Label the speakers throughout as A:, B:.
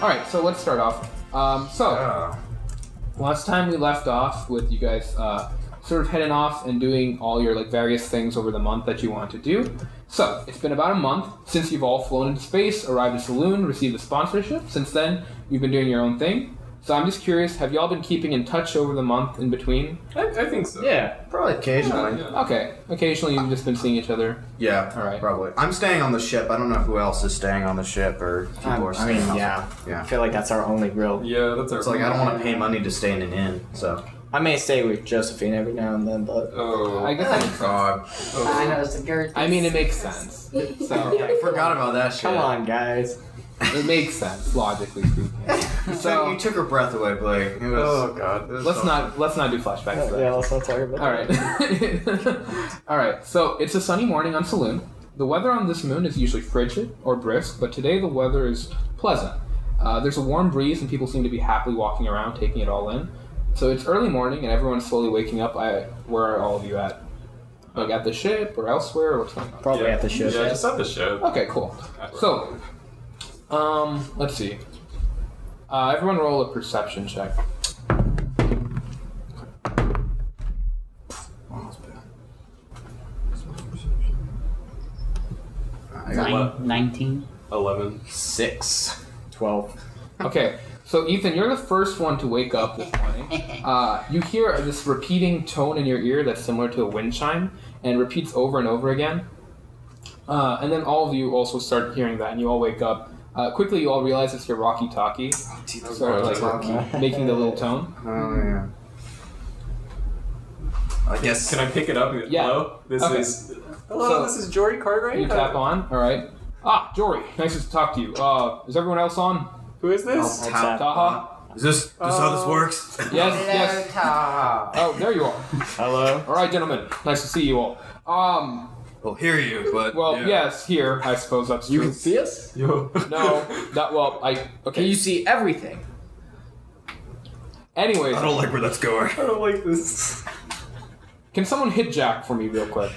A: All right, so let's start off. Um, so
B: Uh,
A: last time we left off with you guys uh, sort of heading off and doing all your like various things over the month that you want to do. So it's been about a month since you've all flown into space, arrived at Saloon, received a sponsorship. Since then, you've been doing your own thing. So I'm just curious, have y'all been keeping in touch over the month in between?
B: I, I think so.
C: Yeah.
D: Probably occasionally. Yeah,
A: Okay, occasionally you've just been seeing each other. All right.
D: probably. I'm staying on the ship. I don't know who else is staying on the ship or people
C: Um,
D: are
C: I
D: staying
C: mean,
D: on
C: yeah.
D: The,
C: I
D: yeah.
C: feel like that's our only real.
B: Yeah, that's our.
D: It's like I don't want to pay money to stay in an inn. So
C: I may stay with Josephine every now and then, but
B: Oh.
A: I guess
D: oh, God,
E: I
B: oh.
E: know it's a gird.
A: I mean it makes sense. So
D: I forgot about that shit.
C: come on, guys.
A: it makes sense logically speaking.
D: You,
A: So-
D: took, you took her breath away, Blake. It was,
B: Oh, God.
D: it was
A: Let's
D: fun.
A: not let's not do flashbacks. To that.
C: Yeah, let's not talk about.
A: All right. All right. So it's a sunny morning on Saloon. The weather on this moon is usually frigid or brisk, but today the weather is pleasant. Uh, there's a warm breeze, and people seem to be happily walking around, taking it all in. So it's early morning, and everyone's slowly waking up. I, where are all of you at? Like at the ship or elsewhere? Or what's going on?
C: Probably
B: yeah.
C: at the ship.
B: Yeah, just at the ship.
A: Okay, cool. So, um, let's see. Uh, everyone roll a perception check.
D: I got what?
F: Nine, 19.
B: Eleven.
D: six.
C: Twelve.
A: Okay, so Ethan, you're the first one to wake up this morning. Uh, you hear this repeating tone in your ear that's similar to a wind chime and repeats over and over again. Uh, and then all of you also start hearing that, and you all wake up. Uh, quickly, you all realize it's your walkie talkie Sorry,
B: Walkie
A: like-
B: talkie.
A: making the little tone.
D: Oh yeah. I guess.
B: Can I pick it up?
A: Yeah.
B: Hello. This
A: Okay.
B: is. Hello.
A: So-
B: this is Jory Cartwright.
A: You tap on, alright. Ah, Jory, nice to talk to you. Uh, is everyone else on?
B: Who is
D: I'll
A: Oh,
B: this?
D: tap.
A: Taha?
D: Is this, this how this works?
A: Yes,
E: Hello,
A: yes.
E: Taha.
A: Oh, there you are.
C: Hello.
A: Alright, gentlemen, nice to see you all. Um,
D: We'll hear you, but
A: well,
D: yeah.
A: yes, here, I suppose that's true.
C: see us?
B: Yo.
A: No, that well, I okay.
C: see everything?
A: Anyways,
D: I don't like where that's going.
A: oh.
B: I don't like this.
A: can someone hit Jack for me real quick?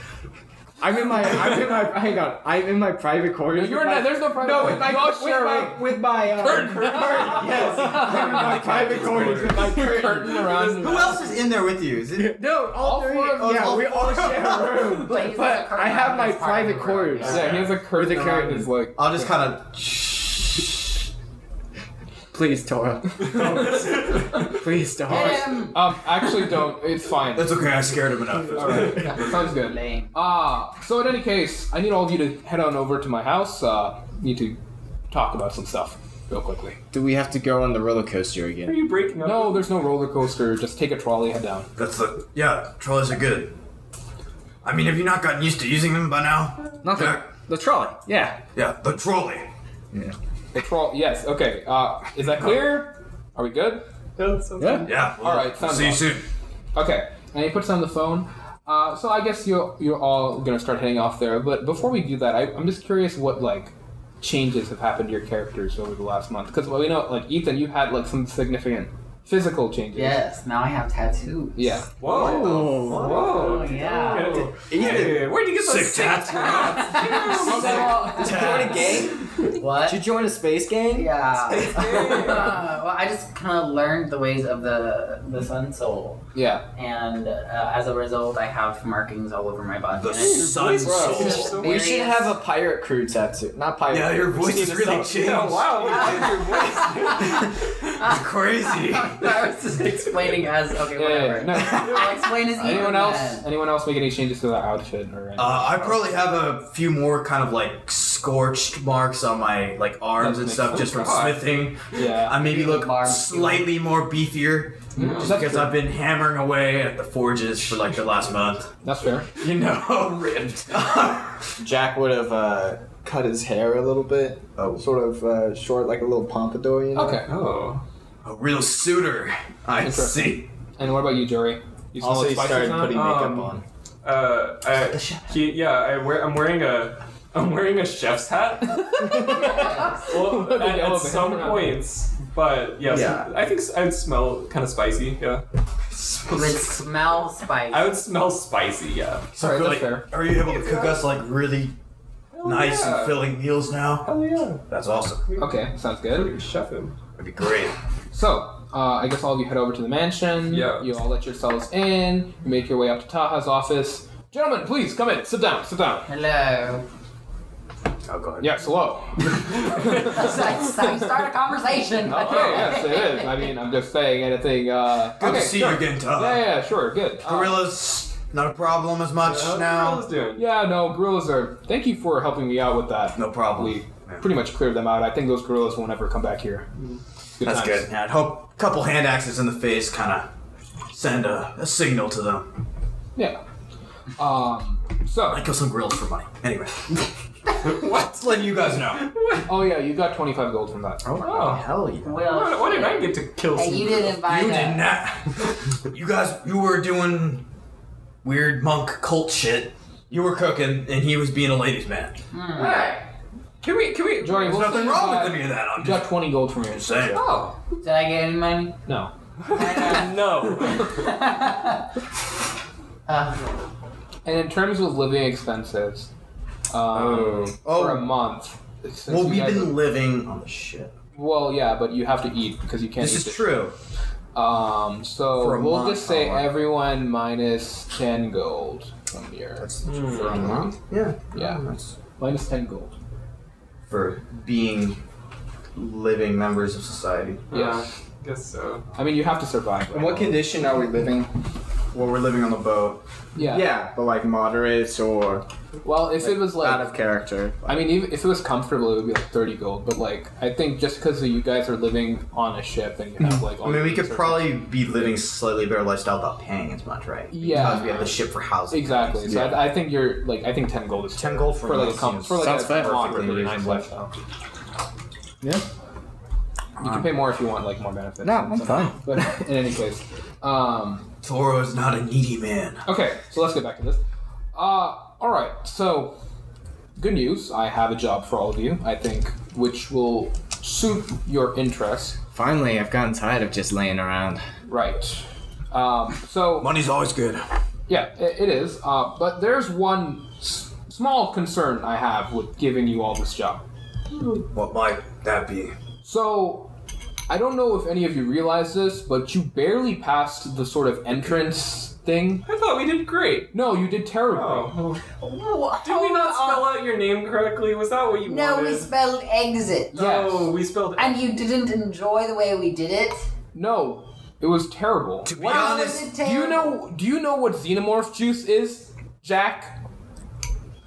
C: I'm in my. I'm in my. Hang on. I'm in my private quarters.
A: You're
C: with my-
A: not, there's no private.
C: No, with my,
A: oh,
C: with
A: sure,
C: my, with my, uh,
A: Curtain.
C: curtain, yes, I'm in my private quarters with my
A: wait.
C: curtain.
A: curtain around.
D: Who else is in there with you? Is it?
C: No, all,
A: All
C: three.
A: four of
C: oh,
A: you.
C: yeah,
D: All
C: we
D: four.
C: all share a room.
E: But he's got a
C: But
E: curtain
C: I have
E: on
C: my
E: his part of
C: private
E: the room.
C: quarters.
A: Yeah, he has a curtain.
C: With a
A: around
C: curtain.
A: his leg.
D: I'll just kind of.
C: Please, Tora. Please, Tora.
E: Him.
A: Um, actually, don't. It's fine.
D: That's okay. I scared him enough.
A: All right, sounds good.
E: Lame.
A: Ah, so in any case, I need all of you to head on over to my house. Uh, need to talk about some stuff real quickly.
C: Do we have to go on the roller coaster
B: Are
C: again?
B: you breaking up?
A: No, there's no roller coaster. Just take a trolley, head down.
D: That's the yeah. Trolleys are good. I mean, have you not gotten used to using them by now?
C: Nothing.
D: Jack?
C: The trolley. Yeah.
D: Yeah, the trolley.
A: The troll. Yes. Okay. Uh, is that clear? Are we good?
B: No, it's okay.
C: Yeah.
D: Yeah. Well,
A: All right, sounds
D: See you
A: off.
D: soon.
A: Okay, and he puts down the phone. Uh, so I guess you're you're all gonna start heading off there. But before we do that, I, I'm just curious what like changes have happened to your characters over the last month because well, we know like Ethan, you had like some significant physical changes.
E: Yes, now I have tattoos.
A: Yeah.
B: Whoa. Whoa.
E: Oh, yeah.
B: Hey, where'd you get those
D: Sick tats.
E: So,
C: Join a gang?
E: what?
C: Did you join a space gang?
E: Yeah. Uh, well, I just kind of learned the ways of the the sun soul,
A: Yeah.
E: and uh, as a result, I have markings all over my body.
D: The
E: And it's-
D: sun
C: Bro.
D: soul.
C: We should have a pirate crew tattoo. Not pirate.
D: Yeah, your
C: crew, we
D: voice
C: should
D: has
C: need
D: really
C: to stop.
D: changed.
B: Yeah, Oh, wow. Your
E: Yeah.
B: voice.
D: Crazy.
E: I was just explaining as
A: Yeah,
E: okay,
A: yeah,
E: whatever.
A: yeah,
E: I'll explain as
A: Anyone
E: Ethan
A: else?
E: then.
A: Anyone else make any changes to their outfit or? Anything?
D: Uh, I probably have a few more kind of like scorched marks on my like arms
A: That
D: and
A: makes
D: stuff just from
A: sense.
D: smithing.
A: yeah.
D: I maybe
E: Maybe
D: look
E: barbecue.
D: slightly more beefier
A: That's
D: just because
A: true.
D: I've been hammering away at the forges for like the last month.
A: That's fair.
D: You know, ripped.
C: Jack would have uh, cut his hair a little bit.
D: Oh.
C: Sort of uh, short, like a little pompadour, you know?
A: Okay.
B: Oh.
D: A real suitor, I
A: Interesting.
D: see.
A: And what about you, Jory? You smell
C: Also,
A: like
C: he
A: spices
C: started
A: now?
C: putting
B: Um,
C: makeup on.
B: Uh, I, he, yeah, I wear, I'm wearing a, I'm wearing a chef's hat. well,
A: Look at
B: at,
A: the
B: at
A: elephant.
B: some points, but yes,
C: Yeah.
B: I think s- I'd smell kind of spicy. Yeah,
E: Would smell spice.
B: I would smell spicy. Yeah.
D: So
A: Alright,
D: could,
A: that's
D: like, are you able to cook us like really nice
B: yeah.
D: and filling meals now.
B: Hell Oh, yeah.
D: That's awesome.
A: Okay, sounds good.
B: That'd be chefing.
D: That'd be great.
A: So, uh, I guess all of you head over to the mansion.
B: Yeah.
A: You all let yourselves in. You make your way up to Taha's office. Gentlemen, please come in. Sit down. Sit down.
G: Hello.
D: Oh, go ahead.
A: Yes, hello.
G: So I, so I start a conversation.
A: Okay, yes, it is. I mean, I'm just saying anything. Uh,
D: Good
A: okay,
D: to see
A: sure.
D: you again, Todd.
A: Yeah, yeah, sure, good. Uh,
D: Gorillas, not a problem as much
B: How's
D: now.
B: Carlos doing?
A: yeah, no, gorillas are. Thank you for helping me out with that.
D: No problem.
A: We
D: Yeah.
A: pretty much cleared them out. I think those gorillas won't ever come back here. Good
D: That's
A: times.
D: good. Yeah, I'd hope a couple hand axes in the face kind of send a, a signal to them.
A: Yeah. Um. So,
D: I kill some gorillas for money. Anyway,
B: What?
D: just letting you guys know.
A: oh yeah, you got 25 gold from that.
B: Oh.
H: Hell yeah.
G: Well,
B: Why why did I get to kill
G: hey,
B: some
G: you didn't invite
D: you
G: us.
D: did not. you guys, you were doing weird monk cult shit. You were cooking, and he was being a ladies' man.
A: Mm.
B: Hey, Can we, can we,
A: Jory,
D: There's
A: we'll
D: nothing
A: say
D: wrong
A: that-
D: with any of that. I'm
A: You
D: just
A: got 20 gold from yours.
D: saying.
B: Oh.
G: Did I get any money?
A: No.
B: No.
G: Uh,
A: And in terms of living expenses, um, for a month. since
D: Oh. Well,
A: you
D: we've
A: guys-
D: been living on the shit.
A: Well, yeah, but you have to eat because you can't. eat
D: This is true.
A: Um, so
D: For a
A: we'll
D: month,
A: just say
D: however.
A: everyone minus 10 gold from your.
D: for a month. Yeah.
A: Yeah.
D: That's
A: minus 10 gold.
H: For being living members of society.
A: Yeah.
B: I guess so.
A: I mean, you have to survive.
H: In what condition are we living? Well, we're living on the boat.
A: Yeah.
H: but like moderate or
A: Well, if it was
H: out
A: like.
H: of character.
A: I mean, even if it was comfortable, it would be like 30 gold. But, like, I think just because you guys are living on a ship and you have, like, all
H: I mean, we
A: these
H: could
A: resources-
H: probably be living slightly better lifestyle without paying as much, right?
A: Yeah.
H: Because we have the ship for housing.
A: Exactly. So
H: Yeah.
A: I, I think you're like I think ten gold is
H: 10 gold for
A: for like a
H: us
A: com-
H: seems-
A: for like
H: sounds
A: a
H: fair.
A: mod would be
H: Perfectly
A: a nice
H: reasonable.
A: lifestyle.
C: Yeah.
A: You can pay more if you want like more benefits.
C: No, I'm fine.
A: But in any case, um,
D: Toro is not a needy man.
A: okay. So let's get back to this. Uh, all right. So good news. I have a job for all of you. I think which will suit your interests.
C: Finally, I've gotten tired of just laying around.
A: Right. Um, so
D: Money's always good.
A: Yeah, i- it is. Uh, but there's one s- small concern I have with giving you all this job.
D: What might that be?
A: So, I don't know if any of you realize this, but you barely passed the sort of entrance thing.
B: I thought we did great.
A: No, you did terribly.
B: Oh.
G: Whoa,
B: Did we not
G: hold
B: spell out your name correctly? Was that what you
G: Oh, uh, No,
B: wanted?
G: we spelled exit.
A: Yes.
B: Oh, we spelled
G: And you didn't enjoy the way we did it?
A: No, it was terrible.
D: To be
G: Why was
D: honest,
G: it
A: Do you
G: terrible?
A: know? Do you know what xenomorph juice is, Jack?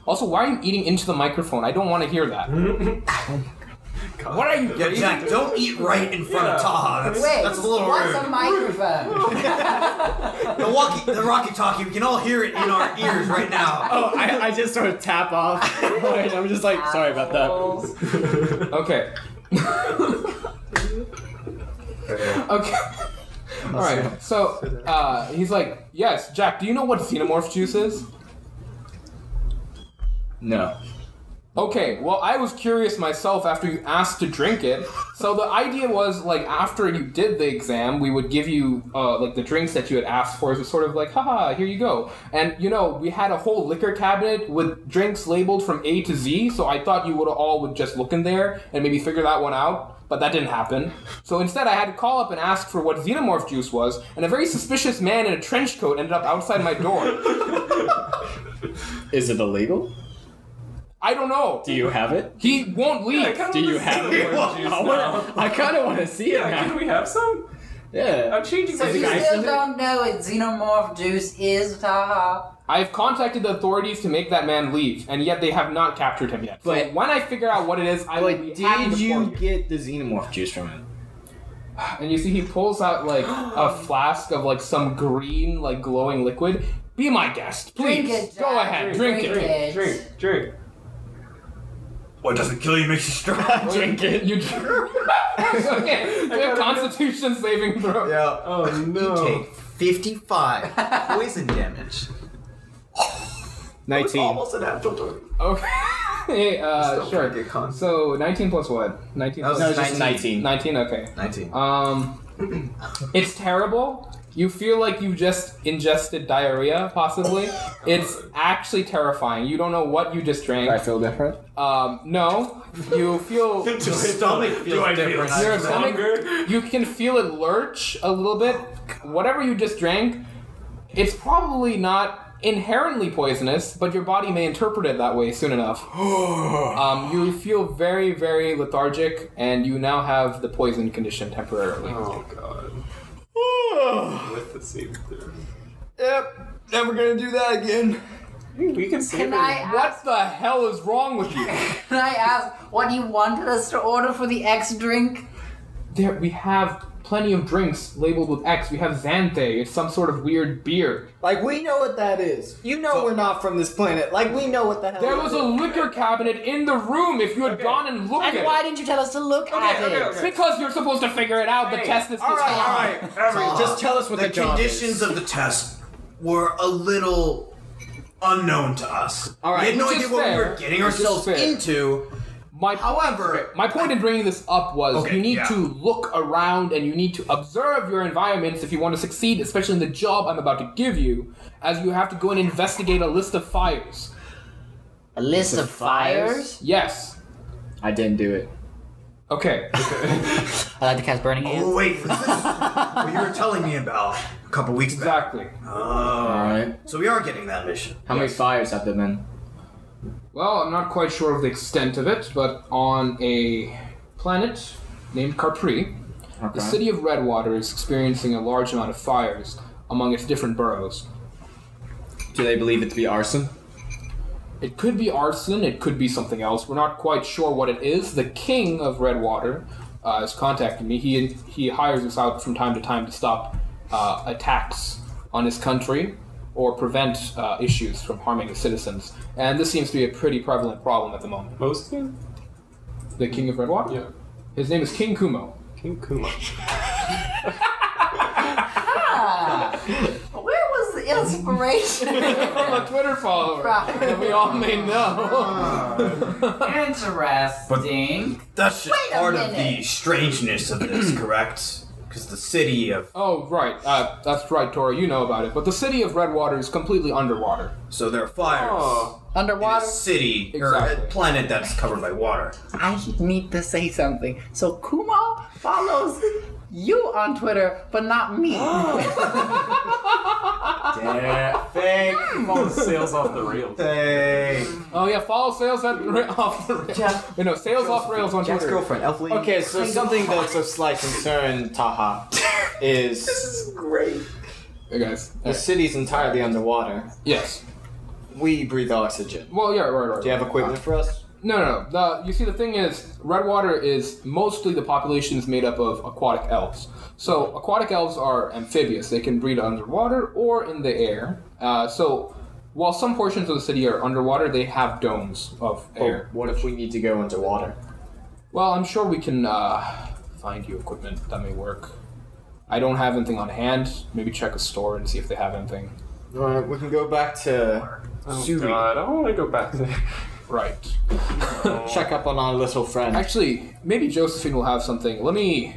A: Also, why are you eating into the microphone? I don't want to hear that. What are you?
D: yeah, Jack, don't eat right in front of
B: Yeah.
D: Taha. That's,
G: Wait,
D: that's a little
G: what's
D: rude.
G: a microphone?
D: The walkie, the rocky talkie, we can all hear it in our ears right now.
C: Oh, I, I just sort of tap off. I'm just like, sorry about
B: it.
C: that.
A: Okay. okay. All right. So uh, he's like, "Yes, Jack. Do you know what xenomorph juice is?"
C: No.
A: Okay. Well, I was curious myself after you asked to drink it. So the idea was like after you did the exam, we would give you uh, like the drinks that you had asked for. It was sort of like, "Haha, here you go." And you know, we had a whole liquor cabinet with drinks labeled from A to Z. So I thought you would all would just look in there and maybe figure that one out. But that didn't happen. So instead, I had to call up and ask for what xenomorph juice was, and a very suspicious man in a trench coat ended up outside my door.
C: Is it illegal?
A: I don't know.
C: Do you have it?
A: He won't
B: I
A: leave.
B: kinda
C: Do you
B: wanna
C: have
B: see
C: it?
B: orange juice
C: I,
B: now.
C: wanna, I kind of want to see it
B: Yeah, can
C: now.
B: we have some?
C: Yeah.
B: I'm changing
G: so
B: the
G: you
C: guys-
G: still don't know what xenomorph juice is, Taha?
A: I've contacted the authorities to make that man leave, and yet they have not captured him yet. But
C: But-
A: when I figure out what it is, I will be
C: Like,
A: happy to
C: did
A: inform
C: you get the xenomorph juice from it?
A: And you see, he pulls out like a flask of like some green, like glowing liquid. Be my guest, please.
G: Drink it, Jack.
A: Go ahead, drink,
G: Drink
A: it.
G: it.
B: Drink, drink, drink.
D: What doesn't kill you makes you strong.
C: Drink it.
A: You okay? Do a
B: gotta-
A: Constitution saving throw.
H: Yeah.
B: Oh no.
H: You take 55 poison damage.
C: 19.
H: Almost an natural 20.
A: Okay. uh,
H: Still
A: sure.
H: pretty good con.
A: So 19 plus what? 19
H: That
A: plus
H: was
C: No, just 19.
A: Uh, 19, okay.
H: 19.
A: Um, it's terrible. You feel like you just ingested diarrhea, possibly. It's actually terrifying. You don't know what you just
C: Do I
A: drank.
C: feel different?
A: Um, no, you feel
B: Do I feel-
D: stomach feels
B: do I
D: different.
B: Feel
A: Your stomach-
B: stronger?
A: you can feel it lurch a little bit. Whatever you just drank, it's probably not inherently poisonous, but your body may interpret it that way soon enough. um, you feel very, very lethargic, and you now have the poison condition temporarily.
B: Oh god. With the same thing.
C: Yep. Never gonna do that again.
B: We can save
E: Can
B: it.
E: I ask,
A: What the hell is wrong with you?
E: can I ask what you wanted us to order for the X drink?
A: There, we have plenty of drinks labeled with X. We have Xanthe. It's some sort of weird beer.
I: Like we know what that is. You know we're not from this planet. Like we know what the hell.
A: There
I: that
A: was
I: is.
A: a liquor cabinet in the room. If you had
B: Okay.
A: gone and looked
E: And
A: at
E: why
A: it,
E: didn't you tell us to look at
B: okay,
E: it?
B: okay.
A: because you're supposed to figure it out. The
B: Hey,
A: test is
I: All right, all right.
B: Every-
I: Just tell us what the,
D: The conditions of the test were a little unknown to us.
I: All right,
D: we had no
A: which
D: idea
A: is
D: what we
A: fair,
D: were getting
A: which is
D: ourselves
A: fair.
D: into.
A: My
D: However,
A: my point in bringing this up was
D: Okay,
A: you need
D: yeah.
A: to look around and you need to observe your environments if you want to succeed, especially in the job I'm about to give you, as you have to go and investigate a list of fires.
E: A list of fires?
A: Yes.
C: I didn't do it.
A: Okay.
E: I like to cast burning
D: oh wait, was this what you were telling me about a couple weeks back?
A: Exactly.
C: All
D: Oh,
C: right.
D: so we are getting that mission.
C: How many fires have there been?
A: Well, I'm not quite sure of the extent of it, but on a planet named Capri,
C: Okay.
A: the city of Redwater is experiencing a large amount of fires among its different boroughs.
C: Do they believe it to be arson?
A: It could be arson, it could be something else. We're not quite sure what it is. The king of Redwater uh, has contacted me. He, he hires us out from time to time to stop uh, attacks on his country or prevent uh, issues from harming his citizens. And this seems to be a pretty prevalent problem at the moment.
B: Most of them?
A: The king of Redwater?
B: Yeah.
A: His name is King Kumo.
B: King Kuma.
E: Ah, Where was the
A: From
E: inspiration?
A: a Twitter follower
E: Right.
A: that we all may know.
E: Interesting.
D: That's just
E: Wait a
D: part of the
E: minute.
D: strangeness of this, correct? Because the city of
A: oh, right. Uh, that's right, Tori. You know about it. But the city of Redwater is completely underwater.
D: so there are fires.
B: Oh.
D: in a
E: Underwater.
D: city or
A: Exactly.
D: a planet that's covered by water.
E: I need to say something. So Kumo follows you on Twitter, but not me.
B: Yeah. Fake. All sales off the rails.
D: Hey,
A: Oh yeah, follow sales at, ra- off the rails.
C: Jeff-
A: you know, sales off rails on Twitter.
D: Elf Lee.
C: Okay, so something that's of slight concern, Taha, is
D: is great.
A: Hey guys.
C: the city's entirely underwater.
A: Yes.
C: We breathe oxygen.
A: Well, yeah, right, right.
C: Do you have equipment for us?
A: No, no, no. The, you see, the thing is, Redwater is mostly the population is made up of aquatic elves. So aquatic elves are amphibious; they can breed underwater or in the air. Uh, so while some portions of the city are underwater, they have domes of
C: Or
A: air.
C: Oh, what if we need to go underwater?
A: Well, I'm sure we can uh, find you equipment that may work. I don't have anything on hand. Maybe check a store and see if they have anything.
C: Alright, we can go back to
B: Oh
C: Suri.
B: god, I want to go back there.
A: Right.
C: Check up on our little friend.
A: Actually, maybe Josephine will have something. Let me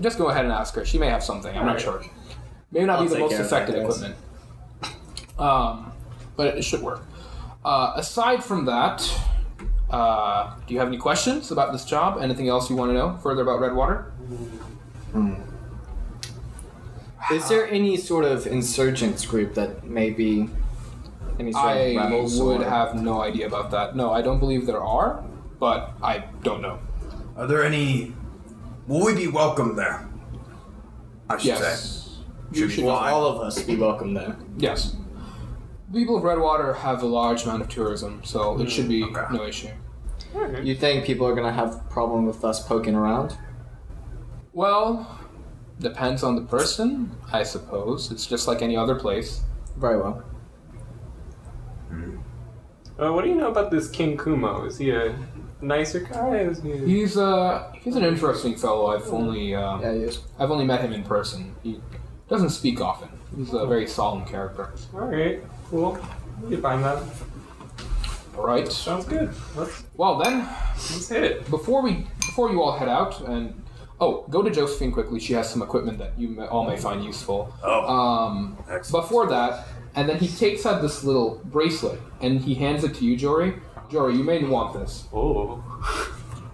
A: just go ahead and ask her. She may have something. I'm not sure. May not
C: I'll
A: be the
C: take
A: most
C: care of that,
A: effective
C: guys.
A: equipment. Um, but it should work. Uh, aside from that, uh, do you have any questions about this job? Anything else you want to know further about Redwater?
C: Is there any sort of insurgents group that maybe any sort of
A: I
C: rebels
A: would
C: or-
A: have no idea about that. No, I don't believe there are, but I don't know.
D: Are there any? Will we be welcome there? I should say.
A: Yes. You
D: Should
A: should
D: be
C: Will
A: know.
D: fine.
C: all of us be welcome there?
A: Yes. People of Redwater have a large amount of tourism, so it should
C: Mm,
A: be
D: okay.
A: no issue.
C: You think people are gonna have problem with us poking around?
A: Well, depends on the person, I suppose. It's just like any other place.
C: Very well.
B: Uh, what do you know about this King Kumo? Is he a nicer guy? Is he
A: He's uh he's an interesting fellow. I've only uh,
C: Yeah, yes.
A: I've only met him in person. He doesn't speak often. He's a very solemn character.
B: alright? Cool. We can find that.
A: All right.
B: Sounds good. Let's
A: Well then,
B: let's hit it.
A: before we before you all head out and Oh, go to Josephine quickly. She has some equipment that you may, all may find useful.
D: Oh.
A: Um,
D: Excellent.
A: before that, and then he takes out this little bracelet and he hands it to you, Jory. Jory, you may want this.
B: Oh.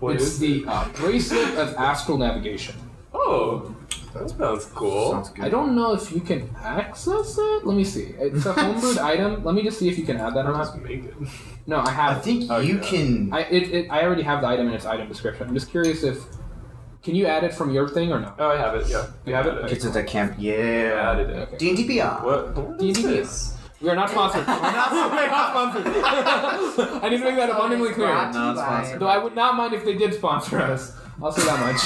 B: What
A: it's
B: is
A: the uh, bracelet of astral navigation.
B: Oh. That sounds cool.
H: Sounds good.
A: I don't know if you can access it. Let me see. It's a homebrewed item. Let me just see if you can add that or
B: Just
A: not.
B: make it.
A: No, I
D: I
A: have.
D: think
B: Oh,
D: you
B: yeah.
D: can.
A: I it, it, I already have the item in its item description. I'm just curious if can you add it from your thing or no?
B: Oh, I have it. Yeah, you have it.
H: Kids at the camp.
B: I
H: Yeah.
B: added it.
A: Okay.
H: D and D Beyond.
B: What? What
A: Do you
B: is
A: think
B: this?
A: it's- We are not sponsored. We're not,
D: Oh
A: we're not sponsored. I need to make that abundantly clear.
H: No, it's
A: Though I would not mind if they did sponsor us. I'll say that much.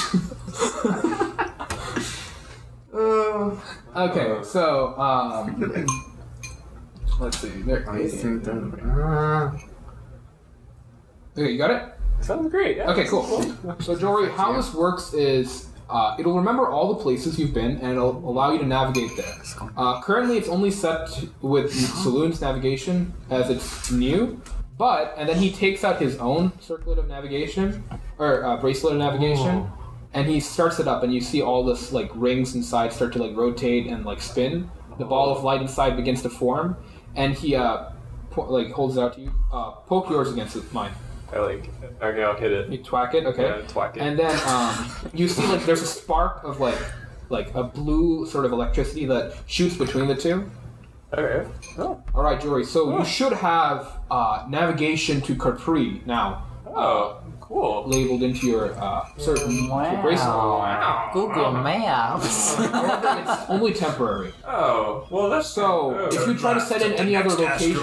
A: okay, so um, let's see. There,
H: I think
D: Ah.
H: that.
A: okay, you got it.
B: Sounds great. Yeah.
A: Okay, cool. So, Jory, how this works is uh, it'll remember all the places you've been and it'll allow you to navigate there. Uh, currently, it's only set with Saloon's navigation as it's new, but and then he takes out his own circlet of navigation or uh, bracelet of navigation. And he starts it up, and you see all this like rings inside start to like rotate and like spin. The ball of light inside begins to form, and he uh, po- like holds it out to you. Uh, poke yours against it- mine.
B: I like. Okay, I'll hit it.
A: You twack it, okay?
B: Yeah, twack it.
A: And then um, you see like there's a spark of like like a blue sort of electricity that shoots between the two.
B: okay. Oh.
A: All right, Jory. So you should have uh, navigation to Capri now
B: Oh. Cool.
A: labeled into your uh, certain your bracelet.
B: Wow.
G: Google Maps.
A: However, it's only temporary.
B: Oh. Well, that's
A: So
B: Oh.
A: if you try to set in any other location,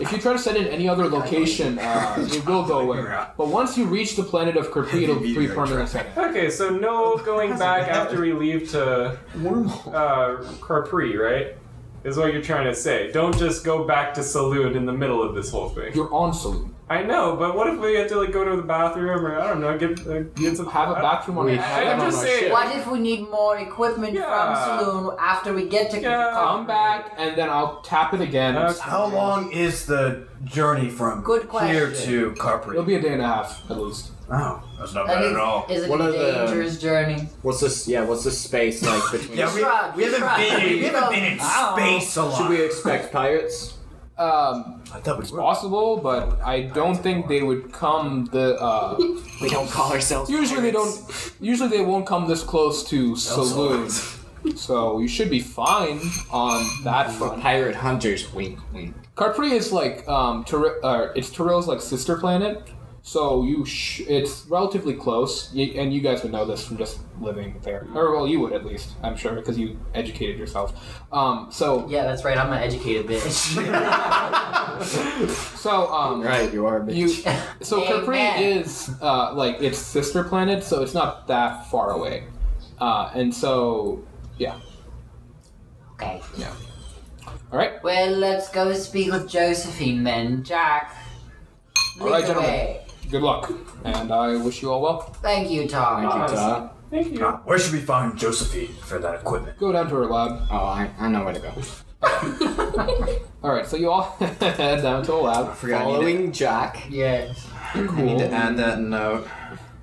A: if you try to set in any other location, uh, it will go away. But once you reach the planet of Capri, it'll be permanently set. in.
B: Okay, so no going back after we leave to
H: Wormhole.
B: uh, Capri, right? Is what you're trying to say. Don't just go back to Saloon in the middle of this whole thing.
A: You're on Saloon.
B: I know, but what if we have to like go to the bathroom or I don't know, get uh, get some
A: Have a bathroom on
H: We
A: your
H: have
A: island
B: I'm
A: on
B: just
A: our
B: saying.
A: ship.
E: What if we need more equipment
B: Yeah.
E: from Saloon after we get to
B: Yeah.
A: Come back, and then I'll tap it again.
B: Okay.
D: How long is the journey from
E: Good
D: here
E: question.
D: to Carpre?
A: It'll be a day and a half at least.
D: oh, that's not
E: And
D: bad
E: is,
D: at all.
E: is it
H: What
E: a
H: are the-
E: dangerous journey?
H: What's this? Yeah. What's the space like between?
D: Yeah, we,
E: Shrug,
D: we haven't
E: shrug.
D: been in, we
E: You
D: haven't
E: know,
D: been in
E: ow.
D: space a lot.
H: Should we expect pirates?
A: Um,
D: I thought we were.
A: possible, but I don't think they would come the. Uh,
C: We don't call ourselves.
A: usually they don't. Usually they won't come this close to saloon. So you should be fine on that front.
H: Pirate hunters. Wink, wink.
A: Capri is like um, Tor- uh, it's Tyrill's like sister planet, so you sh- it's relatively close, y- and you guys would know this from just living there, or well, you would at least, I'm sure, because you educated yourself. Um, so
E: Yeah, that's right. I'm an educated bitch.
A: so um,
H: Right, you are. A bitch.
A: You so Capri
E: Amen.
A: is uh, like its sister planet, so it's not that far away, uh, and so yeah,
E: okay.
A: all right,
E: Well, let's go speak with Josephine then, Jack.
A: All
E: lead
A: right,
E: the
A: gentlemen.
E: way.
A: good luck, and I wish you all well.
E: Thank you, Tom.
H: Thank you, Todd.
B: Thank you.
D: Uh, where should we find Josephine for that equipment?
A: Go down to her lab.
H: Oh, I, I know where to go.
A: All right, so you all head down to her lab.
H: Forgot Following Jack.
E: Yeah.
H: I need to add that note.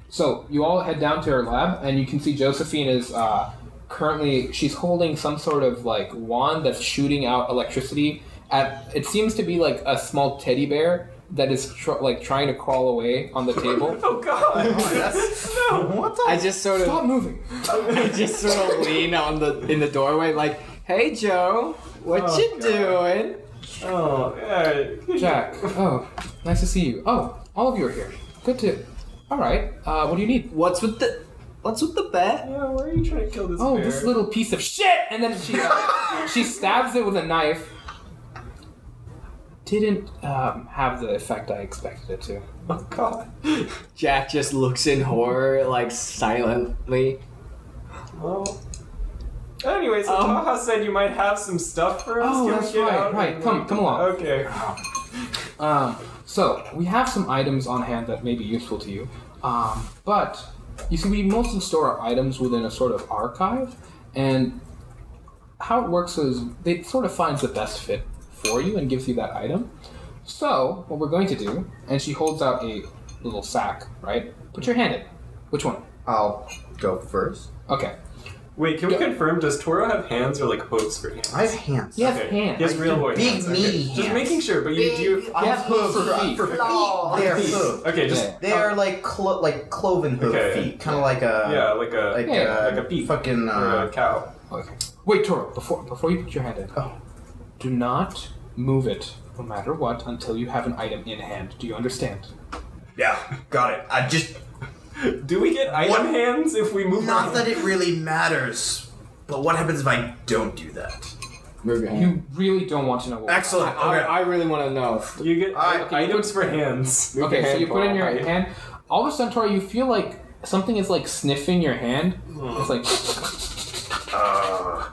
A: So you all head down to her lab, and you can see Josephine is uh, currently she's holding some sort of like wand that's shooting out electricity. At it seems to be like a small teddy bear that is tr- like trying to crawl away on the table.
B: Oh God.
C: I just sort of,
A: Stop moving.
C: I just sort of lean on the in the doorway, like, "Hey, Joe, what
B: Oh,
C: you
B: God.
C: doing?"
B: oh. Yeah.
A: Jack. Oh, nice to see you. Oh, all of you are here. Good to. All right. Uh, what do you need?
C: What's with the What's with the bet?
B: Yeah. Why are you trying to kill this
A: Oh,
B: bear?
A: this little piece of shit! And then she uh, she stabs it with a knife. Didn't um, have the effect I expected it to.
B: Oh God.
C: Jack just looks in horror, like silently.
B: Well. Anyway, so
C: Um,
B: Taha said you might have some stuff for us.
A: Oh,
B: Can we
A: that's
B: get
A: right,
B: out
A: right.
B: and-
A: Come- come along.
B: Okay.
A: Um, so we have some items on hand that may be useful to you, um, but you see, we mostly store our items within a sort of archive, and how it works is they sort of finds the best fit for you and gives you that item. So what we're going to do, and she holds out a little sack, right? Put your hand in. Which one?
H: I'll go first.
A: Okay.
B: Wait, can we confirm? Does Toro have hands or like hooves for hands?
H: I have hands.
A: You have
B: Okay.
A: hands.
B: He has real boy
D: Big
B: hands.
D: meaty
B: okay. Just
D: hands.
B: making sure, but you do.
A: You have hooves for feet.
D: For
E: Claw.
D: feet, they are
B: Feet.
D: hoof.
B: Okay, just
A: Yeah.
D: They are like clo- like cloven hoof
B: Okay.
D: feet, kind of like a
B: uh, yeah, like a
D: like
A: Yeah,
D: a
B: like a beak.
D: fucking
B: or a
D: uh,
B: cow.
A: Okay. Wait, Toro, before before you put your hand in. Oh. Do not move it, no matter what, until you have an item in hand. Do you understand?
D: yeah, got it. I just
B: Do we get item
D: What?
B: hands if we move?
D: not
B: on?
D: that it really matters, but what happens if I don't do that?
H: Move your hand.
A: You really don't want to know what.
D: Excellent.
C: I,
D: okay.
C: I really want to know.
B: you get
D: I-
B: okay, items for hands.
C: Move
A: Okay,
C: your
A: so
C: hand,
A: you put it in your
C: Paul.
A: hand. All of a sudden, Tori, you feel like something is like sniffing your hand. It's like,
D: Uh,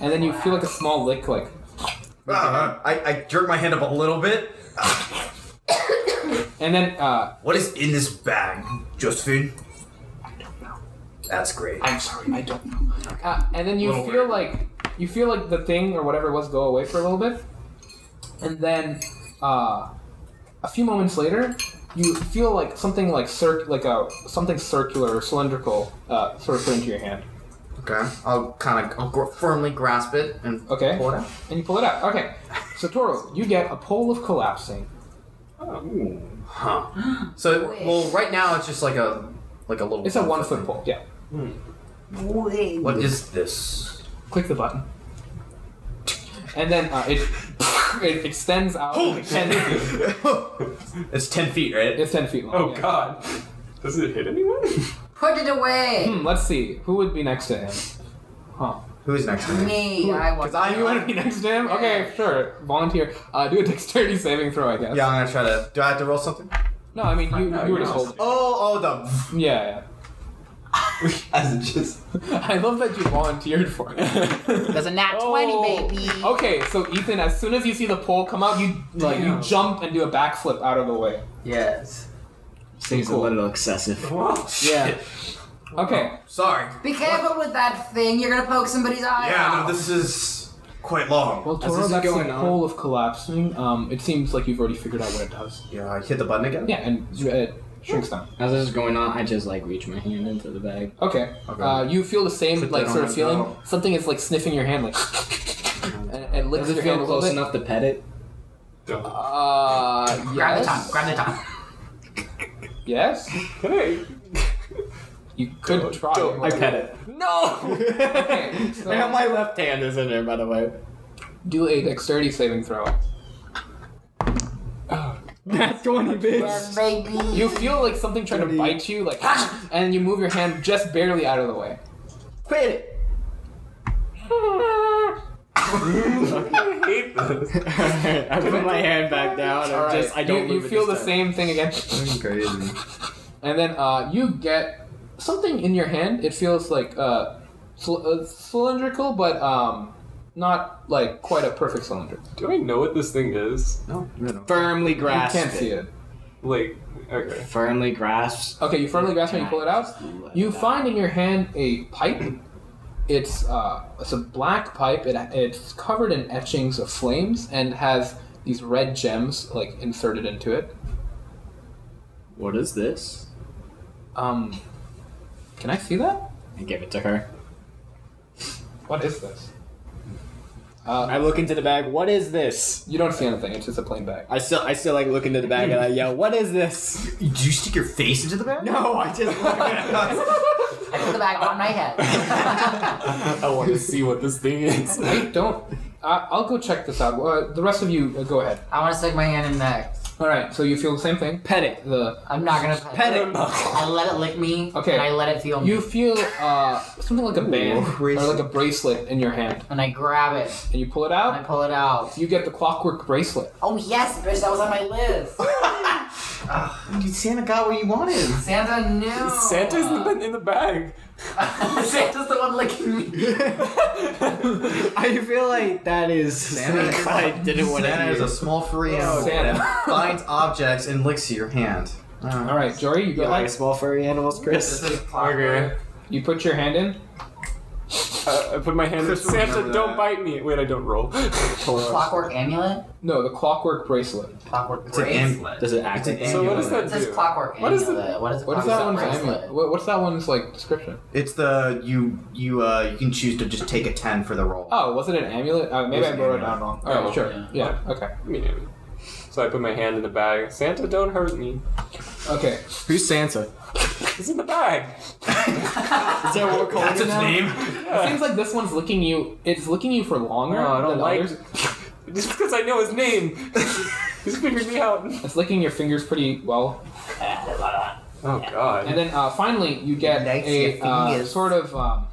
A: and then you feel like a small lick. Like,
D: uh, I, I jerk my hand up a little bit.
A: and then uh,
D: What is in this bag, Josephine? That's great.
A: I'm sorry, I don't know. Uh, and then you
D: Little
A: feel
D: weird.
A: like you feel like the thing or whatever it was go away for a little bit, and then uh, a few moments later, you feel like something like cir- like a something circular or cylindrical uh, sort of put into your hand.
H: Okay. I'll kind of I'll gr- firmly grasp it and
A: Okay.
H: pull it out.
A: And you pull it out. Okay. So Toro, you get a pole of collapsing.
H: Huh. So well, right now it's just like a like a little.
A: It's a one foot pole. Yeah.
E: Wait.
D: What is this?
A: Click the button. And then uh, it it extends out.
D: Holy
A: ten feet.
D: It's ten feet, right?
A: It's ten feet long.
B: Oh
A: yeah.
B: God, does it hit anyone?
E: Put it away.
A: Hmm, let's see. Who would be next to him? Huh.
H: Who is next to
D: Hmm.
H: me?
E: Me, I want.
A: Because I you want to be next to him? Okay, sure. Volunteer. Uh, do a dexterity saving throw, I guess.
H: Yeah, I'm gonna try to. Do I have to roll something?
A: No, I mean you,
B: No,
A: you were
B: you're
A: just
B: not.
A: holding.
H: Oh, oh, the.
A: Yeah,
D: As it just
A: yeah. I love that you volunteered for it.
G: There's a nat
A: Oh.
G: 20, baby.
A: Okay, so Ethan, as soon as you see the pole come out, you like you
B: Damn.
A: jump and do a backflip out of the way.
E: Yes.
C: Seems
A: Cool.
C: a little excessive.
B: What?
C: Yeah.
A: Okay.
D: Sorry.
E: Be careful with that thing. You're gonna poke somebody's eye
D: Yeah,
E: out.
D: no, this is quite long.
A: Well,
C: As
A: Toro,
C: this is
A: that's
C: going
A: the
C: on-
A: pole of collapsing. Um, it seems like you've already figured out what it does.
H: Yeah, I hit the button again.
A: Yeah, and it shrinks down.
C: As this is going on, I just like reach my hand into the bag.
A: Okay.
H: Okay.
A: Uh, you feel the same
H: Put
A: like
H: that on
A: sort of
H: my
A: feeling.
H: brow.
A: Something is like sniffing your hand, like, and, and licks
C: Does
A: your
C: it
A: hand a little
C: feel close
A: bit.
C: enough to pet it?
B: Don't.
A: Uh,
E: Grab
A: yes.
E: the tongue. Grab the tongue.
A: Yes.
B: Hey.
A: You could try.
C: I pet it.
A: Okay, so-
C: And my left hand is in there, by the way.
A: Do a dexterity saving throw.
C: That's going to
E: Yeah, baby.
A: You feel like something trying to
C: Dirty.
A: bite you, like, and you move your hand just barely out of the way.
C: Quit it.
B: I hate this.
C: I put my hand back down. and
A: Alright,
C: just I don't.
A: You, you
C: move it
A: feel the
C: this
A: same
C: time.
A: thing again,
H: Crazy.
A: and then uh, you get something in your hand. It feels like uh, cil- uh, cylindrical, but um, not like quite a perfect cylinder.
B: Do I know what this thing is?
H: No, no, no.
C: Firmly
A: You
C: grasp.
A: can't see it.
B: Like, okay.
C: Firmly grasps.
A: Okay, you firmly grasp it. You pull it out. You find in your hand a pipe. It's uh, it's a black pipe. It, it's covered in etchings of flames and has these red gems like inserted into it.
C: What is this?
A: Um, can I see that?
C: I give it to her.
A: What is this? Uh,
C: I look into the bag. What is this?
A: you don't see anything. It's just a plain bag.
C: I still, I still like look into the bag and I yell, "What is this?"
D: Did you stick your face into the bag?
C: No, I just.
E: I put the bag on my head.
C: I want to see what this thing is.
A: I don't. I I'll go check this out. Uh, the rest of you, uh, go ahead.
E: I want to stick my hand in there.
A: All right. So you feel the same thing.
C: Pet it.
A: The
E: I'm not gonna pet,
C: Pet
E: it.
C: it.
E: I let it lick me.
A: Okay.
E: And I let it feel me.
A: you feel uh, something like a band or
H: bracelet.
A: like a bracelet in your hand,
E: And I grab it.
A: and you pull it
E: And I
A: out.
E: pull it out.
A: You get the clockwork bracelet.
E: Oh yes, bitch, that was on my list.
H: Santa got what you wanted.
E: Santa knew.
B: Santa's in the, in the bag.
E: Santa's the one licking me.
C: I feel like that is
H: Santa is-
C: something I didn't want
H: Santa
C: to
H: is a
C: hear. Oh,
H: small furry animal
A: Santa.
H: that finds objects and licks your hand.
A: All right, Jory, you go.
C: You like small furry animals, Chris?
E: This is clockwork.
A: You put your hand in.
B: Uh, I, I put my hand in
D: Chris will
B: Santa,
D: remember
B: don't
D: that.
B: bite me. Wait, I don't roll.
E: Clockwork amulet?
A: No, the clockwork bracelet.
E: Clockwork
D: It's an
E: brace?
D: amulet.
H: Does it act?
D: It's an
B: so what
D: amulet.
B: does that
E: It
B: do?
E: says clockwork
B: What is
E: amulet. what is,
A: What is that
E: clockwork
A: one's
E: bracelet?
A: amulet? What, what's that one's like description?
J: It's the you you uh you can choose to just take a ten for the roll.
A: Oh, was it an amulet? Uh, maybe
J: It's
A: I
J: an
A: wrote it
J: amulet.
A: down wrong. All right,
B: Oh,
A: sure.
E: yeah.
A: yeah. Okay.
B: I mean, so I put my hand in the bag. Santa, don't hurt me.
A: Okay.
H: Who's Santa?
B: It's in the bag.
H: Is that what we're calling
D: That's
H: it
D: its
H: now?
D: name.
A: It seems like this one's looking you. It's looking you for longer
B: No, I don't
A: than
B: like.
A: others.
B: Just because I know his name, he's figured me out.
A: It's licking your fingers pretty well.
B: Oh God.
A: And then uh, finally, you get
E: Nice,
A: a
E: your
A: uh,
E: fingers.
A: sort of. Um,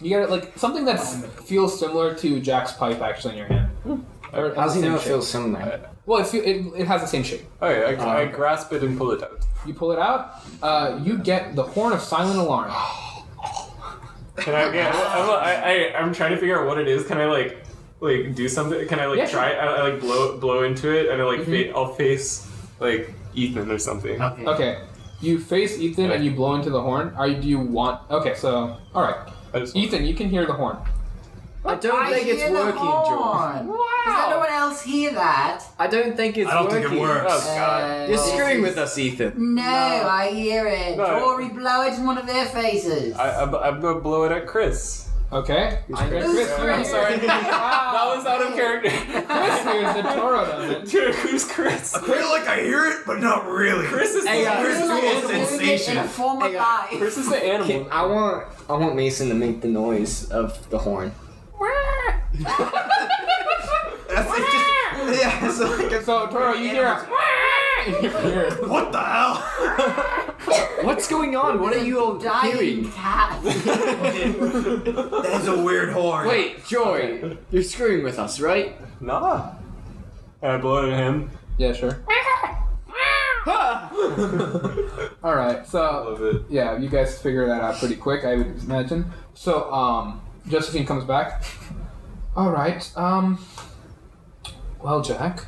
A: you get like something that feels similar to Jack's pipe actually in your hand. Or-
H: How does he
A: same
H: know it
A: shape.
H: feels similar?
A: Well, it, feel, it, it has the same shape.
B: Oh yeah, I, I grasp it and pull it out.
A: You pull it out, uh, you get the horn of silent alarm.
B: Can I? Yeah, I'm, I, I, I'm trying to figure out what it is. Can I like, like do something? Can I like
A: Yeah, sure.
B: try? I, I like blow blow into it, and I like fa- I'll face like Ethan or something.
E: Okay.
A: Okay, you face Ethan and you blow into the horn. Are you, do you want? Okay, so all right,
B: I just
A: Ethan, you can hear the horn.
C: I don't
E: I
C: think it's
E: hear the
C: working, George.
E: horn. Does anyone else hear that?
C: I don't think it's
D: I don't
C: working.
D: think it works.
B: Oh God.
E: Uh,
H: You're
E: this
H: screwing
E: is-
H: with us, Ethan.
E: No, I hear it.
B: No.
E: Jory, blow it in one of their faces.
B: I, I, I'm gonna blow it at Chris.
A: Okay, I
B: Chris?
A: get Chris.
B: Yeah,
A: here.
B: I'm sorry. that was out of character.
A: Chris hears the Toro does it.
B: Dude, who's Chris?
D: I feel like I hear it, but not really.
B: Chris is
H: Hey,
B: the,
H: uh,
D: Chris
E: You're like
D: is
E: doing it in a
D: sensation.
E: form of
H: Hang on.
E: life.
B: Chris is the animal.
H: I want I want Mason to make the noise of the horn.
J: That's it's just yeah. It's like a,
A: So Toro, you hear a. You hear-
D: What the hell?
H: What's going on? What are you all
E: Dying
H: doing?
E: cat.
D: That's a weird horn.
H: Wait, Joy, you're screwing with us, right?
B: Nah. And I blow it at him.
A: Yeah, sure. All right,
B: I
A: so
B: love it.
A: yeah, you guys figure that out pretty quick, I would imagine. So, um, Josephine comes back. All right, um, well, Jack,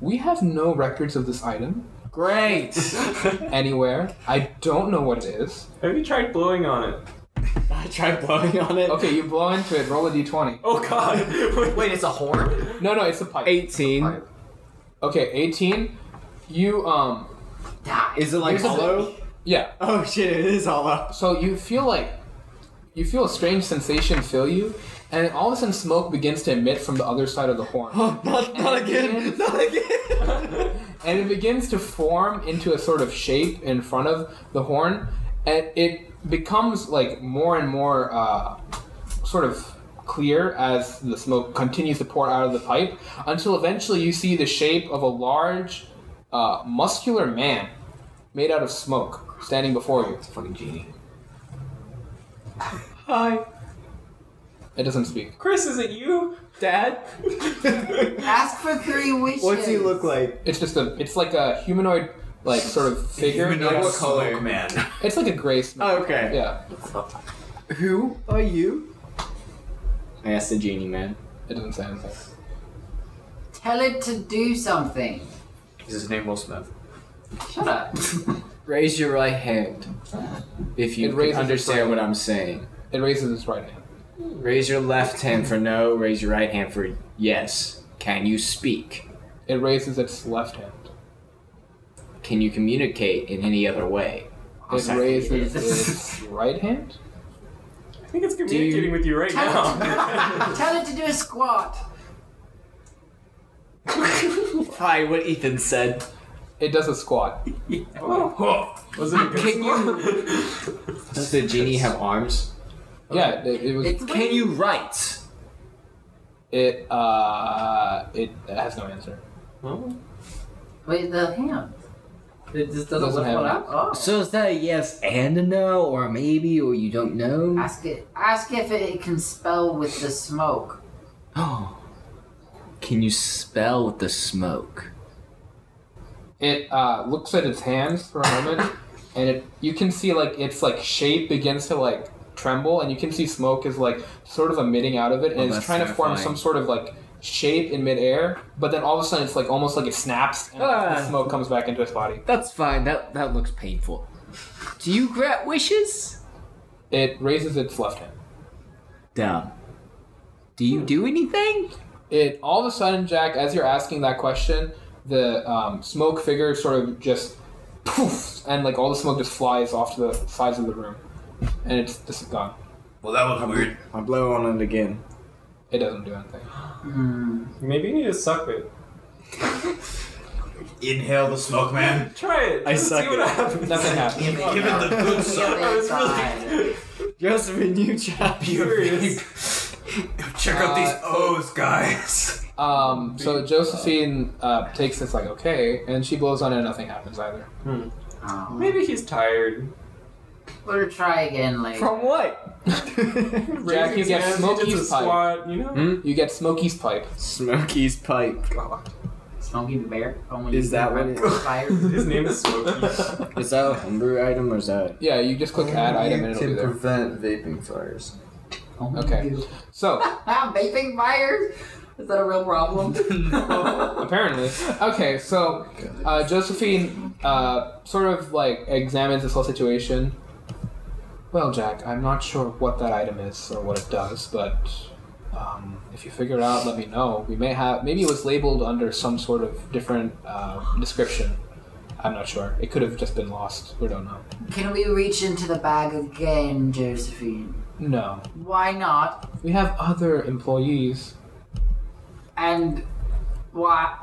A: we have no records of this item
H: Great.
A: anywhere. I don't know what it is.
B: Have you tried blowing on it?
H: I tried blowing on it.
A: Okay, you blow into it. Roll a d20.
B: Oh God.
J: wait, it's a horn.
A: No, no, it's a pipe.
H: 18.
A: Okay, 18. You um,
H: Is it like
A: There's a bit-
H: hollow?
A: yeah.
H: Oh shit, it is hollow.
A: So you feel like you feel a strange sensation fill you, and all of a sudden smoke begins to emit from the other side of the horn,
H: Oh, not, not again. Not again.
A: and it begins to form into a sort of shape in front of the horn, and it becomes like more and more uh, sort of clear as the smoke continues to pour out of the pipe, until eventually you see the shape of a large, uh, muscular man made out of smoke standing before you.
J: Fucking genie.
H: Hi,
A: It doesn't speak.
B: Chris, is it you?
H: Dad.
E: Ask for three wishes.
H: What's he look like?
A: It's just a. It's like a humanoid, like sort of figure.
D: Humanoid
A: It's-
D: smoke man.
A: It's like a gray snake.
H: Oh, Okay.
A: Yeah,
H: Who are you? I asked the genie man.
A: it doesn't say anything.
E: Tell it to do something.
D: Is his name Will Smith?
E: Shut up.
H: Raise your right hand. If
A: It
H: you can
A: raises its
H: understand
A: right
H: what I'm saying.
A: It raises its right hand.
H: Raise your left hand for no, raise your right hand for yes. Can you speak?
A: It raises its left hand.
H: Can you communicate in any other way?
C: Oh,
A: It
H: Outside-
A: raises its right hand.
B: I think it's communicating
H: Dude.
B: with you right
E: Tell
B: now.
E: Tell it to do a squat.
H: Hi, what Ethan said.
A: It does a squat.
B: Was Oh. it a good
H: Can you-
B: score?
H: Does the genie have arms?
A: Yeah, it, it was.
E: It's
H: Can you write?
A: It uh, it has no answer.
B: Well,
E: Wait, the hand. It just doesn't,
A: Doesn't
E: look
A: have
E: one
A: it.
E: up. Oh.
C: So is that a yes and a no, or a maybe, or you don't know?
E: Ask it. Ask if it can spell with the smoke.
C: Oh. Can you spell with the smoke?
A: It uh, looks at its hands for a moment, and it you can see like its like shape begins to like tremble, and you can see smoke is like sort of emitting out of it, and
C: Oh,
A: it's
C: that's
A: trying to form
C: terrifying.
A: some sort of like shape in midair. But then all of a sudden, it's like almost like it snaps, and
C: Ah.
A: the smoke comes back into its body.
C: That's fine. That that looks painful. Do you grant wishes?
A: It raises its left hand.
C: down. Do you do anything?
A: it all of a sudden, Jack, as you're asking that question, the um, smoke figure sort of just poof, and like all the smoke just flies off to the sides of the room, and it's just gone.
D: Well, that was weird.
H: I blow on it again.
A: It doesn't do anything.
E: Hmm.
B: Maybe you need to suck it.
D: Inhale the smoke, man.
B: Try it.
H: I
B: Just
H: suck
B: see what
H: it.
B: happens.
A: Nothing happens.
E: Give
D: Give it the good suck.
H: Josephine, you chap.
B: Curious.
D: Check out these O's, guys.
A: Um, so Josephine uh, takes this like okay, and she blows on it, and nothing happens either.
B: Maybe he's tired.
E: We'll Um, try again later.
C: From what?
A: Jack, you
B: Raising his
A: get
B: hands, he did
A: Smokey's
B: the
A: pipe.
B: squat, you know?
A: You get Smokey's pipe.
H: Smokey's pipe.
E: Smoky the Bear. Only
H: Is that what it-
E: Fire.
B: His name is Smokey.
H: Is that a homebrew item or is that?
A: Yeah, you just click add item, and it'll be there.
H: prevent vaping fires.
A: Okay. So
E: Ah, vaping fires? Is that a real problem?
A: apparently. Okay, so uh, Josephine uh, sort of like examines this whole situation. Well, Jack, I'm not sure what that item is or what it does, but um, if you figure it out, let me know. We may have maybe it was labeled under some sort of different uh, description. I'm not sure. It could have just been lost. We don't know.
E: Can we reach into the bag again, Josephine?
A: No,
E: Why not?
A: we have other employees.
E: And why?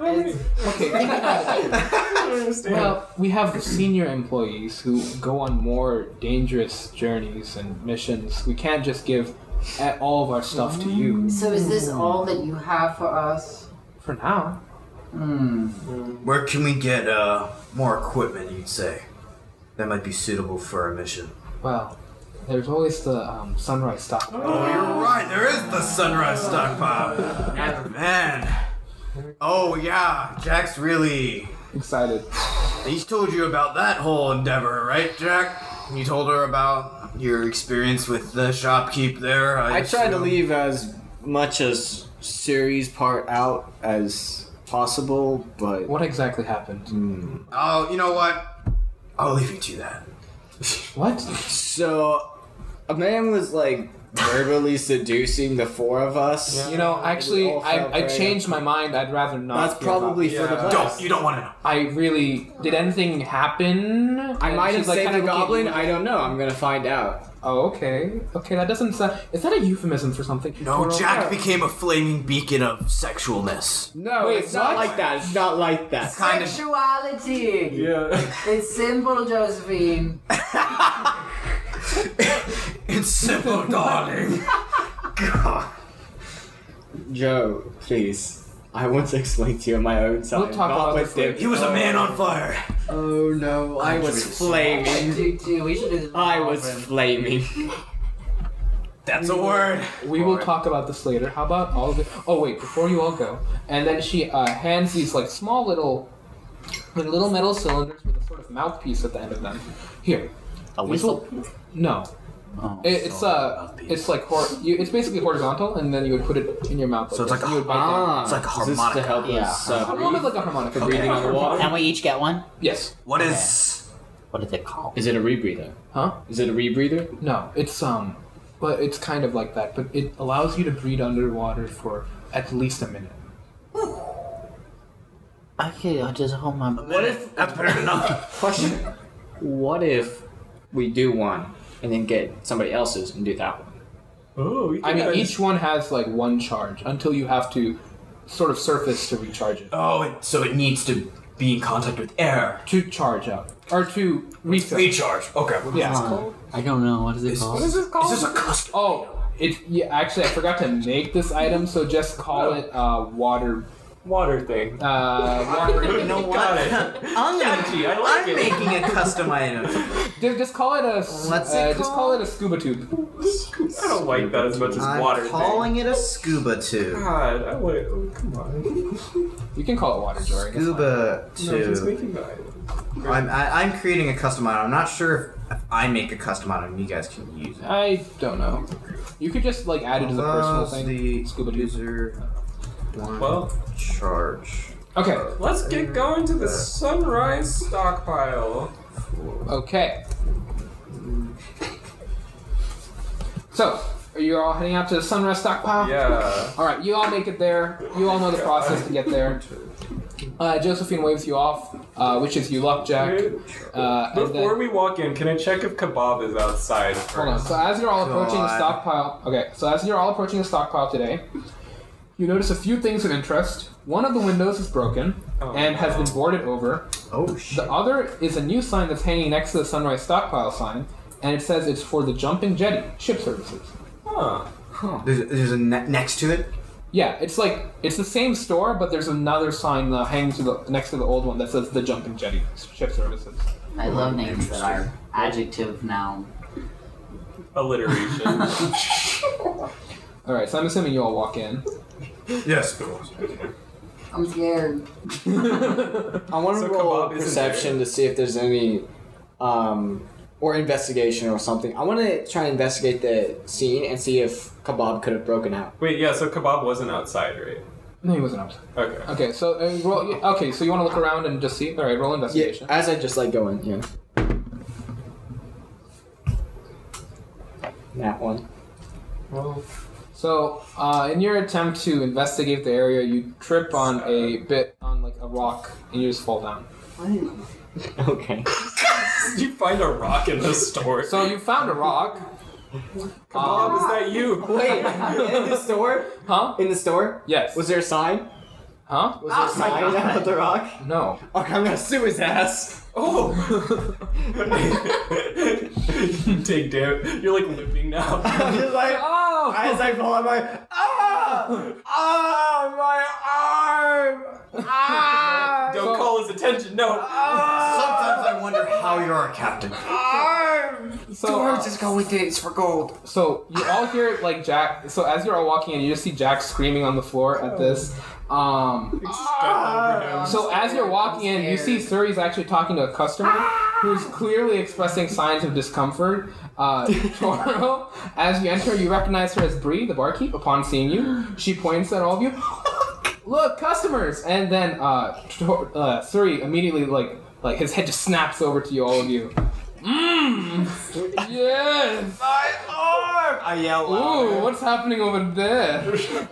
E: It's,
A: Okay. think about it. Well, we have senior employees who go on more dangerous journeys and missions. We can't just give a- all of our stuff to you.
E: so is this
H: Hmm.
E: all that you have for us?
A: For now.
E: Hmm.
D: Where can we get uh, more equipment, you'd say? That might be suitable for a mission.
A: Well, there's always the um, sunrise stock.
D: Oh, you're right. There is the sunrise stockpile. Man. Oh, yeah. Jack's really.
A: Excited.
D: He's told you about that whole endeavor, right, Jack? You told her about your experience with the shopkeep there.
H: I tried to
D: assume.
H: leave as much as series part out as possible, but
A: What exactly happened?
D: Oh, you know what? I'll leave you to that.
A: What?
H: so a man was like verbally seducing the four of us.
A: You know, actually,
H: all fell
A: I, I
H: prey.
A: changed my mind. I'd rather not.
H: That's
A: give up.
H: probably for the
B: Yeah.
H: best.
D: Don't. You don't want to know.
A: I really. Did anything happen?
H: I might have saved
A: kind
H: the goblin. I don't know. I'm gonna find out.
A: Oh, okay. Okay, that doesn't sound. Is that a euphemism for something?
D: No,
A: For-
D: Jack became a flaming beacon of sexualness.
H: No,
A: Wait,
H: it's not
A: what?
H: like that. It's not like that.
D: Kind of.
E: Sexuality.
B: yeah.
E: It's simple, Josephine.
D: It's simple, darling. God.
H: Joe, please. I want to explain to you in my own time.
A: We'll talk
H: not
A: about
H: with
A: this
H: him.
D: He was a man on fire.
H: Oh no, I was flaming.
E: Two, two. We should do this.
A: Uh,
H: I was flaming.
D: That's
H: Mm.
D: a word.
A: We will talk about this later. How about all of it? Oh wait, before you all go, and then she uh, hands these like small little, like little metal cylinders with a sort of mouthpiece at the end of them. Here,
C: A
A: these will- No,
C: Oh,
A: It- it's uh, it's like hor- you, it's basically horizontal, and then you would put it in your mouth.
D: So it's
A: this.
D: like a-
A: you would bite
H: Ah,
D: It's like a
H: is this
D: harmonica.
H: to help us uh,
A: down. A little bit
H: breathe?
A: like a harmonica.
H: breathing on the water.
G: And we each get one?
A: Yes.
D: What is?
C: What is it called?
H: Is it a rebreather?
A: Huh?
H: Is it a rebreather?
A: No. It's um, but it's kind of like that. But it allows you to breathe underwater for at least a minute.
G: Okay, I'll just hold my.
D: What if? That's better than nothing.
H: Question. what if we do one and then get somebody else's and do that one?
B: Oh, we
A: I mean,
B: guys-
A: each one has like one charge until you have to sort of surface to recharge it.
D: Oh, it, so it needs to be in contact with air.
A: to charge up or to refill.
D: Recharge. Okay.
A: Yeah.
G: I don't know. What is it called?
D: is this called? Is this a custom?
A: Oh, it. Yeah, actually, I forgot to make this item, so just call it uh, water.
B: water thing.
A: Uh, water.
J: You know
B: Got
J: what?
B: it.
J: I'm,
B: Catchy, I like
J: I'm
B: it.
J: making a custom item.
A: just, just call it a. s-
J: What's
A: uh,
J: it
A: Just call it a scuba tube.
B: I don't like that as much as
J: I'm
B: water
J: calling it a scuba
A: Ah,
B: thing.
J: tube.
B: God, I would. Oh, come on.
A: You can call it water jar. I guess.
J: Scuba
B: No, just
J: tube.
B: making the item.
J: I'm, I, I'm creating a custom item. I'm not sure if, if I make a custom item, you guys can use it.
A: I don't know. You could just like add it as a personal
J: Allows
A: thing.
J: the
A: Scuba tube.
J: user one
B: Well,
J: charge.
A: Okay.
B: let's get going to the sunrise stockpile.
A: Okay. So, Are you all heading out to the sunrise stockpile?
B: Yeah.
A: All right, you all make it there. You all know the process to get there. Uh, Josephine waves you off, uh, wishes you luck, Jack. Uh, and then-
B: Before we walk in, can I check if kebab is outside? First?
A: Hold on. So as you're all approaching the
J: God.
A: stockpile, okay. So as you're all approaching the stockpile today, you notice a few things of interest. One of the windows is broken
B: Oh,
A: and has been boarded over.
J: Oh shit.
A: The other is a new sign that's hanging next to the sunrise stockpile sign, and it says it's for the jumping jetty ship services.
B: Huh.
J: There's, there's a ne- next to it.
A: Yeah, it's like it's the same store, but there's another sign uh, hanging to the next to the old one that says the jumping jetty ship services.
E: I love names that are adjective noun.
B: Alliteration.
A: All right, so I'm assuming you all walk in.
J: Yes.
E: I'm scared.
C: I want
B: So
C: to roll
B: kebab isn't
C: perception to see if there's any, um, or investigation or something. I want to try and investigate the scene and see if kebab could have broken out.
B: Wait, yeah. So kebab wasn't outside, right?
A: No, he wasn't outside.
B: Okay.
A: Okay, so uh, roll. Okay, so you want to look around and just see. All right, roll
C: Yeah,
A: investigation.
C: as I just like go in, yeah. That one.
A: So, uh, in your attempt to investigate the area, you trip on a bit on like a rock and you just fall down.
C: Okay.
B: Did you find a rock in the store?
A: So uh, you found a rock,
B: Bob, is that you?
C: Wait, in the store?
A: huh?
C: In the store?
A: Yes.
C: Was there a sign?
A: huh?
C: Was there a sign out of the rock?
A: No.
C: Okay, I'm gonna sue his ass.
B: Oh! you take damage. You're like limping now.
C: I'm just like,
A: Oh.
C: as I fall, I'm like, ah, ah, my arm, ah,
B: Don't call his attention. No.
D: Sometimes I wonder how you're a captain.
C: arm.
A: So, uh,
E: go with it. It's for gold.
A: so you all hear like Jack. So as you're all walking in, you just see Jack screaming on the floor at this. Um, so as you're walking in, you see Suri's actually talking to a customer who's clearly expressing signs of discomfort. Uh, Toro, as you enter, you recognize her as Bree, the barkeep. Upon seeing you, she points at all of you. Look, customers! And then uh, Tor- uh, Suri immediately like like his head just snaps over to you, all of you. Mmm. Yes.
C: I yell,
A: Ooh, what's happening over there?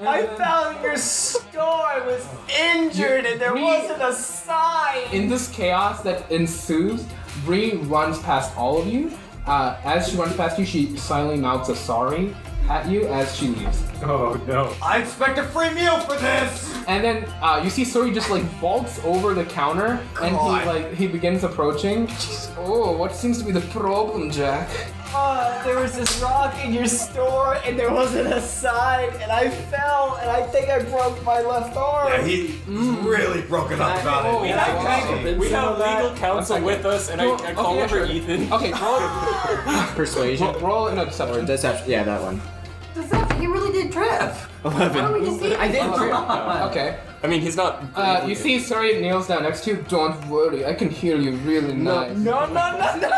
C: I found your store. I was injured, and there
A: We-
C: wasn't a sign.
A: In this chaos that ensues, Bree runs past all of you. Uh, as she runs past you, she silently mouths a sorry at you as she leaves.
B: Oh, no.
D: I expect a free meal for this.
A: And then uh, you see Suri just like vaults over the counter and he
D: God.
A: like he begins approaching. Oh, what seems to be the problem, Jack?
C: Uh, there was this rock in your store, and there wasn't a sign, and I fell, and I think I broke my left arm.
D: Yeah, he, he's really broken up about
A: Mm. Oh,
D: it.
A: yeah.
B: I
A: Wow.
B: tried to- We have legal counsel with us, and I,
A: No,
B: I call
A: okay, Oh, yeah, sure.
B: over Ethan.
A: Okay, roll,
C: Persuasion.
A: roll, roll an exception.
C: Deception. Yeah, that one.
E: Deception. You really did trip. Why don't we just see? I did
A: Okay.
B: I mean, he's not.
A: Uh, you see Suri kneels down next to you. Don't worry, I can hear you really nice.
C: No, no, no, no,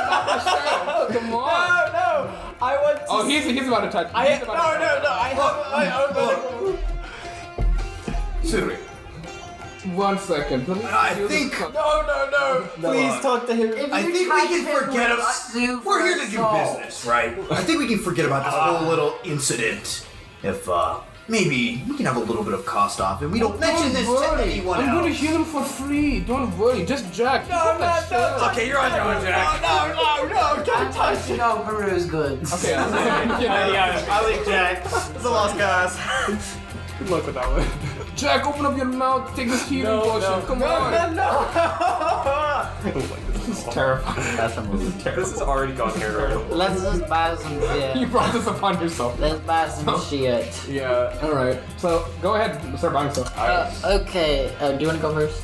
A: Oh, come on.
C: no, no. I want to.
A: Oh, he's, he's about to touch.
C: I
A: he's
C: no, no,
A: about to-
C: no. I have. I, I'm
D: Siri,
A: One second. Let me
D: I
A: do this
D: think-
A: cut.
C: no, no, no.
J: uh,
C: Please talk to him.
D: I think we can forget about. We're here to do business, right? Uh. I think we can forget about this whole little incident. If uh, maybe we can have a little bit of cost off, and we don't mention this to anyone
A: I'm gonna
D: else.
A: heal him for free. Don't worry. Just Jack.
C: No,
A: Keep
C: no,
A: that
C: no.
A: shirt.
D: Okay, you're on your own, Jack.
C: No, no, no. Don't touch.
E: No, Peru's oh, good.
A: Okay. I'm sorry. You know,
D: I like Jack. It's a lost cause.
B: Good luck with that one.
A: Jack, open up your mouth. Take this healing
B: No,
A: potion.
B: no.
A: Come
C: No,
A: on.
C: no, no.
E: That's a movie.
B: This has already gone terrible.
E: Let's just buy some
A: You
E: shit.
A: brought this upon yourself.
E: Let's buy some shit.
B: Yeah.
A: All right. So go ahead. and Start buying stuff.
E: Uh, okay. Uh, do you want to go first?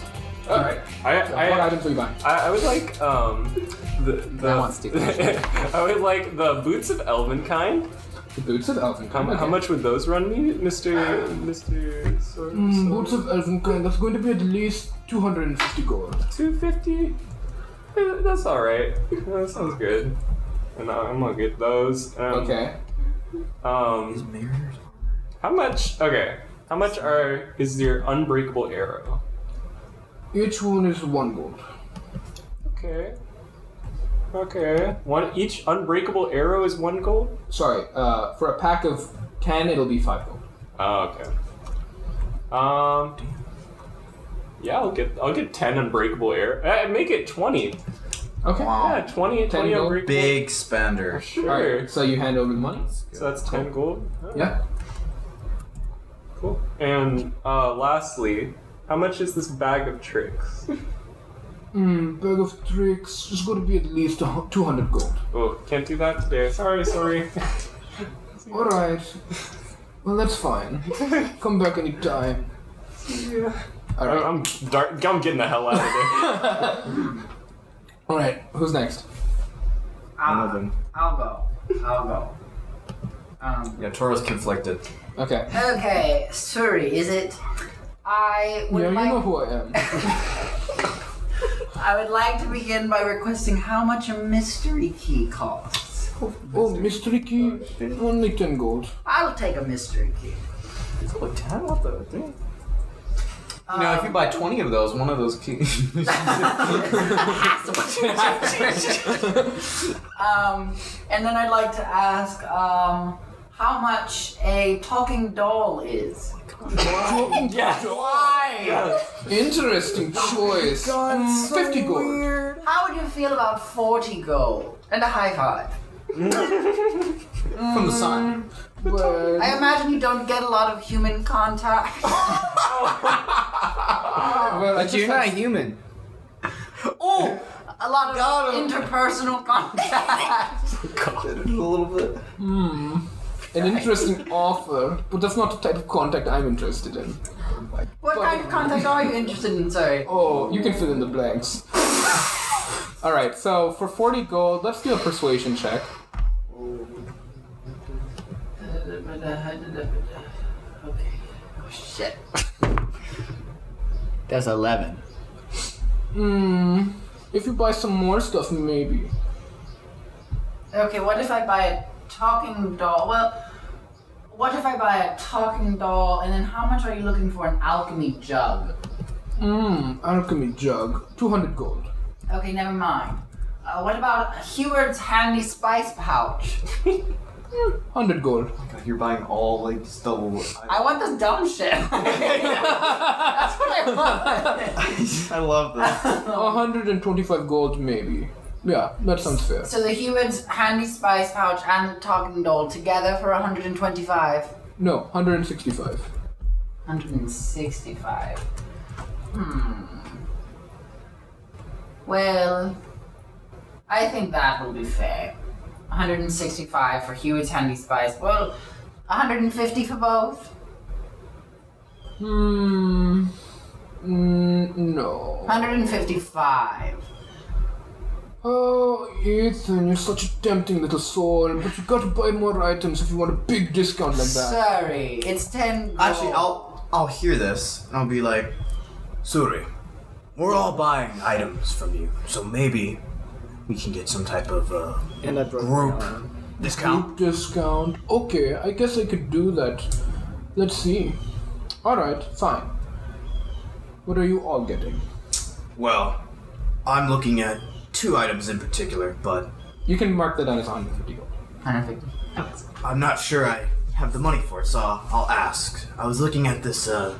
A: All right.
B: I,
A: what
B: I,
A: items are you buying?
B: I, I would like um the, the
E: I want Steve.
B: I would like the boots of Elvenkind.
A: The boots of elven.
B: How, mu- how much would those run me, Mister Mister?
A: Mm, boots of elven kind. That's going to be at least 250 gold.
B: two fifty. That's all right. That sounds good. And I- I'm gonna get those. Um,
A: Okay.
B: Um, how much? Okay. How much are is your unbreakable arrow?
A: Each one is one gold.
B: Okay. Okay. One each unbreakable arrow is one gold.
A: Sorry, uh, for a pack of ten, it'll be five gold.
B: Oh, okay. Um. Yeah, I'll get I'll get ten unbreakable arrow. Uh, make it twenty.
A: Okay.
B: Yeah, 20, 20
A: gold.
B: unbreakable.
J: Big spender.
B: Sure.
A: All right. So you hand over the money.
B: So that's ten gold. Alright,
A: Yeah.
B: Cool. And uh, lastly, how much is this bag of tricks?
A: Hmm. Bag of tricks is going to be at least two hundred gold.
B: Oh, can't do that today. Sorry, sorry.
A: All right. Well, that's fine. Come back anytime. All
B: I'm
A: right.
B: I'm, dark, I'm getting the hell out of there.
A: All right. Who's next?
E: I'll, I'll go. I'll go. Um,
J: Yeah, Toro's conflicted.
A: Okay.
E: okay, sorry, is it? I would
A: Yeah, you
E: like
A: know who I am.
E: I would like to begin by requesting how much a mystery key costs.
A: Oh, mystery key. Only ten gold.
E: I'll take a mystery key.
J: It's only 10? What the? Thing?
E: Um,
J: You know, if you buy 20 of those, one of those keys.
E: um, and then I'd like to ask um, how much a talking doll is.
B: yes.
E: Why?
B: Yes.
A: Interesting
E: Oh
A: choice. Mm, Fifty gold.
E: How would you feel about 40 gold? And a high five.
H: From the sun.
A: Well,
E: I imagine you don't get a lot of human contact.
A: well, I
H: But you're
A: just
H: not
A: had-
H: human.
E: oh, a lot of interpersonal contact.
A: an interesting offer, but that's not the type of contact I'm interested in.
E: what kind of contact are you interested in, sorry?
A: Oh, you can fill in the blanks. All right, so for 40 gold, let's do a persuasion check.
E: Okay. Oh, shit.
G: That's 11.
A: Hmm. If you buy some more stuff, maybe.
E: Okay, what if I buy a talking doll? Well, what if I buy a talking doll and then how much are you looking for an alchemy jug?
A: Hmm. Alchemy jug, 200 gold.
E: Okay, never mind. Uh, what about Heward's handy spice pouch?
A: 100 gold.
J: You're buying all, like, just double. I,
E: I want this dumb shit. That's what I want.
J: I love this.
A: 125 gold, maybe. Yeah, that sounds fair.
E: So the Heward's handy spice pouch and the talking doll together for 125.
A: No, 165.
E: 165. Hmm. Well, I think that will be fair. 165 for Hewitt's Handy Spice. Well, 150 for both.
A: Hmm. Mm, no.
E: 155.
A: Oh, Ethan, you're such a tempting little soul, but you gotta buy more items if you want a big discount like that.
E: Sorry, it's 10. Gold.
D: Actually, I'll I'll hear this and I'll be like, Suri, we're all buying items from you, so maybe we can get some type of uh,
H: And I broke
D: group
H: my arm.
D: discount.
A: Discount. Okay, I guess I could do that. Let's see. Alright, fine. What are you all getting?
D: Well, I'm looking at two items in particular, but
A: You can mark that down as 150 gold.
E: 150.
D: I'm not sure I have the money for it, so I'll, I'll ask. I was looking at this uh,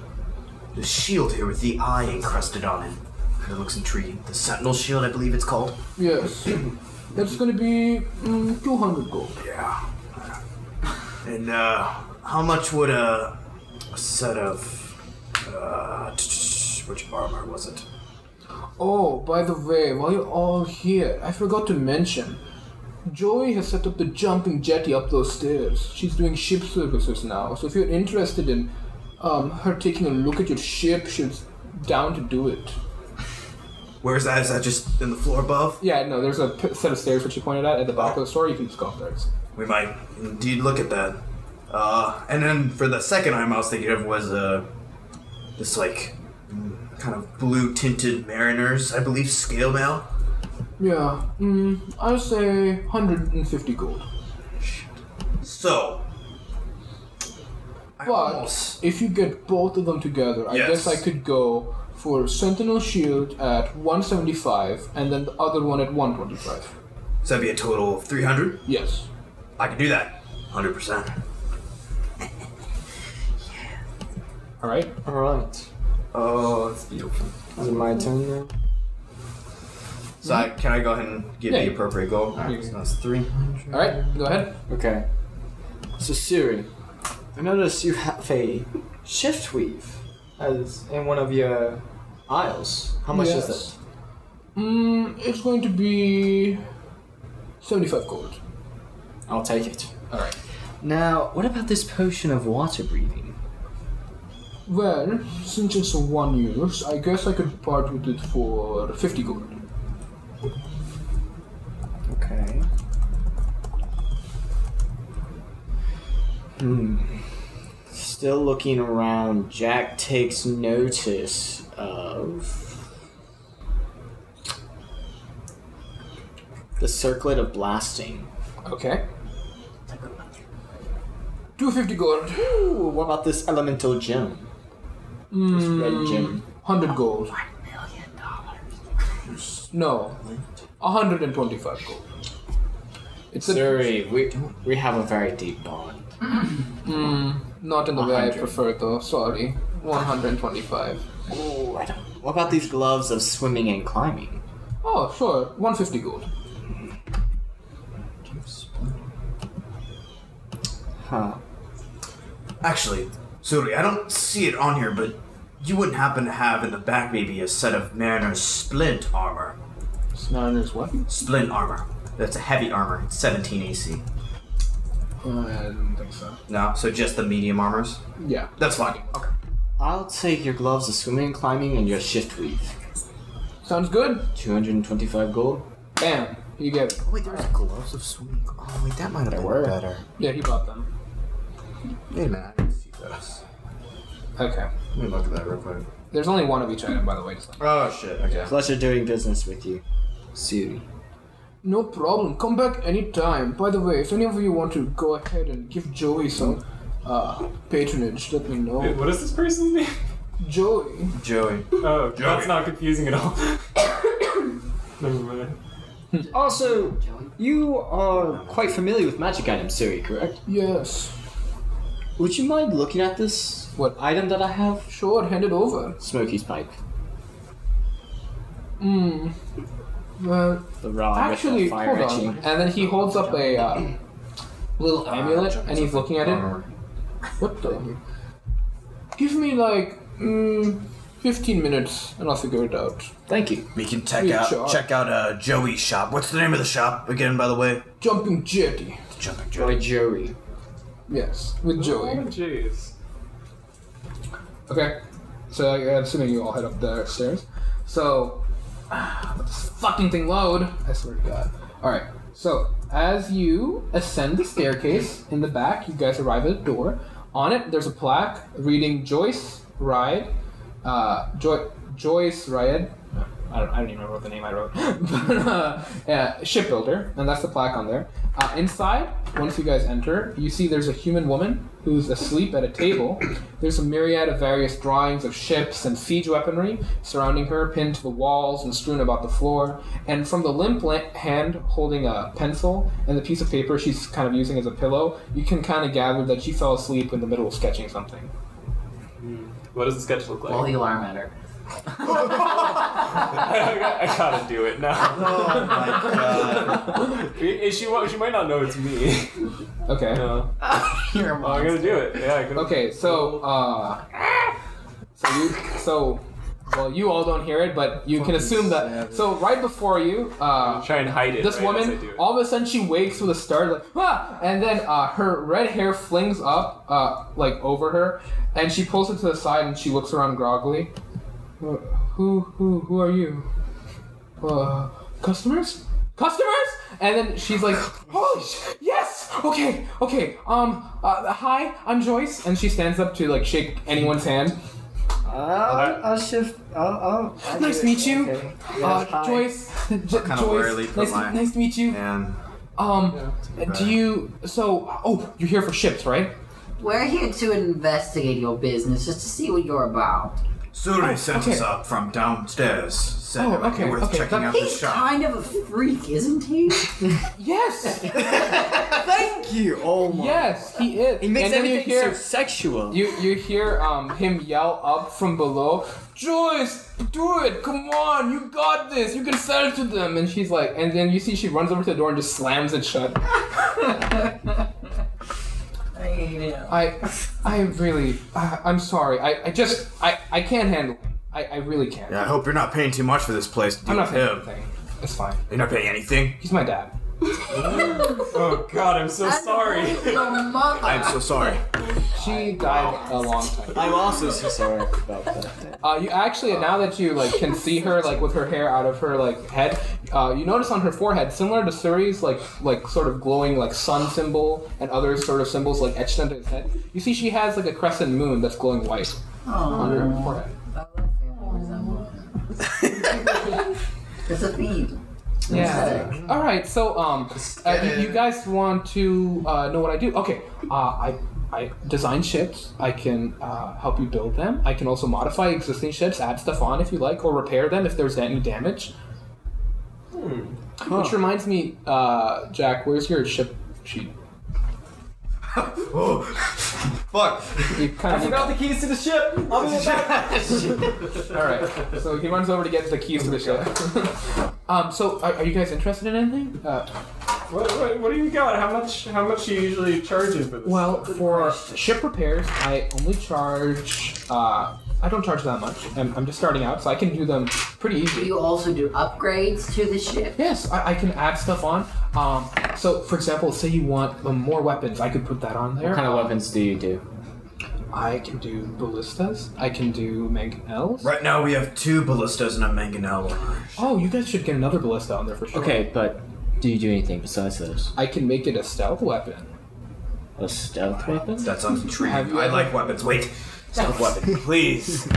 D: this shield here with the eye encrusted on it. It looks intriguing. The Sentinel Shield, I believe it's called.
A: Yes. That's gonna be mm, 200 gold.
D: Yeah. And uh, how much would a, a set of uh, which armor was it?
A: Oh, by the way, while you're all here, I forgot to mention. Joey has set up the jumping jetty up those stairs. She's doing ship services now, so if you're interested in um, her taking a look at your ship, she's down to do it.
D: Where is that? Is that just in the floor above?
A: Yeah, no, there's a p- set of stairs which you pointed out at the back of the store. You can just go up there.
D: We might indeed look at that. Uh, and then for the second item I was thinking of was uh, this like mm, kind of blue tinted mariners, I believe, scale mail.
A: Yeah, mm, I'll say 150 gold.
D: So. I
A: But
D: almost-
A: if you get both of them together, I
D: Yes.
A: guess I could go for Sentinel Shield at 175 and then the other one at 125.
D: So that'd be a total of 300.
A: Yes.
D: I can do that. 100%.
A: All right.
C: All right.
D: Oh, that's beautiful.
C: Is it my turn now?
D: So I, can I go ahead and give
A: Mm-hmm. Yeah.
D: the appropriate goal?
A: Alright.
D: So that's 300.
A: All right. Go ahead.
C: Okay. So Siri, I notice you have a shift weave as in one of your aisles. How much
A: Yes.
C: is this?
A: Mm, it's going to be seventy-five gold.
C: I'll take it.
A: All right.
C: Now, what about this potion of water breathing?
A: Well, since it's a one use, I guess I could part with it for fifty gold.
C: Okay. Hmm. Still looking around, Jack takes notice of the circlet of blasting.
A: Okay. Two fifty gold.
C: Ooh, what about this elemental gem? This red gem.
A: Hundred gold. Oh, One million dollars. No. hundred and twenty-five gold. It's a
C: Siri, we we have a very deep bond.
A: Not in the way I
C: 100.
A: prefer, though. Sorry. 125.
C: Ooh, I don't. What about these gloves of swimming and climbing?
A: Oh, sure. 150 gold.
C: Huh.
D: Actually, sorry, I don't see it on here, but you wouldn't happen to have in the back maybe a set of Mariner's splint armor.
A: Snarner's what?
D: Splint armor. That's a heavy armor. It's 17 AC.
A: Uh, I don't think so.
D: No, so just the medium armors.
A: Yeah.
D: That's fine. Okay.
C: I'll take your gloves of swimming and climbing and your shift weave.
A: Sounds good?
C: 225 gold.
A: Bam. You get it.
J: Oh, Wait, there's gloves of swimming. Oh, wait, that might have been
C: were.
J: better.
A: Yeah, he bought them.
J: Wait a minute, I didn't see those.
A: Okay.
J: Let me look at that real quick.
A: There's only one of each item, by the way. Just like-
J: Oh, shit, okay.
C: Pleasure doing business with you, Siri.
A: No problem. Come back anytime. By the way, if any of you want to go ahead and give Joey some uh, patronage, let me
B: Wait,
A: know.
B: what is this person's name?
A: Joey.
D: Joey.
B: Oh, that's not confusing at all. Never mind.
C: Also, you are quite familiar with magic items, Siri, correct?
A: Yes.
C: Would you mind looking at this
A: What?
C: item that I have?
A: Sure, hand it over.
C: Smokey's pipe.
A: Mmm. Well,
C: The rod
A: Uh, Actually,
C: with the fire
A: hold on.
C: etching.
A: And then he holds up a uh, little amulet, and he's looking at it. What the? Give me like mm, fifteen minutes, and I'll figure it out.
C: Thank you.
D: We can check
A: Good
D: out
A: job.
D: check out uh, Joey's shop. What's the name of the shop again, by the way?
A: Jumping jetty.
D: The Jumping Joey.
C: By Joey.
A: Yes, with
B: Oh,
A: Joey.
B: jeez.
A: Okay. So I'm assuming you all head up the stairs. So, ah, let this fucking thing load. I swear to God. All right. So as you ascend the staircase in the back, you guys arrive at a door. On it, there's a plaque reading Joyce Ride. Uh, Joy- Joyce Ride. I don't, I don't even remember what the name I wrote. but, uh, yeah, shipbuilder, and that's the plaque on there. Uh, inside, once you guys enter, you see there's a human woman who's asleep at a table. There's a myriad of various drawings of ships and siege weaponry surrounding her, pinned to the walls and strewn about the floor. And from the limp la- hand holding a pencil and the piece of paper she's kind of using as a pillow, you can kind of gather that she fell asleep in the middle of sketching something.
B: What does the sketch look
G: Blow
B: like?
G: the alarm at her.
B: I, gotta, I gotta do it now.
D: Oh my god.
B: she, she might not know it's me.
A: Okay.
B: No.
G: You're a
B: Oh, I'm
G: monster.
B: gonna do it. Yeah. I'm gonna-
A: Okay, so uh, so you so well you all don't hear it, but you can assume that. So right before you, uh,
B: Try and hide it.
A: this
B: right, as I do
A: woman
B: it.
A: all of a sudden she wakes with a start, like ah, and then uh, her red hair flings up uh, like over her, and she pulls it to the side and she looks around groggily. "Wh- Who who who are you? Uh, customers? Customers? And then she's like, "Holy sh- yes! Okay, okay. Um, uh, hi, I'm Joyce." And she stands up to like shake anyone's hand.
C: I'll, I'll shift. I'll, I'll,
A: Nice to meet you.
C: Okay.
A: Uh,
C: Yes, hi.
A: Joyce, J-
D: kinda warily
A: Joyce,
D: put
A: nice, to-
D: my-
A: nice to meet you.
D: Man.
A: Um, do you? So, oh, you're here for ships, right?
G: We're here to investigate your business just to see what you're about.
D: Suri sent
A: okay.
D: us up from downstairs. Said
A: Oh,
D: it might be
A: okay,
D: worth
A: okay,
D: checking
A: that-
D: out the
E: He's
D: shop.
E: kind of a freak, isn't he?
A: Yes,
C: Thank you. Oh my.
A: yes, he is.
C: He makes
A: and then you
C: everything
A: hear
C: so sexual.
A: you you hear um him yell up from below, Joyce, do it! Come on, you got this! You can sell it to them. And she's like, and then you see she runs over to the door and just slams it shut.
E: I hate him.
A: I, I really, I, I'm sorry. I, I just, I, I can't handle him. I, I really can't.
D: Yeah, I hope you're not paying too much for this place. To
A: I'm
D: deal
A: not
D: with
A: paying
D: him.
A: anything. It's fine.
D: You're not paying anything.
A: He's my dad.
B: Oh God, I'm so sorry.
E: The mother.
D: I'm so sorry.
A: She died a long time. ago.
C: I'm also so sorry about that.
A: Uh, you actually now that you like can see her like with her hair out of her like head, uh, you notice on her forehead, similar to Suri's like like sort of glowing like sun symbol and other sort of symbols like etched into his head. You see, she has like a crescent moon that's glowing white on her forehead.
E: It's a theme.
A: Yeah. All right. So, um, uh, you, you guys want to uh, know what I do? Okay. Uh, I I design ships. I can uh, help you build them. I can also modify existing ships, add stuff on if you like, or repair them if there's any damage. Which reminds me, uh, Jack, where's your ship sheet?
D: Oh, fuck.
A: You kind of
B: the keys to the ship. I'll be back.
A: All right. So he runs over to get the keys to the ship. um. So, are, are you guys interested in anything? Uh,
B: What, what, what do you got? How much? How much you usually charging for this?
A: Well, for ship repairs, I only charge. Uh, I don't charge that much. I'm, I'm just starting out, so I can do them pretty
E: Do
A: easy.
E: you also do upgrades to the ship?
A: Yes, I, I can add stuff on. Um, so, for example, say you want um, more weapons, I could put that on there.
C: What kind of weapons do you do?
A: I can do ballistas. I can do mangonels.
D: Right now we have two ballistas and a mangonel.
A: Oh, you guys should get another ballista on there for sure.
C: Okay, but do you do anything besides those?
A: I can make it a stealth weapon.
C: A stealth weapon?
D: That sounds
A: Have
D: intriguing.
A: you
D: I
A: ever-
D: like weapons. Wait. Stealth weapon, please.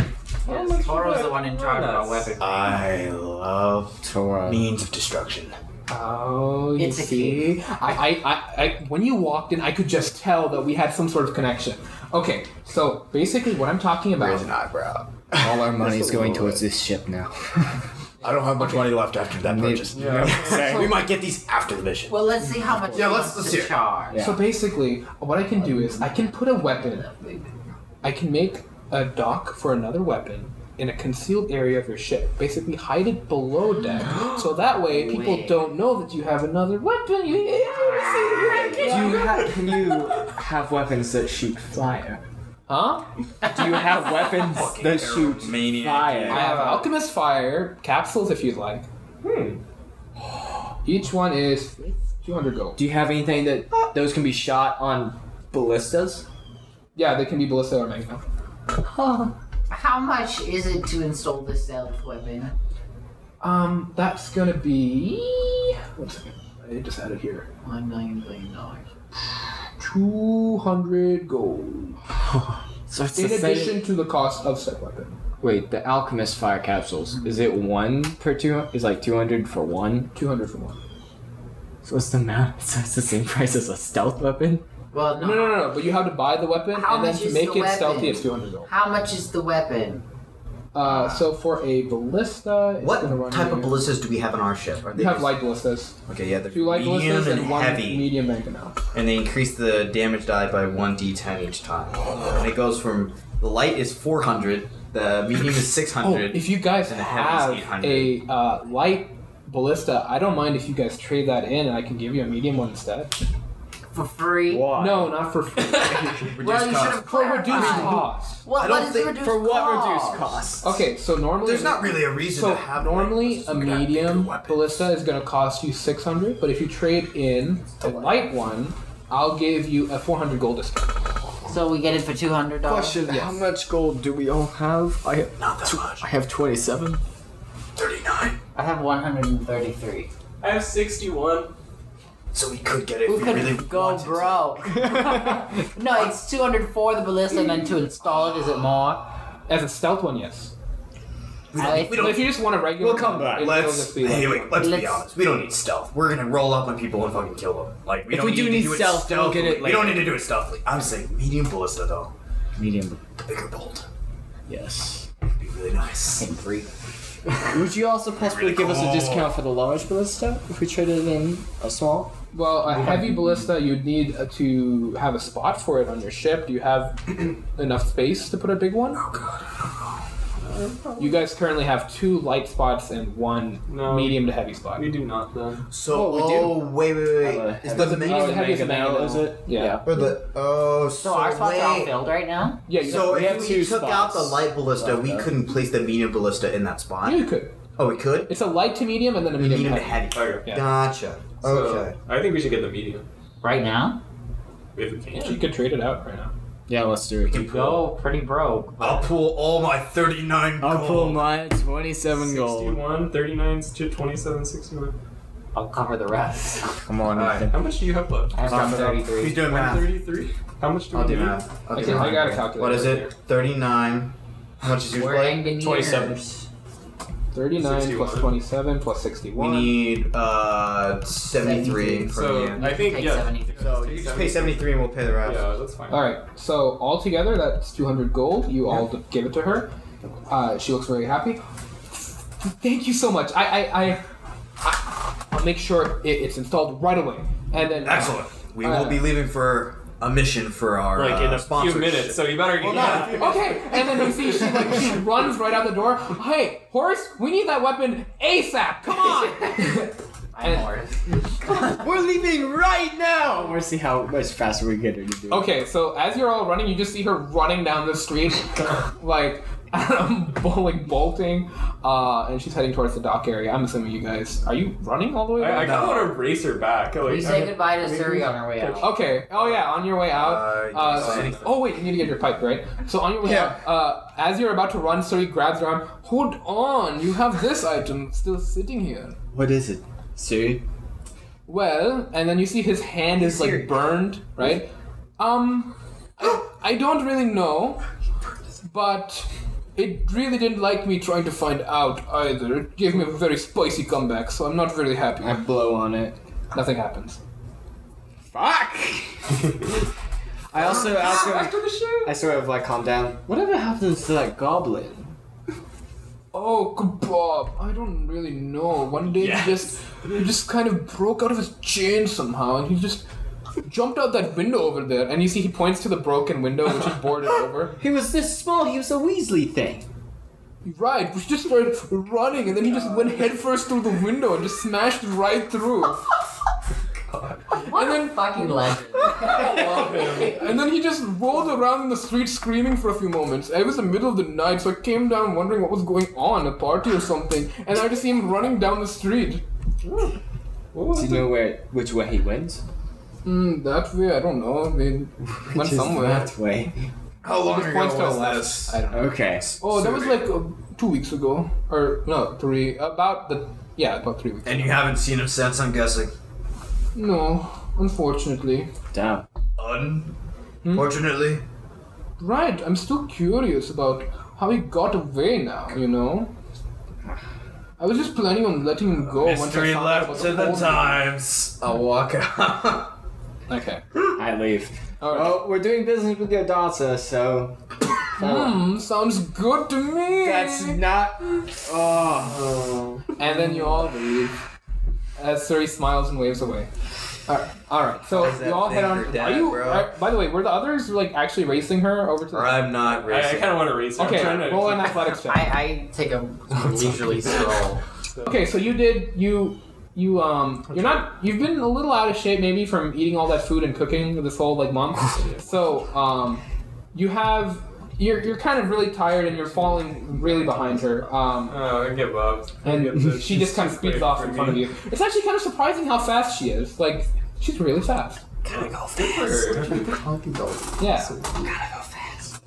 B: Yes,
J: Toro's the one in charge of our weapon.
D: I love
C: Torah.
D: means of destruction.
A: Oh, you
E: It's a
A: see, I, I, I, I, when you walked in, I could just tell that we had some sort of connection. Okay, so basically, what I'm talking about.
D: eyebrow.
C: All our money is going towards this ship now.
D: I don't have much money left after that purchase. we might get these after the mission.
E: Well, let's see how much.
D: Yeah, let's- let's
E: to
D: hear it.
E: charge.
A: So basically, what I can do is I can put a weapon. I can make a dock for another weapon in a concealed area of your ship. Basically, hide it below deck, so that way people
E: Wait.
A: don't know that you have another weapon. You-
C: Do you ha- can you have weapons that shoot fire?
A: Huh?
C: Do you have weapons that shoot
A: I
C: fire?
A: have alchemist fire capsules if you'd like. Hmm. Each one is 200 gold.
C: Do you have anything that those can be shot on ballistas?
A: Yeah, they can be ballista or magna.
E: How much is it to install the stealth weapon?
A: Um, that's gonna be. One second. I just had it here.
E: One million billion dollars.
A: 200 gold.
C: So it's
A: In addition to the cost of said weapon.
C: Wait, the alchemist fire capsules. Is it one per two? Is like two hundred for one?
A: 200 for one.
C: So it's the amount. So it's the same price as a stealth weapon.
E: Well,
A: No, no, no, no. But you have to buy the weapon
E: How
A: and then
E: much
A: to
E: is
A: make
E: the
A: it
E: weapon?
A: stealthy, it's 200 gold.
E: How much is the weapon?
A: Uh, so for a ballista, it's
J: What
A: gonna run
J: type
A: you-
J: of ballistas do we have on our ship? Are they
A: You have
J: just-
A: light ballistas.
J: Okay, yeah, they're
A: Two light
J: medium
A: ballistas
J: and,
A: and one
J: heavy,
A: medium mangonel.
J: and they increase the damage die by one d10 each time. And it goes from the light is 400, the medium is
A: Oh,
J: 600.
A: if you guys
J: and the heavy is
A: have a uh, light ballista, I don't mind if you guys trade that in, and I can give you a medium one instead.
E: For free?
C: Why?
A: No, not for free.
E: well, you should have
A: for reduced
E: clarified.
A: cost.
E: What,
D: I
E: what
D: don't
E: is
D: think-
E: the reduced
C: For what
E: cost?
C: reduced costs?
A: Okay, so normally
D: There's not really a reason
A: so
D: to have
A: normally
D: light
A: a
D: ballistas. We gotta pick
A: medium
D: good weapons.
A: ballista is going to cost you six hundred, but if you trade in a light one, I'll give you a four hundred gold discount.
E: So we get it for two hundred dollars.
C: Question: How much gold do we all have? I
D: Not that much.
C: I have twenty-seven.
D: 39.
E: I have one hundred and thirty-three.
B: I have sixty-one.
D: So we could get it
E: Who
D: if we
E: could
D: really
E: go
D: wanted.
E: broke? no, it's two hundred for the ballista, and then to install it, is it more?
A: As a stealth one, yes.
D: We don't,
E: I-
D: we
A: But
D: don't
A: if you just want a regular,
C: We'll come
A: one,
C: back.
A: it'll
D: Let's
A: just be like
D: hey, wait, let's, be
E: Let's-
D: honest. We don't need stealth. We're gonna roll up on people and fucking kill them. Like we
C: If
D: don't
C: we do
D: need
C: need
D: to do
C: stealth,
D: it
C: we'll
D: stealthily.
C: get it
D: We don't
C: later.
D: need to do it stealthily. I'm saying medium ballista though,
C: Medium.
D: the bigger bolt.
C: Yes.
D: Be really nice.
G: free.
C: Would you also possibly
D: Really
C: give us
D: cool.
C: a discount for the large ballista if we traded in a small?
A: Well, a heavy ballista, you'd need uh, to have a spot for it on your ship. Do you have enough space to put a big one? Oh god, You guys currently have two light spots and one
B: No.
A: medium to heavy spot.
B: We do not then.
D: So,
C: Oh, we do.
D: oh, wait, wait, wait.
C: Uh,
D: Is
A: But
D: the
A: medium
D: mega
A: to heavy is
C: Mega
A: mega
C: Male,
A: now.
C: is it?
A: Yeah.
C: Yeah.
D: or the oh, so
G: No, our spots are all
D: wait.
G: filled right now.
A: Yeah, you,
D: So
A: so,
C: We have
D: if we
C: two
D: took out
C: spots
D: the light ballista,
C: left
D: we
C: out.
D: couldn't place the medium ballista in that spot.
A: yeah, you could.
D: Oh, we could.
A: It's a light to medium and then a medium,
D: medium
A: to
D: to
A: heavy.
D: heavy.
B: Okay.
A: Yeah.
D: Gotcha.
B: So,
D: Okay.
B: I think we should get the medium
G: Right now?
B: if we can.
A: Yeah, you could trade it out right now.
C: Yeah, let's do it.
G: Go pretty broke.
D: I'll pull all my thirty-nine.
C: I'll pull
D: gold.
C: my 27 gold.
B: 61, 39 to 27, 61.
D: Oh.
G: I'll cover the rest.
C: Come on,
D: Alright.
C: Ethan.
B: How much do you have left?
G: I've got 33.
D: He's doing math.
B: 133? How much do
D: I'll
B: we
D: do
B: need?
D: math. I'll
A: I,
D: do
A: can, I
D: math.
A: got a calculator.
D: What is it? Thirty-nine. How much is yours
G: We're
D: play?
G: engineers.
B: 27.
A: 39 plus
B: 61.
A: 27 plus
D: We
A: 61.
D: need uh seventy-three. from
B: So
D: you.
B: I think
G: Take
B: yeah.
G: 73.
D: So you just pay seventy-three and we'll pay the rest.
B: Yeah, that's fine.
A: All right. So altogether, that's 200 gold. You all d- give it to her. Uh, she looks very happy. Thank you so much. I, I, I, I I'll make sure it, it's installed right away. And then
D: Excellent. We
A: Uh,
D: will be leaving for a mission for our
B: Like
D: uh,
B: in a few
D: sponsorship.
B: minutes, so you better get.
D: no.
A: Okay. And then you see she like she runs right out the door. Hey, Horace, we need that weapon asap. Come on.
G: I'm Morris.
C: We're leaving right now! We'll see how much faster we get her to do it.
A: Okay, so as you're all running, you just see her running down the street, like, like bolting, uh, and she's heading towards the dock area. I'm assuming you guys are you running all the way?
B: I, I
A: back?
B: kind
D: No.
B: of want to race her back. Like,
G: We
D: uh,
G: say goodbye to Suri on our way out.
A: okay. Oh yeah, on your way out.
D: Uh,
A: Uh,
D: so-
A: so- oh wait, you need to get your pipe right. So on your way
C: Yeah.
A: out, uh, as you're about to run, Suri grabs your arm. Hold on, you have this item still sitting here.
C: What is it? Siri?
A: Well, and then you see his hand is like burned, right? Um, I, I don't really know, but it really didn't like me trying to find out either. It gave me a very spicy comeback, so I'm not really happy.
C: I blow on it.
A: Nothing happens.
C: Fuck! I also ask her,
A: Ah, the ship.
C: I sort of like calm down. Whatever happens to that goblin?
A: Oh, kebab! I don't really know. One day he just he just kind of broke out of his chain somehow, and he just jumped out that window over there. And you see, he points to the broken window, which is boarded over.
C: He was this small, he was a Weasley thing.
A: Right, we just started running, and then he just went headfirst through the window and just smashed right through.
G: What a fucking legend.
A: And then he just rolled around in the street screaming for a few moments. It was the middle of the night, so I came down wondering what was going on, a party or something, and I just see him running down the street.
C: Do you know where which way he went?
A: Hmm, that way, I don't know. I mean, went
C: Which is
A: somewhere.
C: that way.
D: How long
A: Just
D: ago
A: points to
D: was
A: a left.
D: this?
A: I don't know.
C: Okay.
A: Oh, that was like uh, two weeks ago. Or, no, three. About the. Yeah, about three weeks.
D: And you haven't seen him since, I'm guessing.
A: No, unfortunately.
C: Damn.
D: Unfortunately.
A: Right, I'm still curious about how he got away now, you know? I was just planning on letting him go once I
D: Mystery
A: found out about
D: left to the
A: whole-
D: times. I'll walk out.
A: Okay.
C: I leave.
A: Alright.
C: Oh, we're doing business with Godasa, so
A: Hmm, sounds good to me!
C: that's not Oh
A: And then you all leave. As Suri smiles and waves away. Alright, alright, so
D: Does that
A: you all head
D: thing
A: on.
D: for dad,
A: are you.
D: bro?
A: Are, by the way, were the others like actually racing her over to the.
D: or I'm not
B: I, I
D: racing.
B: kind of want to race her. I'm
A: Okay,
B: trying to-
A: roll an athletics check.
G: I, I take a leisurely stroll.
A: Okay, so you did you you um you're not you've been a little out of shape maybe from eating all that food and cooking this whole like month. so um you have you're you're kind of really tired and you're falling really behind her. Um
B: Oh, I give up.
A: and she just kind of speeds off in front of you. It's actually kind of surprising how fast she is. Like she's really fast. Yeah.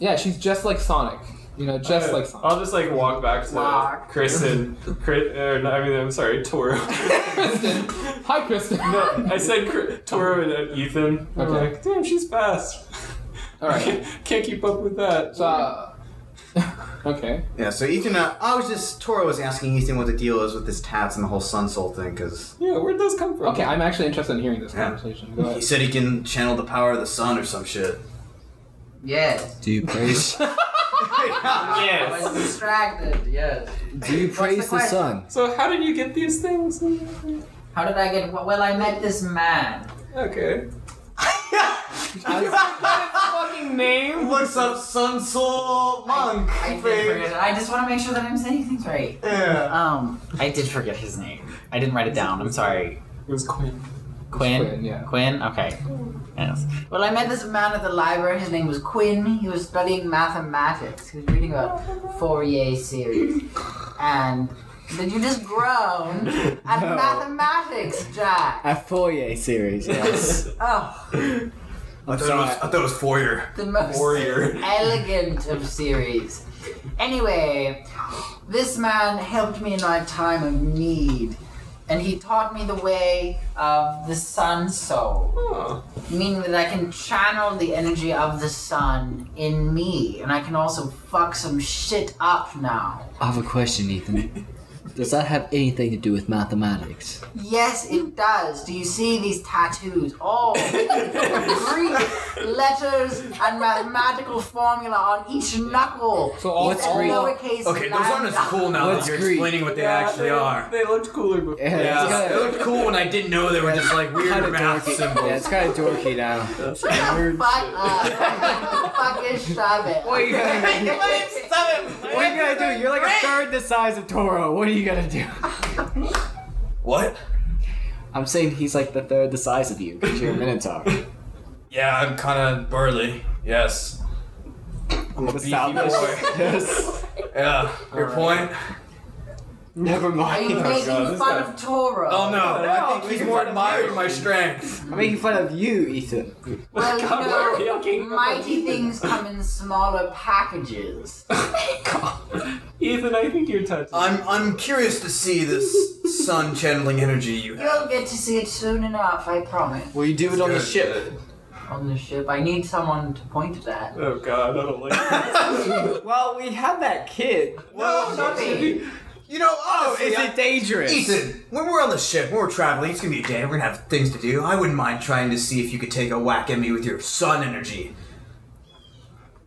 A: Yeah, she's just like Sonic. You know, just like Sonic.
B: I'll just like walk back to
G: Walk.
B: Chris and Chris. Or, no, I mean, I'm sorry, Toro.
A: Kristen. Hi Kristen.
B: no, I said Cri- Toro and uh, Ethan. I'm
A: Okay.
B: like, damn, she's fast.
A: All right.
B: Can't keep up with that.
A: So uh, okay.
J: Yeah, so Ethan, uh, I was just Toro was asking Ethan what the deal is with this tats and the whole Sun Soul thing because
B: yeah, where'd those come from?
A: Okay, I'm actually interested in hearing this conversation. Go
J: he
A: ahead.
J: said he can channel the power of the sun or some shit.
G: Yes.
H: Do you praise?
E: I was distracted, yes.
C: Do you praise the,
E: question?
C: sun?
B: So how did you get these things?
E: How did I get. Well, I met this man.
B: Okay.
A: fucking name.
D: Looks up Sun Soul Monk.
E: I did forget it. I just want to make sure that I'm saying things right.
D: Yeah.
G: Um, I did forget his name. I didn't write it down. I'm sorry.
B: It was Quinn.
G: Quinn.
A: Quinn, yeah.
G: Quinn? Okay. Yes.
E: Well, I met this man at the library. His name was Quinn. He was studying mathematics. He was reading about Fourier series. And did you just groan at
C: No.
E: mathematics, Jack?
C: A Fourier series, yes.
E: Oh,
D: I thought, it was, I thought it was Fourier.
E: the most
B: Warrior.
E: elegant of series. Anyway, this man helped me in my time of need. And he taught me the way of the sun soul.
B: Oh.
E: meaning that I can channel the energy of the sun in me, and I can also fuck some shit up now.
C: I have a question, Ethan. Does that have anything to do with mathematics?
E: Yes, it does. Do you see these tattoos? All Greek letters and mathematical formula on each knuckle.
A: So all-
E: It's
A: what's Greek?
E: lowercase
D: Okay, those aren't as
E: lambda.
D: cool now
C: What's
D: that you're
C: Greek?
D: explaining what they actually
B: they,
D: are.
B: They looked cooler before.
C: Yeah, it's
D: Yeah,
C: kinda-
D: they looked cool when I didn't know they were just like
C: kinda
D: weird math
C: dorky. Yeah,
D: symbols.
C: it's kind of dorky now.
E: Shut the fuck up. Fucking shove it.
C: What are you gonna, what are you gonna do? You're like a third the size of Toro. What are you gonna do?
D: What?
C: I'm saying he's like the third the size of you because you're a Minotaur.
D: Yeah, I'm kind of burly. Yes.
C: I'm a
D: beefy boy.
C: yes.
D: Yeah. Your point?
C: Never
E: Are
C: mind.
E: you making fun of Toro?
D: Oh no, I
C: No,
D: think he's
C: you're
D: more
C: fine.
D: admiring my strength.
C: I'm making fun of you, Ethan.
E: Well,
B: God, why are
E: you
B: we
E: know,
B: okay?
E: mighty things come in smaller packages.
B: Ethan, I think you're touching.
D: I'm I'm curious to see this sun channeling energy you
E: You'll get to see it soon enough, I promise.
C: Will you do it on the
D: Good.
C: ship?
E: On the ship, I need someone to point it at.
B: oh god, I don't like
C: Well, we had that kid.
D: Well, you know, honestly,
C: Is
D: I-
C: it dangerous?
D: Ethan, when we're on the ship, when we're traveling, it's gonna be a day. We're gonna have things to do. I wouldn't mind trying to see if you could take a whack at me with your sun energy.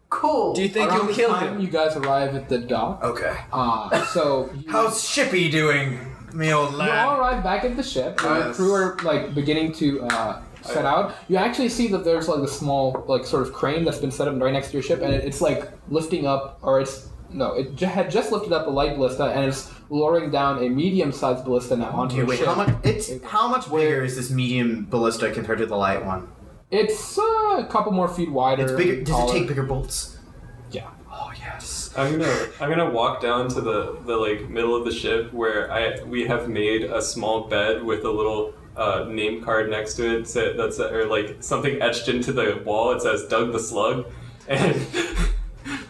E: Cool.
C: Do you think
A: Around
C: you'll
A: the
C: kill
A: time
C: him?
A: You guys arrive at the dock.
D: Okay.
A: Uh, so you,
D: How's Shippy doing, me old
A: you all
D: lad?
A: arrive back at the ship. Your
D: Yes.
A: crew are like beginning to uh, set out. You actually see that there's like a small like sort of crane that's been set up right next to your ship, and it, it's like lifting up, or it's no, it j- had just lifted up a light ballista, and it's lowering down a medium-sized ballista now onto
D: Okay,
A: your
D: wait.
A: ship.
D: How much? It's how much bigger is this medium ballista compared to the light one?
A: It's uh, a couple more feet wider.
D: It's bigger. Does
A: taller.
D: it take bigger bolts?
A: Yeah.
D: Oh yes.
B: I'm gonna I'm gonna walk down to the, the like middle of the ship where I we have made a small bed with a little uh, name card next to it so that's or like something etched into the wall. It says Doug the Slug, and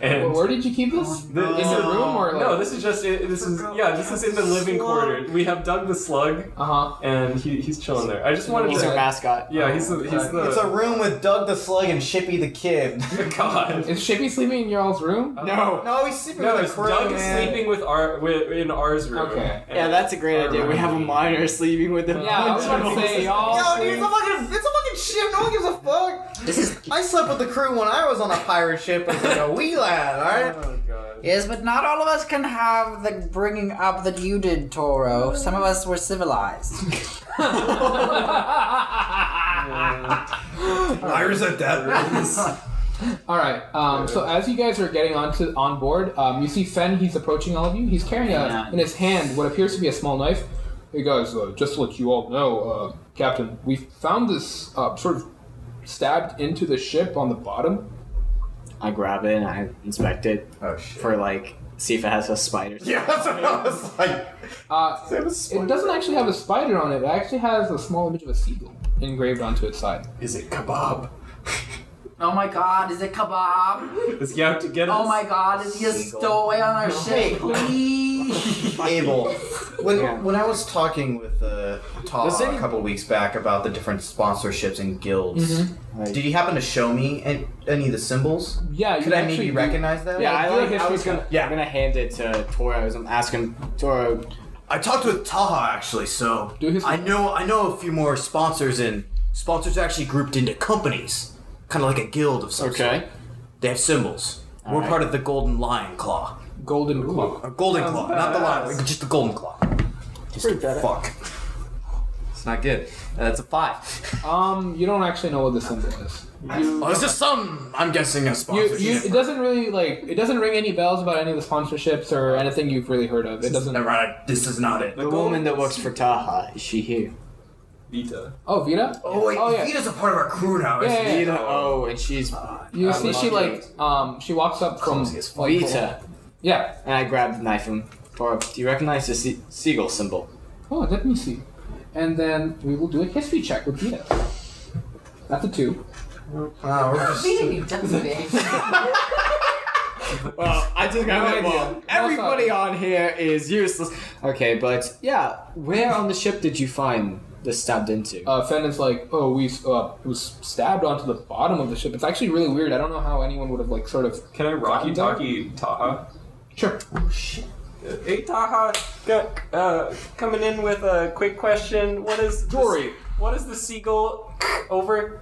B: and
A: Well, where did you keep this?
B: The-
A: In the room or like?
B: no, this is just it, this is yeah this is in the living quarters. We have Doug the Slug,
A: Uh huh.
B: and he, he's chilling there. I just wanted
C: He's
B: to
C: our mascot.
B: yeah he's the, he's the
J: It's a room with Doug the Slug and Shippy the Kid.
B: god.
A: Is Shippy sleeping in your all's room?
C: No.
J: No, he's sleeping
B: No,
J: with
B: it's
J: a crew,
B: Doug is
J: man.
B: sleeping with our with, in ours room.
A: Okay.
B: And-
C: Yeah, that's a great idea. We have a miner sleeping with him.
A: Yeah, I was about to say y'all.
J: Yo,
A: sleep-
J: dude, it's a fucking, it's a fucking ship. No one gives a fuck.
G: This is
J: I slept with the crew when I was on a pirate ship as like a wee lad. All right.
B: Oh god.
G: Yes, but not all of us can have the bringing up that you did, Toro. Some of us were civilized.
D: I resent that.
A: All right. Um, so as you guys are getting onto on board, um, you see Fen. He's approaching all of you. He's carrying a, in his hand what appears to be a small knife. Hey guys, uh, just to let you all know, uh, Captain, we found this uh, sort of stabbed into the ship on the bottom.
C: I grab it and I inspect it
J: Oh shit.
C: for like see if it has a spider.
J: Yeah, that's what I was like.
A: Uh,
J: It was
A: it doesn't actually have a spider on it. It actually has a small image of a seagull engraved onto its side.
B: Is it kebab?
E: Oh my god, is it kebab?
B: Does he have to get
E: Oh
B: us?
E: my god, is he a
J: Seagull.
E: stowaway on our ship? Please.
J: Abel. When
C: Yeah.
J: when I was talking with uh, Todd
C: Does any-
J: a couple weeks back about the different sponsorships and guilds,
C: Like-
J: did he happen to show me any, any of the symbols?
A: Yeah. you
J: Could I
A: actually
J: maybe
A: do-
J: recognize that?
A: Yeah,
C: I,
A: do a
C: like, I
A: history
C: was gonna.
A: check.
C: Yeah, I'm gonna hand it to Toro. I'm asking Toro.
D: I talked with Taha actually, so
A: Do his-
D: I know I know a few more sponsors, and sponsors are actually grouped into companies, kind of like a guild of some sort. They have symbols.
J: We're part of the Golden Lion Claw.
A: Golden Claw.
J: Or Golden Claw, not the Lion, just the Golden Claw. Just fuck. It's not good. That's a five.
A: Um, you don't actually know what the symbol is. You,
J: Oh, it's just some. I'm guessing a
A: you,
J: sponsor.
A: you, it doesn't really like it doesn't ring any bells about any of the sponsorships or anything you've really heard of. It doesn't.
D: All right, this is not it.
C: The woman that works for Taha, is she here?
B: Vita.
A: Oh, Vita.
D: Oh wait,
A: Oh, yeah.
D: Vita's a part of our crew now.
A: Yeah,
D: isn't
A: yeah,
D: he?
A: yeah.
C: Vita O, Oh, and she's
A: You
C: I
A: see,
C: love
A: she
C: you.
A: like um, she walks up from
D: Clumsy as fuck.
A: like,
C: Vita.
A: Yeah.
C: And I grab the knife and or do you recognize the se- seagull symbol?
A: Oh, let me see. And then we will do a history check with Vita. That's a two.
J: Oh,
D: Wow, we're just-
E: Beating you dumb bitch.
C: Well, I just
A: No
C: got
A: idea.
C: it wrong.
A: No
C: Everybody
A: thought.
C: on here is useless. Okay, but yeah, where on the ship did you find the stabbed into?
A: Uh, Fenton's like, oh, we uh, it was stabbed onto the bottom of the ship. It's actually really weird. I don't know how anyone would have like sort of.
B: Can I Rocky Talkie Taha? Oh,
A: Sure.
B: Hey Taha, go- uh, coming in with a quick question. What is the-
A: Dory.
B: What is the seagull over?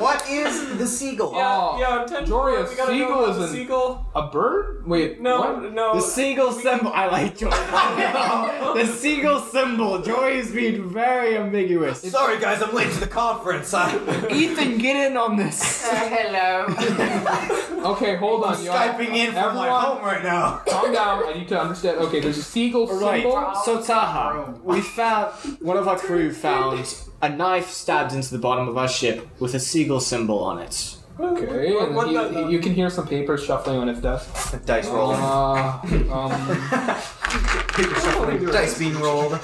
J: what is the seagull?
B: Yeah,
A: Oh,
B: yeah. I'm ten
A: Dory,
B: for
A: a
B: it. We gotta
A: seagull
B: know about
A: is
B: the
A: an-
B: seagull.
A: A bird? Wait.
B: No,
A: What?
B: no.
C: the seagull symbol. I like Joy. the seagull symbol. Joy is being very ambiguous.
J: Sorry guys, I'm late to the conference. I-
C: Ethan, get in on this.
E: Uh, hello.
A: Okay, hold on, y'all.
J: Skyping in from my
A: Everyone-
J: home right now.
A: Calm down. I need to understand. Okay, there's a seagull
C: Right.
A: symbol.
C: So Taha, we found one of our crew found a knife stabbed into the bottom of our ship with a seagull symbol on it.
A: Okay,
B: What-
A: and
B: what
A: he-
B: the-
A: you can hear some papers shuffling on his desk.
J: Dice rolling.
A: Uh, um,
J: Dice being rolled.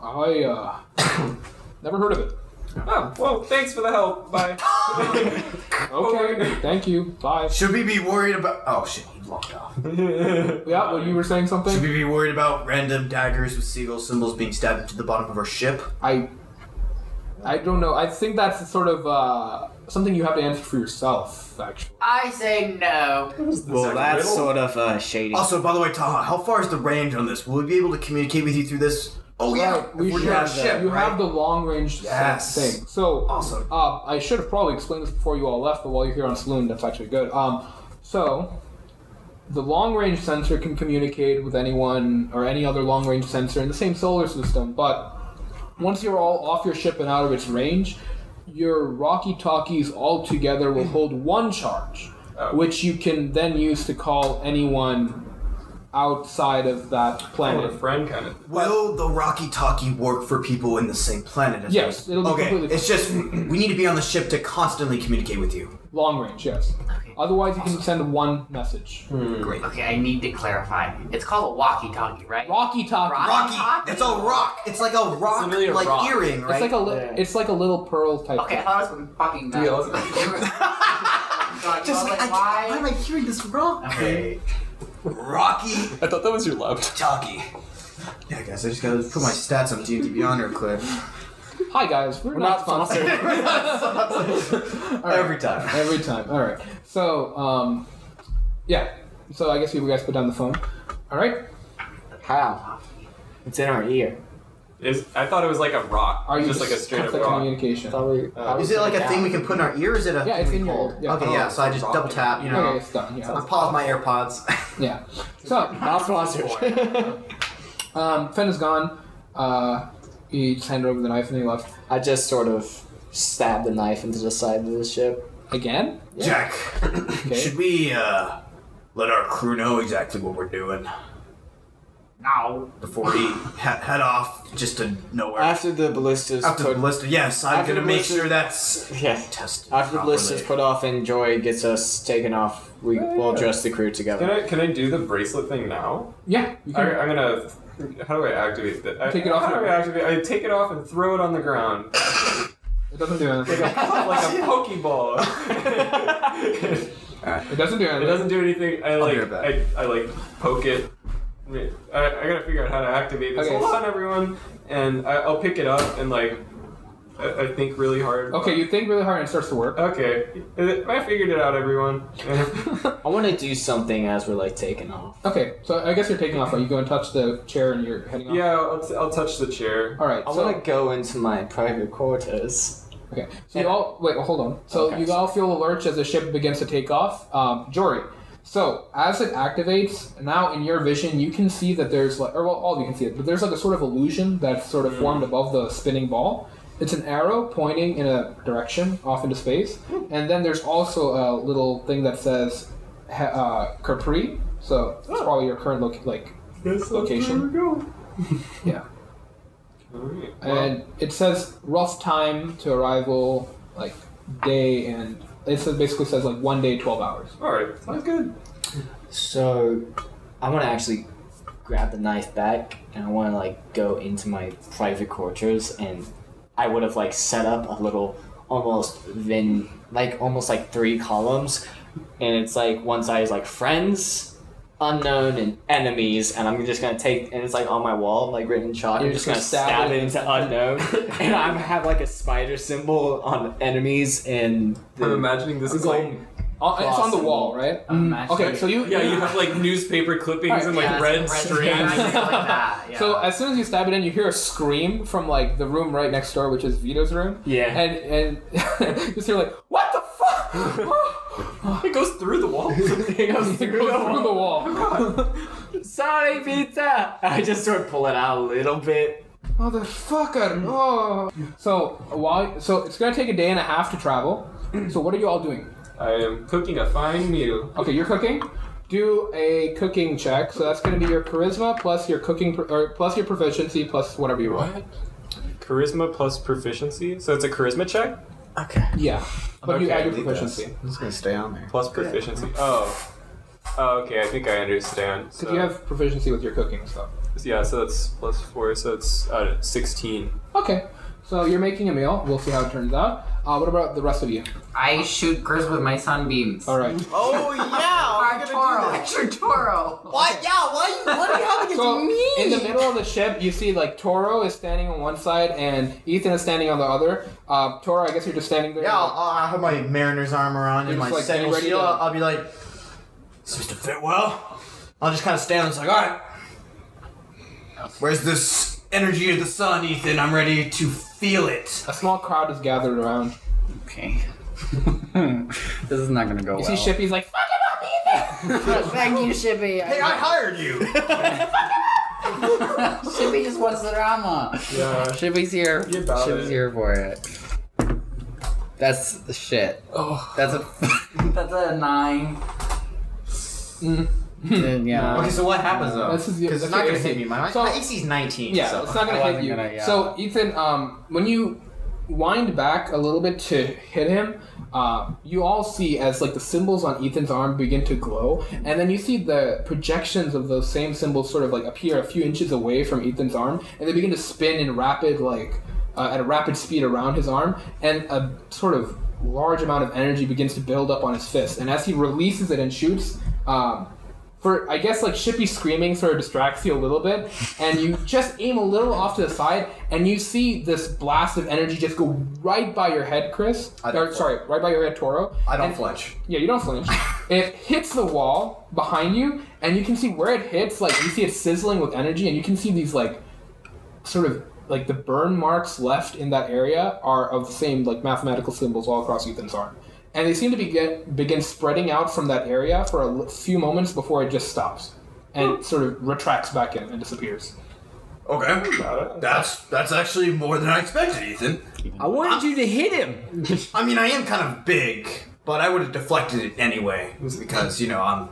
A: I uh, never heard of it.
B: Oh, whoa! Thanks for the help. Bye.
A: Okay, thank you. Bye.
D: Should we be worried about? Oh shit, he locked off.
A: Yeah, well, you were saying
D: Should
A: something.
D: we be worried about random daggers with seagull symbols being stabbed into the bottom of our ship?
A: I, I don't know. I think that's sort of uh, something you have to answer for yourself, actually.
E: I say no.
C: Well, that's sort of uh, shady.
D: Also, by the way, Taha, how far is the range on this? Will we be able to communicate with you through this? Oh yeah,
A: Right, we
D: if we're
A: should
D: not a
A: have that.
D: ship,
A: You
D: right?
A: have the long range
D: Yes.
A: thing. So
D: Awesome.
A: Uh, I should have probably explained this before you all left, but while you're here on Saloon, that's actually good. Um, so the long range sensor can communicate with anyone or any other long range sensor in the same solar system, but once you're all off your ship and out of its range, your walkie talkies all together will hold one charge,
B: Oh.
A: which you can then use to call anyone outside of that
B: What
A: planet.
D: Oh,
B: a friend, kind of.
D: Will the Rocky Talkie work for people in the same planet as
A: Yes,
D: us?
A: it'll be
D: okay,
A: completely-
D: it's just we need to be on the ship to constantly communicate with you.
A: Long range, yes. Otherwise, you can send one message.
D: Great.
E: Okay, I need to clarify. It's called a walkie-talkie, right?
A: Rocky talkie.
E: Rock-
D: Rocky, that's all rock. It's like a rock,
B: really a
D: like
B: rock.
D: earring,
A: It's
D: right?
A: like a li-
C: Yeah.
A: it's like a little pearl type.
E: Okay, I
A: thing.
E: thought it was fucking nuts.
B: Deal.
E: God,
D: just like,
E: like,
D: I,
E: why?
D: why am I hearing this wrong? Okay. Rocky
B: I thought that was your left.
D: Talkie. Yeah, guys, I just gotta put my stats on D&D Beyond real quick.
A: Hi guys, we're,
C: not
A: not, sponsored. All right,
J: Every time.
A: every time. All right. So um, yeah. So I guess you guys put down the phone. All right.
C: How? It's in our ear.
B: Is I thought it was like a rock.
A: Are you
B: just like a straight up
A: conflict
B: rock?
A: communication?
C: Thought we- I was
D: Uh, Is it like a
C: gonna
D: thing
C: doubt.
D: we can put in our ear? Or is it a
A: Yeah, it's
D: thing
A: in
D: we
A: your-
D: hold?
A: yeah.
D: Okay, yeah. So I just double tap. You know,
A: Okay, it's done.
D: I
A: Yeah.
D: pause my AirPods.
A: Yeah. So
C: Not sponsored.
A: um, Fenn is gone. Uh, he just handed over the knife and he left
C: I just sort of stabbed the knife into the side of the ship.
A: again.
D: Jack,
A: Okay.
D: should we uh, let our crew know exactly what we're doing
E: No.
D: before we he- head off just to nowhere?
C: After the ballistas
D: After
C: put
D: the list, yes, I'm
C: after
D: gonna
C: the
D: make
C: list-
D: sure that's
C: yeah.
D: tested.
C: After the
D: properly.
C: ballistas put off and Joy gets us taken off, we
B: Yeah,
C: will
B: yeah.
C: dress the crew
B: Can
C: together.
B: I can I do the bracelet thing now?
A: Yeah. You
B: I,
A: can,
B: I'm gonna. How do I activate that? I-
A: Take it off
B: How do
A: and-
B: I activate? I take it off and throw it on the ground
A: it doesn't do
B: like
A: anything.
B: a, like a pokeball.
A: It doesn't do anything.
B: it doesn't do anything. I like.
D: be right back.
B: I, I like poke it. I, I gotta figure out how to activate this.
A: Okay.
B: Hold on, everyone, and I, I'll pick it up and like. I, I think really hard.
A: Okay, you think really hard and it starts to work.
B: Okay, I figured it out, everyone.
C: I want to do something as we're like taking off.
A: Okay, so I guess you're taking off. Right? You go and touch the chair, and you're heading off.
B: yeah, I'll, t- I'll touch the chair.
A: All right.
C: I
A: so
C: want to go into my private quarters.
A: Okay. So you all wait. Well, hold on. So you all feel the lurch as the ship begins to take off. Um, Jory. So as it activates, now in your vision, you can see that there's like, or well, all of you can see it, but there's like a sort of illusion that's sort of formed above the spinning ball. It's an arrow pointing in a direction off into space, and then there's also a little thing that says he- uh, Capri. So it's probably your current loc like location. yeah.
B: Alright, well,
A: And it says rough time to arrival, like day and it says basically says like one day, twelve hours.
B: all right, sounds good.
C: So, I want to actually grab the knife back, and I want to like go into my private quarters, and I would have like set up a little, almost then like almost like three columns, and it's like one side is like friends, unknown, and enemies, and I'm just gonna take, and it's like on my wall, like written in chalk.
A: You're
C: I'm just gonna
A: just
C: stab,
A: gonna stab
C: it into unknown, and I have like a spider symbol on enemies and
B: I'm
C: the
B: imagining this is like
A: Uh, it's on the wall, right?
E: Imagine.
A: Okay, so you
B: yeah, you have like newspaper clippings and like
E: Yeah,
B: red
E: it's
B: strings.
E: like that, yeah.
A: So as soon as you stab it in, you hear a scream from like the room right next door, which is Vito's room.
C: Yeah.
A: And and just hear like, what the fuck?
B: It goes through the wall.
C: it goes
A: It goes through the wall.
C: Sorry, pizza. I just sort of pull it out a little bit.
A: Motherfucker! Oh. So while so it's gonna take a day and a half to travel. So what are you all doing?
B: I am cooking a fine meal.
A: Okay, you're cooking. Do a cooking check. So that's going to be your charisma plus your cooking pro- or plus your proficiency plus whatever you roll.
B: Charisma plus proficiency, so it's a charisma check
C: Okay.
A: Yeah, but you
B: Okay,
A: add your
J: leave this.
A: proficiency
J: I'm just gonna stay on there.
B: plus proficiency. Oh. Oh, okay, I think I understand.
A: because
B: So,
A: you have proficiency with your cooking stuff.
B: yeah, so that's plus four, so it's uh, sixteen.
A: Okay, so you're making a meal. We'll see how it turns out. Uh, what about the rest of you?
E: I shoot Chris with my sunbeams.
A: All right.
J: Oh yeah!
E: Arturo, Arturo.
J: Why? Yeah. Why? What are you having
A: So in the middle of the ship, you see like Toro is standing on one side and Ethan is standing on the other. Uh, Toro, I guess you're just standing there.
D: Yeah, I'll, I'll have my mariner's armor on
A: You're
D: and my
A: just, like,
D: sentinel
A: ready
D: shield.
A: to-
D: I'll be like, "Is this to fit well?" I'll just kind of stand there. It's like, all right. Where's this energy of the sun, Ethan? I'm ready to feel it.
A: A small crowd is gathered around.
G: Okay. this is not gonna go
A: You
G: well.
A: see Shippy's like, "Fuck
E: Thank you, Shippy.
D: Hey, I hired you.
E: Shippy just wants the drama.
B: Yeah.
G: Shibby's here.
B: You about
G: Shibby's
B: it.
G: here for it. That's the shit. Oh. That's a.
E: That's a nine.
B: Mm-hmm.
G: yeah.
D: okay, so what happens though?
A: This is your-
D: Because
A: that's
D: it's not
A: your
D: gonna
A: AC.
D: hit me. My,
A: So-
D: my AC's 19.
A: Yeah,
D: so.
A: it's not
G: I uh,
A: gonna hit
G: wasn't
A: you.
G: gonna- yeah.
A: So Ethan, um, when you wind back a little bit to hit him, uh, you all see as like the symbols on Ethan's arm begin to glow, and then you see the projections of those same symbols sort of like appear a few inches away from Ethan's arm, and they begin to spin in rapid like uh, at a rapid speed around his arm, and a sort of large amount of energy begins to build up on his fist, and as he releases it and shoots. Um, for I guess like Shippy screaming sort of distracts you a little bit, and you just aim a little off to the side, and you see this blast of energy just go right by your head, Chris.
D: I don't
A: Or, sorry, right by your head, Toro.
D: I don't
A: And-
D: flinch.
A: Yeah, you don't flinch. it hits the wall behind you, and you can see where it hits. Like you see it sizzling with energy, and you can see these like sort of like the burn marks left in that area are of the same like mathematical symbols all across Ethan's arm. And they seem to begin begin spreading out from that area for a l- few moments before it just stops and sort of retracts back in and disappears.
D: Okay. That's that's actually more than I expected, Ethan.
C: I wanted you to hit him.
D: I mean, I am kind of big, but I would have deflected it anyway because you know I'm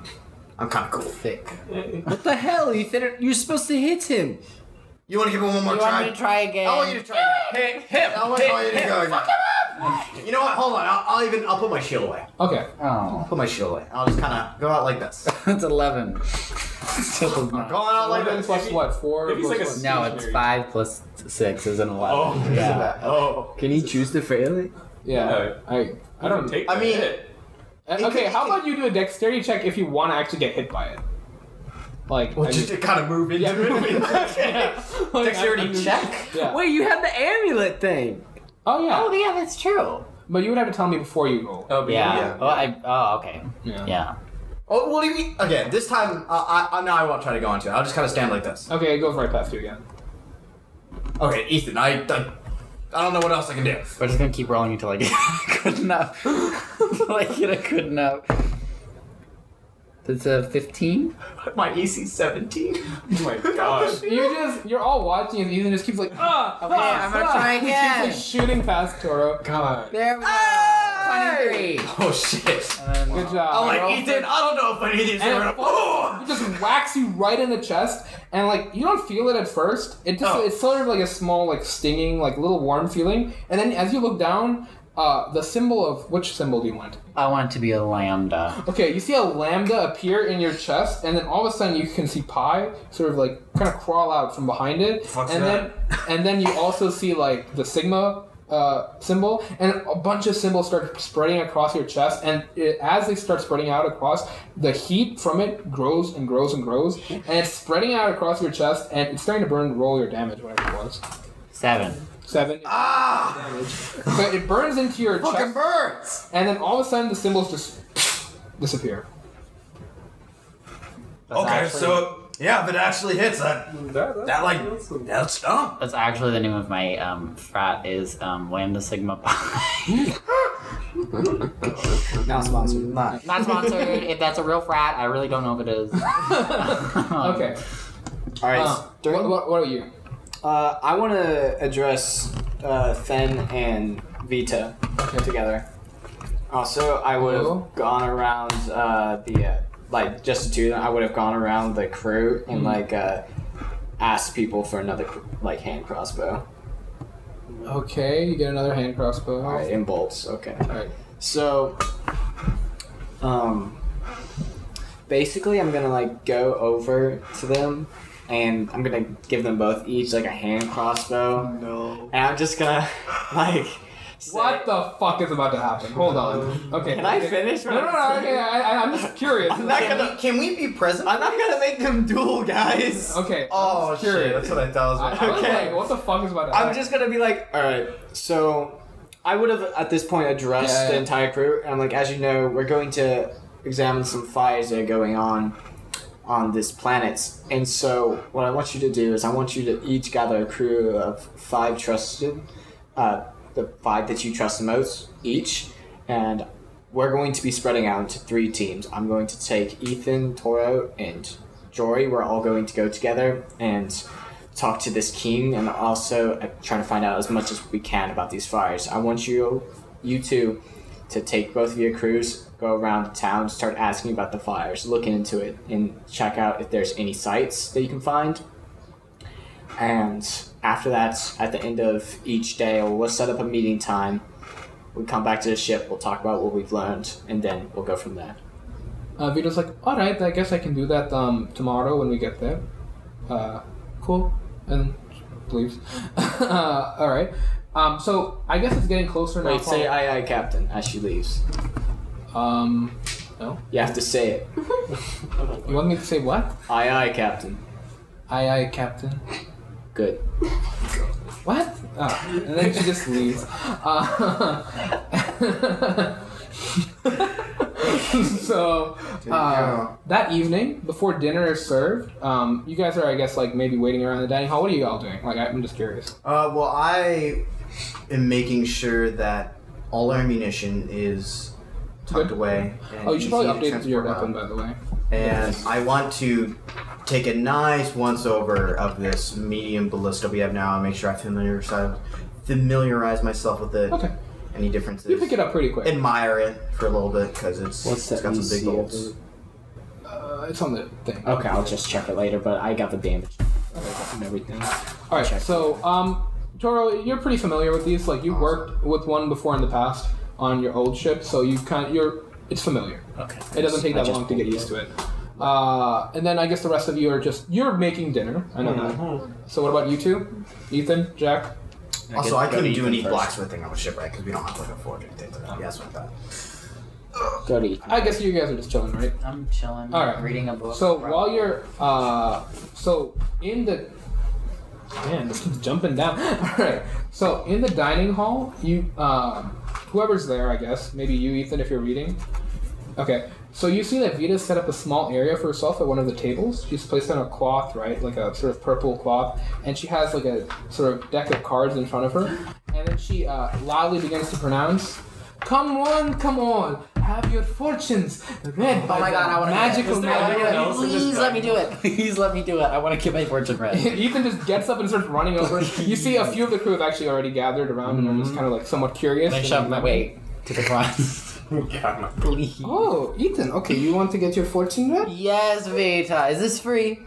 D: I'm kind of cool.
C: What the hell, Ethan? You're supposed to hit him.
D: You want to give it one more
E: You
D: try?
E: want me to try again?
D: I want you to try. Hit him. I want I want you to go again. You know what? Hold on. I'll, I'll even. I'll put my shield away.
A: Okay.
G: Oh.
D: I'll put my shield away. I'll just kind of go out like this.
G: That's 11. Still not.
D: Go on out like
A: Eleven
D: this.
A: plus what? Four.
B: if he's
A: plus
B: like a
A: what?
G: No, it's five plus six is an eleven.
B: Oh,
G: yeah.
B: oh.
C: Can he choose to fail it?
A: Yeah. I. I don't.
B: take.
D: I
B: that
D: mean-
B: hit.
A: Uh, Okay. How about you do a dexterity check if you want to actually get hit by it? Like.
D: Well,
A: I
D: just
A: mean-
D: to kind of move into
A: yeah, move
D: it.
A: it. Yeah. Like, I- I
D: Dexterity
A: mean-
D: check.
A: Yeah.
C: Wait, you had the amulet thing.
A: Oh yeah.
G: Oh, yeah, that's true.
A: But you would have to tell me before you roll.
B: Oh, but
G: Yeah.
D: Yeah.
G: Oh, I, oh, okay. Yeah.
D: Oh, what do you mean? Again, this time, uh, I, I, now I won't try to go into it. I'll just kind of stand like this.
A: Okay, it goes right past you again.
D: Okay, Ethan, I, I I don't know what else I can do.
G: We're just gonna keep rolling until I get good enough. until I get a good enough. That's a 15?
C: My EC seventeen.
B: Oh my gosh.
A: You just you're all watching and Ethan just keeps like ah.
G: Okay,
A: ah,
G: I'm gonna
A: ah.
G: try
A: He
G: again.
A: keeps like shooting past Toro. God.
G: There we go! 23!
D: Oh shit!
E: Uh,
G: And then-
A: Good job.
D: I'm
G: roll
D: like Oh, Ethan. I don't know if any of these are gonna. Oh!
A: It just whacks you right in the chest, and like you don't feel it at first. It just
D: Oh.
A: it's sort of like a small, like stinging, like little warm feeling. And then as you look down, uh, the symbol of which symbol do you want?
G: I want it to be a lambda.
A: Okay, you see a lambda appear in your chest, and then all of a sudden you can see Pi sort of like kind of crawl out from behind it,
D: Fuck's
A: and
D: that?
A: then and then you also see like the sigma. Uh, symbol and a bunch of symbols start spreading across your chest, and it, as they start spreading out across, the heat from it grows and grows and grows, and it's spreading out across your chest, and it's starting to burn. Roll your damage, whatever it was,
G: Seven.
A: seven.
D: Ah!
A: But it burns into your chest,
D: Fucking birds!
A: and then all of a sudden the symbols just disappear.
D: okay, so yeah, if it actually hits, that that like that's dumb.
G: That's actually the name of my um, frat is um, Lambda Sigma Pi.
C: Not sponsored. Not.
G: Not sponsored. If that's a real frat, I really don't know if it is.
E: Um,
A: Okay.
C: All right.
A: Uh,
C: during-
A: what, what, what are you?
C: Uh, I want to address uh, Fen and Vita together. Also, I would
A: Hello?
C: have gone around uh, the uh, like just the two. of them, I would have gone around the crew
A: Mm-hmm.
C: and like uh, asked people for another like hand crossbow.
A: Okay, you get another hand crossbow.
C: All right, in bolts. Okay.
A: Alright.
C: So, um, basically, I'm gonna like go over to them, and I'm gonna give them both each like a hand crossbow.
D: No.
C: And I'm just gonna like. Say,
A: What the fuck is about to happen? Hold on. Okay.
C: Can I
A: okay.
C: finish?
A: No, no, no. Okay, I, I, I'm just curious.
C: I'm not
J: Can
C: gonna.
J: we, can we be present?
C: I'm not gonna make them duel, guys.
A: okay.
J: oh shit,
A: curious.
J: that's what I thought.
A: I,
J: I was
A: I was
C: okay.
A: like, what the fuck is about to happen?
C: I'm just gonna be like, all right. So, I would have at this point addressed
A: Yeah, yeah.
C: the entire crew, and like as you know, we're going to examine some fires that are going on on this planet. And so, what I want you to do is, I want you to each gather a crew of five trusted, uh, the five that you trust the most each, and we're going to be spreading out into three teams. I'm going to take Ethan, Toro, and Jory. We're all going to go together and talk to this king and also uh, try to find out as much as we can about these fires. I want you, you two, to take both of your crews, go around the town, start asking about the fires, looking into it, and check out if there's any sites that you can find. And after that, at the end of each day, we'll set up a meeting time. We come back to the ship, we'll talk about what we've learned, and then we'll go from there.
A: Uh, Vito's like, all right, I guess I can do that um, tomorrow when we get there. Uh, cool. And leaves. uh, all right. Um, so I guess it's getting closer now.
C: Wait, say aye aye, Captain, as she leaves.
A: um,
C: You have to say it.
A: you want me to say what?
C: Aye aye, Captain.
A: Aye, aye, Captain.
C: Good.
A: What? Oh, and then she just leaves. Uh, so uh, that evening, before dinner is served, um, you guys are, I guess, like maybe waiting around the dining hall. What are you all doing? Like, I'm just curious.
J: Uh, well, I am making sure that all our ammunition is tucked
A: Good.
J: away. And
A: Oh, you should probably
J: easy to
A: update your
J: transport
A: weapon,
J: out.
A: by the way.
J: And I want to take a nice once over of this medium ballista we have now and make sure I familiarize, familiarize myself with it.
A: Okay,
J: Any differences?
A: you pick it up pretty quick.
J: Admire it for a little bit because it's,
C: What's
J: it's
C: that
J: got some
C: EC
J: big
C: of
J: bolts.
C: it?
A: Uh, it's on the thing.
C: Okay, I'll just check it later, but I got the damage and everything.
A: All right,
C: Check.
A: so um, Toro, you're pretty familiar with these. Like you worked with one before in the past on your old ship, so you kind of you're it's familiar.
C: Okay.
A: It doesn't take
C: I
A: that
C: just
A: long to get used to it. Uh, and then I guess the rest of you are just you're making dinner. I know
C: Mm-hmm.
A: that. So what about you two, Ethan, Jack?
J: Also, I couldn't do any
C: first.
J: blacksmithing on the ship, right? Because we don't have like a forge or anything. like that. Yeah, that's what I thought.
C: Go to Ethan.
A: I guess you guys are just chilling, right?
E: I'm chilling,
A: All right.
E: reading a book.
A: So while you're uh, so in the man, this keeps jumping down. All right. So in the dining hall, you um, whoever's there, I guess maybe you, Ethan, if you're reading. Okay. So you see that Vita set up a small area for herself at one of the tables. She's placed on a cloth, right, like a sort of purple cloth, and she has like a sort of deck of cards in front of her. And then she uh, loudly begins to pronounce, "Come on, come on, have your fortunes read by
E: Oh my
A: the
E: God, I wanna do
A: magical
B: that. Is there anyone
A: man."
B: else? in this
E: Please let me do it.
G: Please let me do it. I want to get my fortune read.
A: Ethan just gets up and starts running over. You see a few of the crew have actually already gathered around and are just kind of like somewhat curious.
G: I Mm-hmm. shove my way to the front. Please.
A: Oh, Ethan. Okay, you want to get your fortune read?
E: Yes, Vita. Is this free?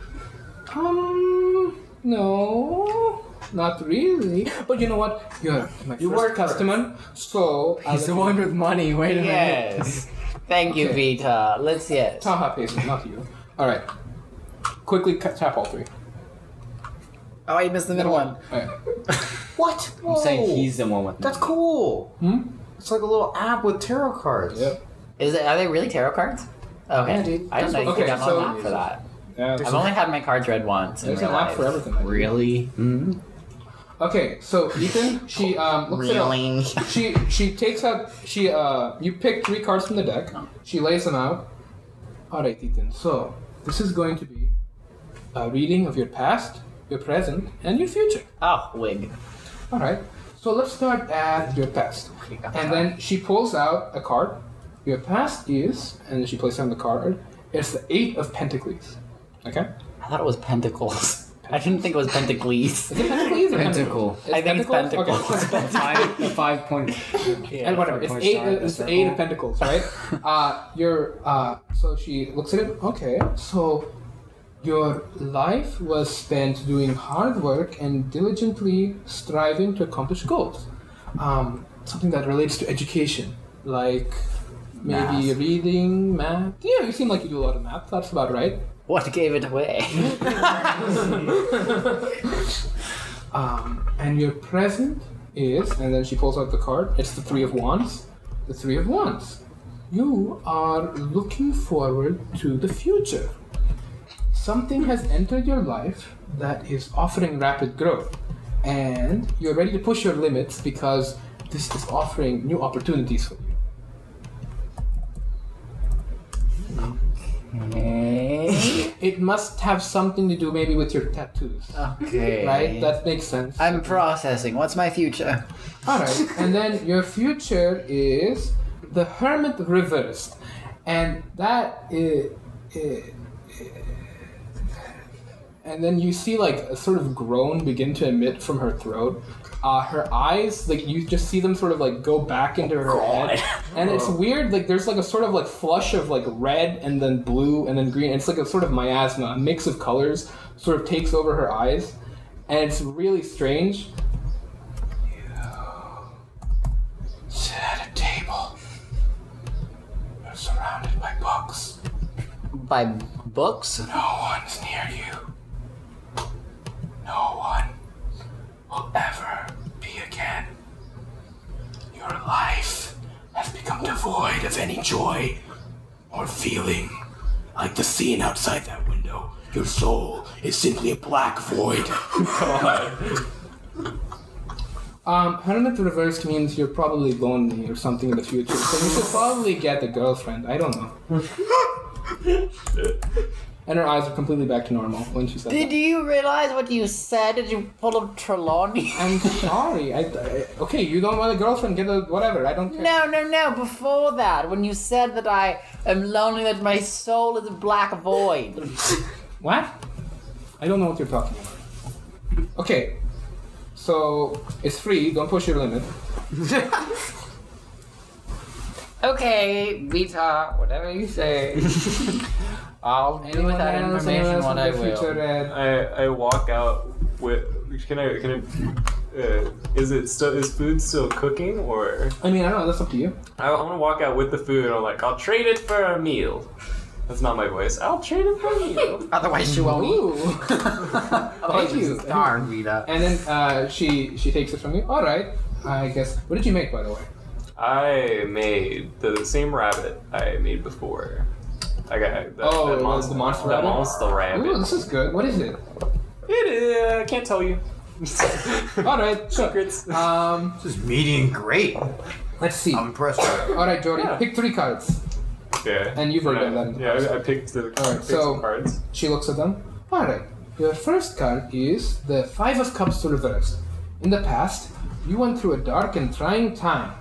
A: Um, no, not really. But you know what? You're my
C: You
A: first
C: work
A: customer, so
G: He's the one with money. Wait a minute.
E: Yes. Thank you,
A: Okay.
E: Vita. Let's yes.
A: Taha pays me, not you. All right. Quickly cut, tap all three.
G: Oh, I missed the middle one.
A: All right.
J: What?
C: I'm saying he's the one with
J: That's cool.
A: Hmm?
J: It's like a little app with tarot cards.
A: Yep.
E: Is it? Are they really tarot cards?
G: Okay.
E: Yeah, dude.
G: I didn't know you
A: Okay,
G: could download
A: so-
G: an app for that.
A: Yeah.
G: I've only had my cards read once. and
A: There's an app for
G: realized,
A: everything.
G: Really? Mm-hmm.
A: Okay, so Ethan, she um looks it up. She she takes out she uh you pick three cards from the deck. She lays them out. All right, Ethan. So this is going to be a reading of your past, your present, and your future.
G: Oh, wig.
A: All right. So let's start at your past. And then she pulls out a card. Your past is, and then she plays down the card. It's the Eight of Pentacles. Okay.
G: I thought it was pentacles. I didn't think it was pentacles.
A: Is it Pentacles or
C: Pentacle.
A: It's
G: I think it's
A: Okay.
G: pentacles.
C: five, the five point.
A: and whatever. It's eight. It's the eight of pentacles, right? uh, your uh, so she looks at it. Okay, so your life was spent doing hard work and diligently striving to accomplish goals. Um, something that relates to education, like maybe
G: Math.
A: reading, math. Yeah, you seem like you do a lot of math. That's about right.
G: what gave it away?
A: Um, and your present is, and then she pulls out the card. It's the Three of Wands. The Three of Wands. You are looking forward to the future. Something has entered your life that is offering rapid growth, and you're ready to push your limits because this is offering new opportunities for you. It must have something to do maybe with your tattoos,
G: okay.
A: right? That makes sense.
G: I'm processing. What's my future?
A: All right, and then your future is the Hermit Rivers, and that is, and then you see like a sort of groan begin to emit from her throat. Uh, her eyes, like you just see them sort of like go back into her head, and it's weird. Like there's like a sort of like flush of like red and then blue and then green. It's like a sort of miasma, a mix of colors, sort of takes over her eyes, and it's really strange. Sit at a table. You're surrounded by books.
G: By books?
A: No one's near you. No one will ever be again. Your life has become devoid of any joy or feeling. Like the scene outside that window, your soul is simply a black void. Um, hermit reversed means you're probably lonely or something in the future, so you should probably get a girlfriend. I don't know. and her eyes are completely back to normal when she said
E: Did
A: that.
E: you realize what you said? Did you pull up Trelawney?
A: I'm sorry. I, I- okay, you don't want a girlfriend. Get a whatever. I don't care.
E: No, no, no. Before that, when you said that I am lonely, that my soul is a black void.
A: What? I don't know what you're talking about. Okay, so it's free. Don't push your limit.
E: Okay, Vita, whatever you say. I'll do
A: Anyone
E: with that
A: else? Anyone
E: information
A: else
E: what
A: in
E: I
A: the
E: will.
A: future? uh,
B: I, I walk out with. Can I? Can I? Uh, is it still? Is food still cooking? Or
A: I mean, I don't know. That's up to you.
B: I, I'm gonna walk out with the food. and I'm like, I'll trade it for a meal. That's not my voice. I'll trade it for a meal.
G: Otherwise, she won't eat.
A: Ooh. Thank you.
G: Darn, Vita.
A: And then uh, she she takes it from you. All right, I guess. What did you make, by the way?
B: I made the same rabbit I made before. I got that,
A: Oh, it was
B: that monster,
A: the monster
B: that
A: rabbit?
B: monster rabbit.
A: Ooh, this is good. What is it?
B: It is. I can't tell you.
A: All right, sure.
B: Secrets.
A: Um,
D: This is median great.
A: let's see.
D: I'm impressed. with it.
A: All right, Jordy,
B: Yeah.
A: pick three cards.
B: yeah.
A: and you've already
B: yeah,
A: done that.
B: Yeah, I, I picked the
A: right,
B: picked
A: so-
B: some cards.
A: She looks at them. All right, your first card is the Five of Cups reversed. In the past, You went through a dark and trying time.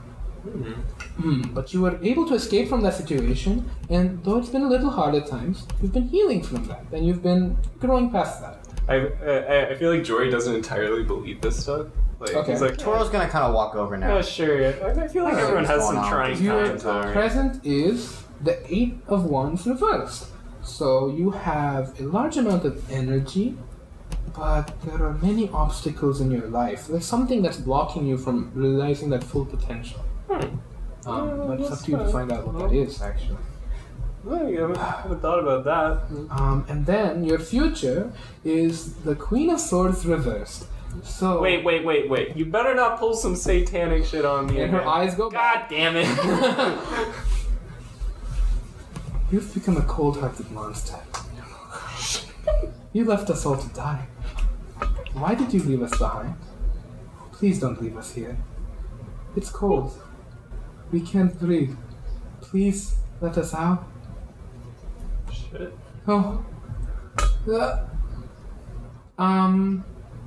A: Hmm, but you were able to escape from that situation, and though it's been a little hard at times, you've been healing from that, and you've been growing past that.
B: I, I I feel like Jory doesn't entirely believe this stuff. Like
A: Okay.
B: he's like,
J: Toro's gonna kind of walk over now.
B: yeah, sure. I, I feel like
J: Alright,
B: everyone has
J: what's
B: some
J: going on?
B: trying
A: Your
B: times. alright.
A: present is the Eight of Wands reversed. So you have a large amount of energy, but there are many obstacles in your life. There's something that's blocking you from realizing that full potential.
B: Hmm.
A: Um, but it's up to you to find out what that is, actually.
B: Well, you haven't, haven't thought about that.
A: Um, and then your future is the Queen of Swords reversed. So
B: Wait, wait, wait, wait. You better not pull some satanic shit on me.
A: and her
B: again.
A: eyes go back.
B: God damn it.
A: You've become a cold-hearted monster. You left us all to die. Why did you leave us behind? Please don't leave us here. It's cold. We can't breathe. Please let us out.
B: Shit.
A: Oh. Uh, Um.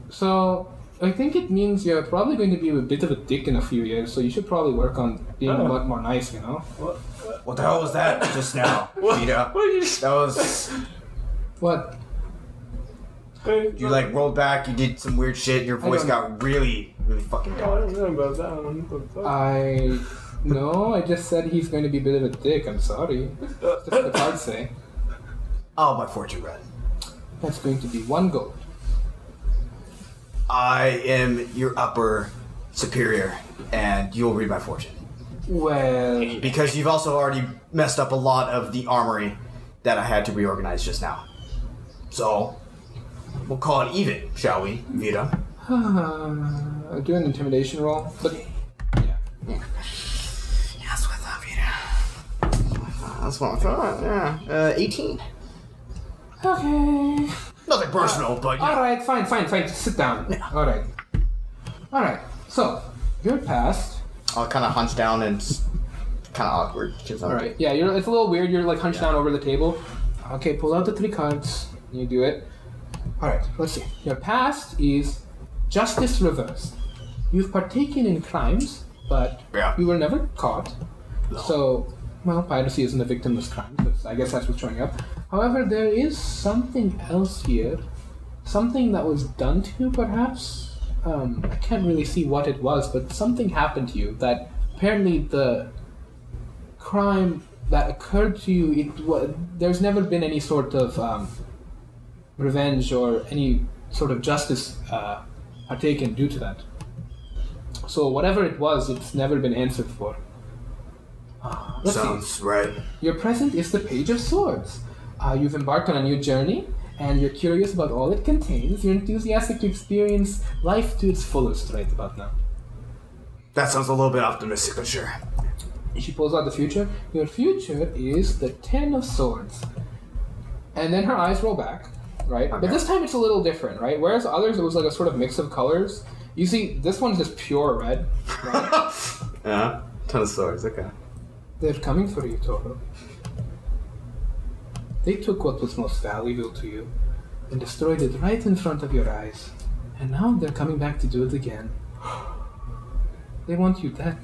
A: So I think it means you're probably going to be a bit of a dick in a few years. So you should probably work on being a
B: Oh.
A: lot more nice. You know.
J: What the hell was that just now, Vita?
B: What did you just
J: That was
A: What?
J: you like rolled back. You did some weird shit. Your voice
A: don't-
J: got really, really fucking
B: I
J: dark.
B: don't know about that one. What
J: Uh,
B: the fuck?
A: I. No, I just said he's going to be a bit of a dick. I'm sorry. That's what the cards say.
J: Oh, my fortune read.
A: That's going to be one gold.
J: I am your upper superior, and you'll read my fortune
A: Well,
J: because you've also already messed up a lot of the armory that I had to reorganize just now. So we'll call it even, shall we, Vita?
A: uh, do an intimidation roll. But
J: Yes, what's up, Vita? That's what I thought. Yeah, uh, eighteen.
A: okay.
J: Nothing personal, but you
A: All right, fine, fine, fine. Just sit down. All right. All right. So your past.
J: I'll kind of hunch down and kind of awkward. Cause I'm
A: All right. Yeah, you're. It's a little weird. You're like hunched down over the table. Okay, pull out the three cards. You do it. All right. Let's see. Your past is justice reversed. You've partaken in crimes, but
J: Yeah.
A: you were never caught. So, well, piracy isn't a victimless crime. But I guess that's what's showing up. However, there is something else here. Something that was done to you, perhaps. Um, I can't really see what it was, but something happened to you that apparently the crime that occurred to you, it wa- there's never been any sort of um, revenge or any sort of justice uh, partaken due to that. So whatever it was, it's never been answered for. Uh, let's see.
J: Sounds right.
A: Your present is the Page of Swords. Uh, you've embarked on a new journey, and you're curious about all it contains. You're enthusiastic to experience life to its fullest right about now.
J: That sounds a little bit optimistic, but sure.
A: She pulls out the future. Your future is the Ten of Swords. And then her eyes roll back, right? But
J: Okay.
A: this time it's a little different, right? Whereas others it was like a sort of mix of colors. You see, this one's just pure red. Right?
J: Yeah, ton of swords. Okay.
A: They're coming for you, Toro. They took what was most valuable to you and destroyed it right in front of your eyes. And now they're coming back to do it again. They want you dead.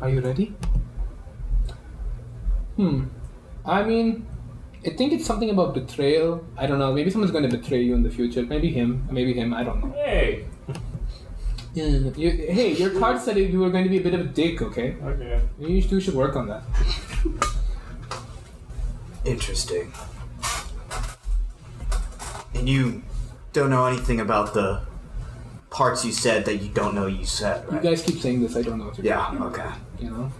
A: Are you ready? Hmm. I mean, I think it's something about betrayal. I don't know. Maybe someone's going to betray you in the future. Maybe him. Maybe him. I don't know.
B: Hey.
A: Yeah. You, hey, your card said you were going to be a bit of a dick, okay?
B: Okay.
A: You two should work on that.
J: Interesting. And you don't know anything about the parts you said that you don't know you said,
A: You
J: right?
A: guys keep saying this. I don't know what you're
J: yeah. Okay.
A: you know?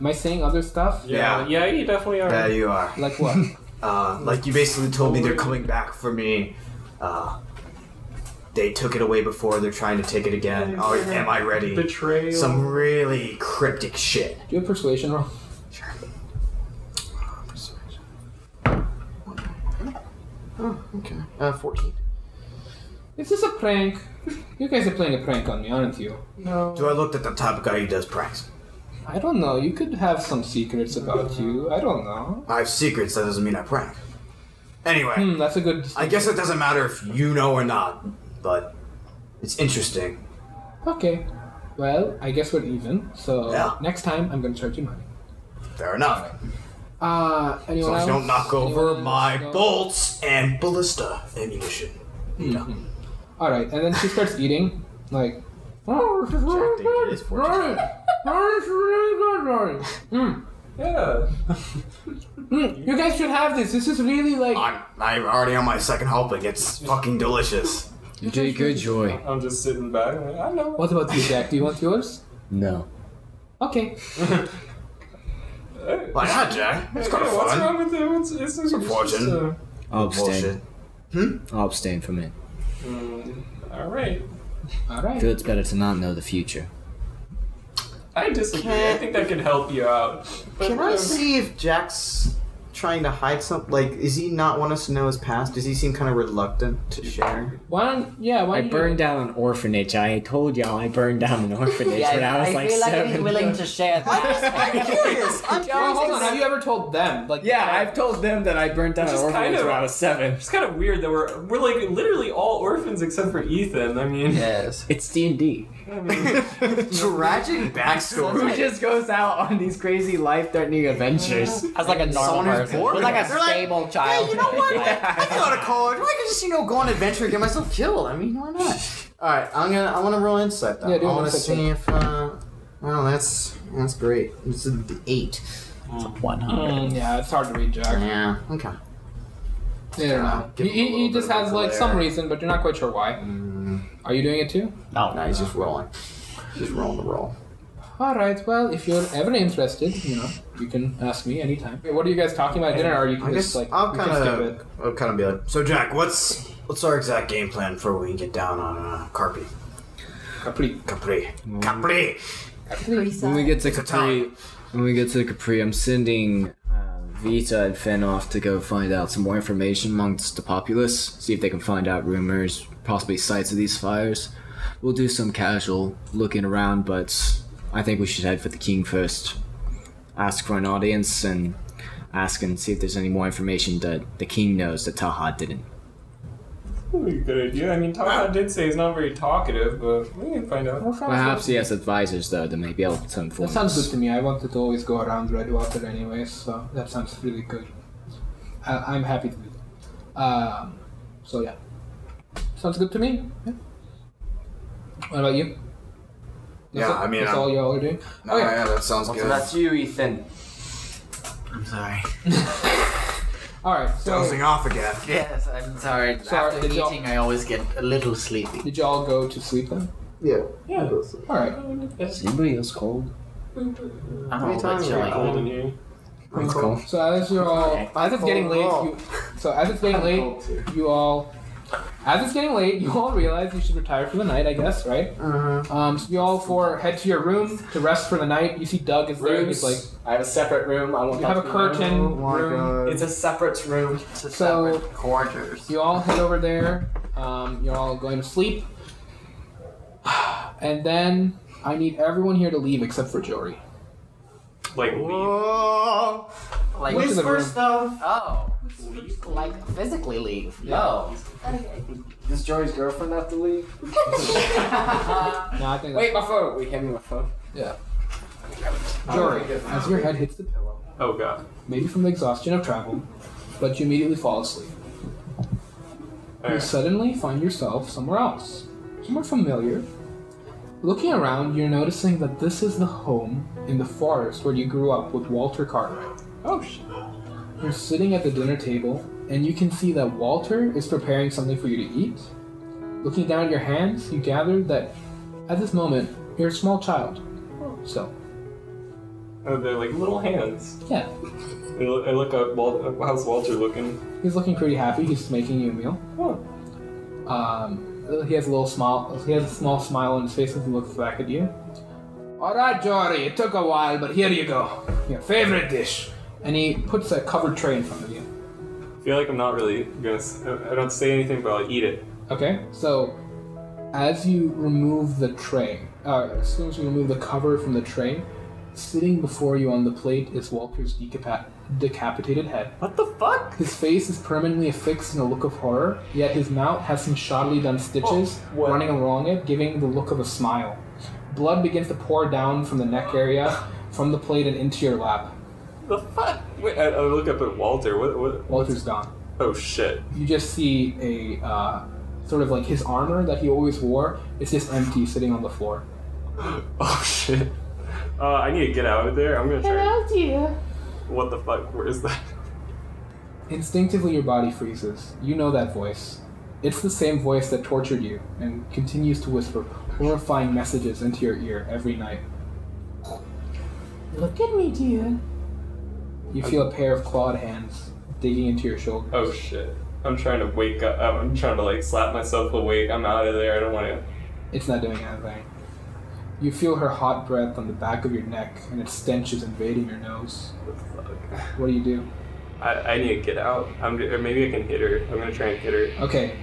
A: Am I saying other stuff?
J: Yeah.
B: Yeah, you definitely are.
J: Yeah, you are.
A: Like what?
J: Uh, like you basically told me they're coming back for me. Uh, they took it away before. They're trying to take it again. Are, am I ready?
B: Betrayal.
J: Some really cryptic shit.
A: Do you have persuasion roll?
D: Oh,
J: Okay. Uh, fourteen.
A: Is this a prank? You guys are playing a prank on me, aren't you?
J: Do I look at the top guy who does pranks?
A: I don't know. You could have some secrets about you. I don't know.
J: I have secrets. That doesn't mean I prank. Anyway.
A: Hmm, that's a good.
J: I guess it doesn't matter if you know or not, but it's interesting.
A: Okay. Well, I guess we're even. So
D: Yeah.
A: next time I'm gonna charge you money.
D: Fair enough.
A: Uh, anyone
D: As long as
A: else?
D: you don't knock
A: Anyone
D: over
A: else?
D: my
A: No?
D: bolts and ballista ammunition.
A: All right, and then she starts eating like.
J: David is fortunate.
A: Mm,
B: Yeah.
A: mm, you guys should have this. This is really like
D: I'm, I'm already on my second helping. It's fucking delicious.
C: You did good, Joy.
B: I'm just sitting back. Like, I know.
A: What about you, Jack? Do you want yours?
C: No.
A: Okay.
B: Hey,
D: Why not, Jack? It's kind of
B: hey, what's
D: fun.
B: wrong with it? It's, it's, it's
D: a fortune.
B: just, uh,
J: Oh,
C: I'll abstain.
D: Bullshit.
J: Hmm?
C: I'll abstain from it.
B: mm, all right.
A: All right.
C: I feel it's better to not know the future.
B: I disagree. I think that could help you out. But
J: Can I
B: whatever.
J: see if Jack's trying to hide something? Like, is he not want us to know his past? Does he seem kind of reluctant to share?
A: Why don't yeah? Why
C: I
A: don't
C: burned down an orphanage. I told y'all I burned down an orphanage
G: Yeah,
C: when I was like
G: feel like he's
C: seven.
G: willing to share that.
J: I'm curious. I'm
A: You... Oh, hold on. Have you ever told them? Like
C: yeah, I've told them that I burned down
B: Which
C: an
B: is
C: orphanage
B: kind of-
C: when I was seven.
B: It's kind of weird that we're we're like literally all orphans except for Ethan. I mean,
C: Yes. It's D and D.
B: I mean
J: Tragic backstory.
C: Who just goes out on these crazy life-threatening adventures?
G: As like a normal
J: Someone who's
G: person.
J: bored
G: With like a
J: They're like,
G: stable
J: Hey,
G: child.
J: you know what? I can go to college. Why can't I just, you know, go on an adventure and get myself killed? I mean, why not? All right, I'm gonna. I want to roll insight though.
A: Yeah, do
J: I
A: an
J: want to
A: insight
J: see if. Uh, well, that's that's great. It's a d- eight.
C: One hundred.
A: Mm, yeah, it's hard to read, Jack.
J: Yeah. Okay.
A: I don't know.
J: Give
A: He,
J: him a
A: he,
J: little
A: he just
J: bit of
A: has
J: a
A: like some
J: glare.
A: reason, but you're not quite sure why.
J: Mm,
A: Are you doing it too?
J: no, no, he's just rolling. Just rolling the roll.
A: All right. Well, if you're ever interested, you know, you can ask me anytime. Hey, What are you guys talking about at dinner? Or you can
J: I
A: just
J: guess
A: like
J: I'll
A: we can
J: kind
A: skip
J: of. I'll kind of be like,
D: So, Jack, what's what's our exact game plan for when we get down on uh, Carpi?
A: it. Capri.
D: Capri. Capri!
C: When we get to
D: a
C: Capri, when we get to Capri, I'm sending uh, Vita and Finn off to go find out some more information amongst the populace. See if they can find out rumors, possibly sites of these fires. We'll do some casual looking around, but I think we should head for the king first. Ask for an audience and ask and see if there's any more information that the king knows that Taha didn't.
B: probably a good idea. I mean, Taha did say he's not very talkative, but we can find out.
C: Perhaps he has advisors though that may be able to inform
A: That sounds
C: us.
A: good to me. I wanted to always go around Redwater anyway, so that sounds really good. I, I'm happy to do that. Um, so yeah, sounds good to me. Yeah. What about you? That's
D: Yeah,
A: it?
D: I mean,
A: that's
D: I'm-
A: all y'all are doing.
D: No,
A: Okay.
D: Oh, yeah, that sounds
K: So
D: good.
K: that's you, Ethan.
J: I'm sorry.
A: All right. So
D: Dozing off again.
G: Yes, I'm sorry.
A: Sorry,
G: After
A: did y'all-
G: eating, I always get a little sleepy.
A: did y'all go to sleep then?
J: Yeah.
B: Yeah.
J: Oh
A: All right.
C: Is anybody else cold?
G: I'm
J: are you
G: all but
J: talking
G: chilly.
J: about?
B: Cold in here.
J: I'm
C: cold.
A: So as you're all, as it's getting late,
J: Overall.
A: you, so as it's getting late, you all, as it's getting late, you all realize you should retire for the night, I guess, right?
J: Uh-huh.
A: Um, so you all four head to your room to rest for the night. You see Doug is there. and He's like,
K: I have a separate room. I won't
A: you have a
K: talk to you.
A: curtain
J: Oh my
A: room.
J: god.
K: It's a separate room.
G: It's a
A: So-
G: separate quarters.
A: You all head over there. Um, you're all going to sleep, and then I need everyone here to leave except for Jory.
B: Like, Oh, leave.
J: Whoa.
G: Like,
A: Look at the
J: Whisper
A: room.
J: stuff.
G: oh, like physically leave. No.
K: Does Jory's girlfriend have to leave?
A: No, I think
K: Wait, my phone. Wait, hand me my phone.
A: that's Jory. As your head hits the pillow,
B: oh god.
A: maybe from the exhaustion of travel, but you immediately fall asleep. You
B: All right.
A: suddenly find yourself somewhere else, somewhere familiar. Looking around, you're noticing that this is the home in the forest where you grew up with Walter Cartwright.
B: Oh shit.
A: You're sitting at the dinner table, and you can see that Walter is preparing something for you to eat. Looking down at your hands, you gather that at this moment, you're a small child. So,
B: Oh, they're like little hands.
A: yeah,
B: I look, I look up. Wal- How's Walter looking?
A: he's looking pretty happy. He's making you a meal.
B: Oh,
A: Um, he has a little smile. He has a small smile on his face as he looks back at you. All right, Jory, it took a while, but here you go. Your favorite dish. And he puts a covered tray in front of you.
B: I feel like I'm not really gonna. s- I I don't say anything, but I'll eat it.
A: Okay, so as you remove the tray, uh, as soon as you remove the cover from the tray, Sitting before you on the plate is Walter's decapa- decapitated head.
B: What the fuck?
A: His face is permanently affixed in a look of horror, yet his mouth has some shoddily done stitches
B: Oh, what?
A: running along it, giving the look of a smile. Blood begins to pour down from the neck area, from the plate, and into your lap.
B: The fuck? Wait, I, I look up at Walter. What? What?
A: Walter's gone.
B: Oh shit.
A: You just see a uh, sort of like his armor that he always wore. It's just empty, sitting on the floor.
B: Oh shit. Uh, I need to get out of there. I'm gonna try.
L: Hello, dear.
B: What the fuck? Where is that?
A: Instinctively, your body freezes. You know that voice. It's the same voice that tortured you and continues to whisper horrifying messages into your ear every night.
L: Look at me, dear.
A: You feel a pair of clawed hands digging into your shoulder.
B: Oh shit. I'm trying to wake up. I'm trying to like slap myself awake. I'm out of there. I don't want to.
A: It's not doing anything. You feel her hot breath on the back of your neck and its stench is invading your nose. What do you do?
B: I, I need to get out. I'm, or maybe I can hit her. I'm gonna try and hit her.
A: Okay.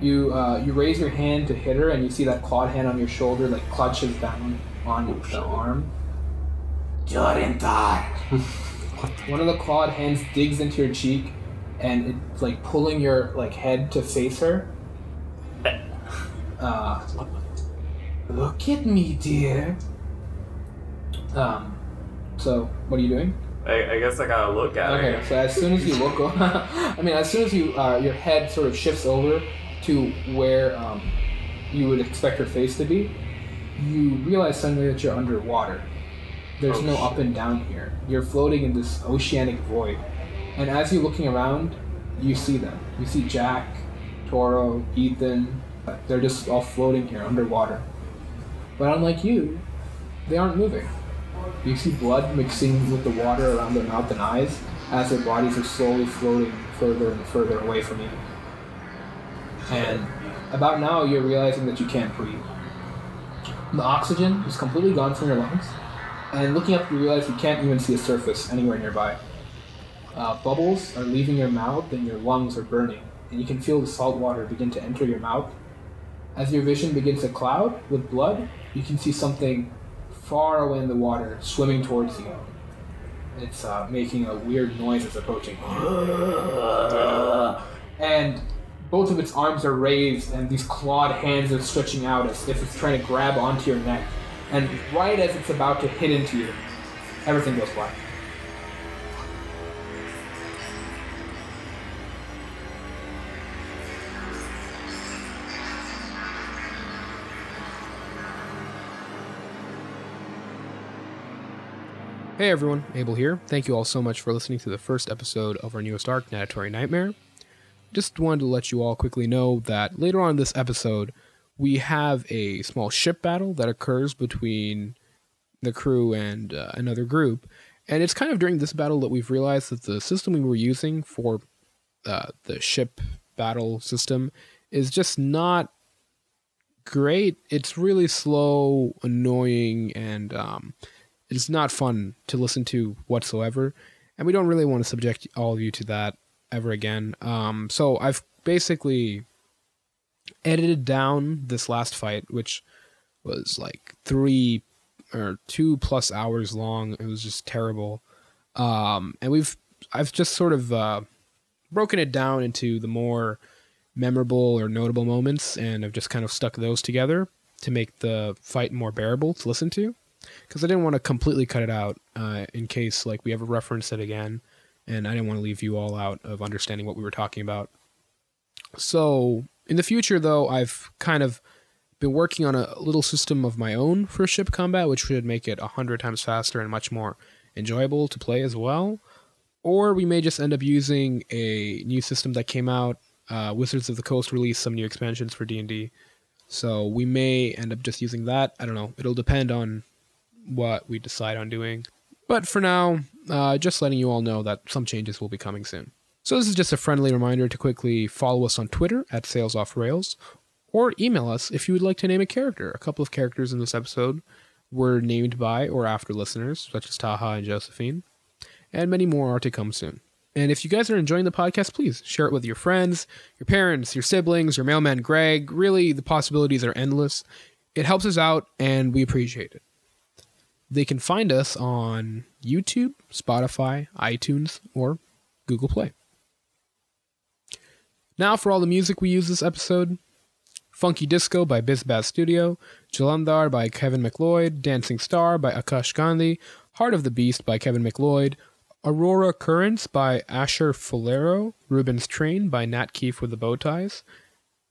A: You uh, you raise your hand to hit her and you see that clawed hand on your shoulder like clutches down on the arm. One of the clawed hands digs into your cheek and it's like pulling your like head to face her. Uh, look at me, dear. Um, so what are you doing?
B: I, I guess I gotta look at
A: Okay,
B: her.
A: so as soon as you look, o- I mean, as soon as you uh, your head sort of shifts over to where um, you would expect her face to be, you realize suddenly that you're underwater. There's
B: Oh,
A: no
B: shit.
A: up and down here. You're floating in this oceanic void, and as you're looking around, you see them. You see Jack, Toro, Ethan. They're just all floating here underwater. But unlike you, they aren't moving. You see blood mixing with the water around their mouth and eyes as their bodies are slowly floating further and further away from you. And about now, you're realizing that you can't breathe. The oxygen is completely gone from your lungs, and looking up, you realize you can't even see a surface anywhere nearby. Uh, bubbles are leaving your mouth, and your lungs are burning, and you can feel the salt water begin to enter your mouth. As your vision begins to cloud with blood, you can see something far away in the water, swimming towards you. It's uh, making a weird noise as approaching. and both of its arms are raised, and these clawed hands are stretching out as if it's trying to grab onto your neck. And right as it's about to hit into you, everything goes black. Hey everyone, Abel here. Thank you all so much for listening to the first episode of our newest arc, Natatory Nightmare. Just wanted to let you all quickly know that later on in this episode, we have a small ship battle that occurs between the crew and uh, another group. And it's kind of during this battle that we've realized that the system we were using for uh, the ship battle system is just not great. It's really slow, annoying, and um, it's not fun to listen to whatsoever. And we don't really want to subject all of you to that ever again. Um, so I've basically edited down this last fight, which was like three or two plus hours long. It was just terrible. Um, and we've I've just sort of uh, broken it down into the more memorable or notable moments, and I've just kind of stuck those together to make the fight more bearable to listen to because I didn't want to completely cut it out uh, in case like we ever referenced it again, and I didn't want to leave you all out of understanding what we were talking about. So in the future, though, I've kind of been working on a little system of my own for ship combat, which should make it a hundred times faster and much more enjoyable to play as well. Or we may just end up using a new system that came out. Uh, Wizards of the Coast released some new expansions for D and D, so we may end up just using that. I don't know. It'll depend on what we decide on doing. But for now, uh, just letting you all know that some changes will be coming soon. So this is just a friendly reminder to quickly follow us on Twitter at Sales Off Rails, or email us if you would like to name a character. A couple of characters in this episode were named by or after listeners, such as Taha and Josephine, and many more are to come soon. And if you guys are enjoying the podcast, please share it with your friends, your parents, your siblings, your mailman Greg. Really, the possibilities are endless. It helps us out, and we appreciate it.
L: They can find us on YouTube, Spotify, iTunes, or Google Play. Now for all the music we use this episode. Funky Disco by Bizbaz Studio, Jalandhar by Kevin McLeod, Dancing Star by Akash Gandhi, Heart of the Beast by Kevin McLeod, Aurora Currents by Asher Folero, Ruben's Train by Nat Keefe with the Bowties,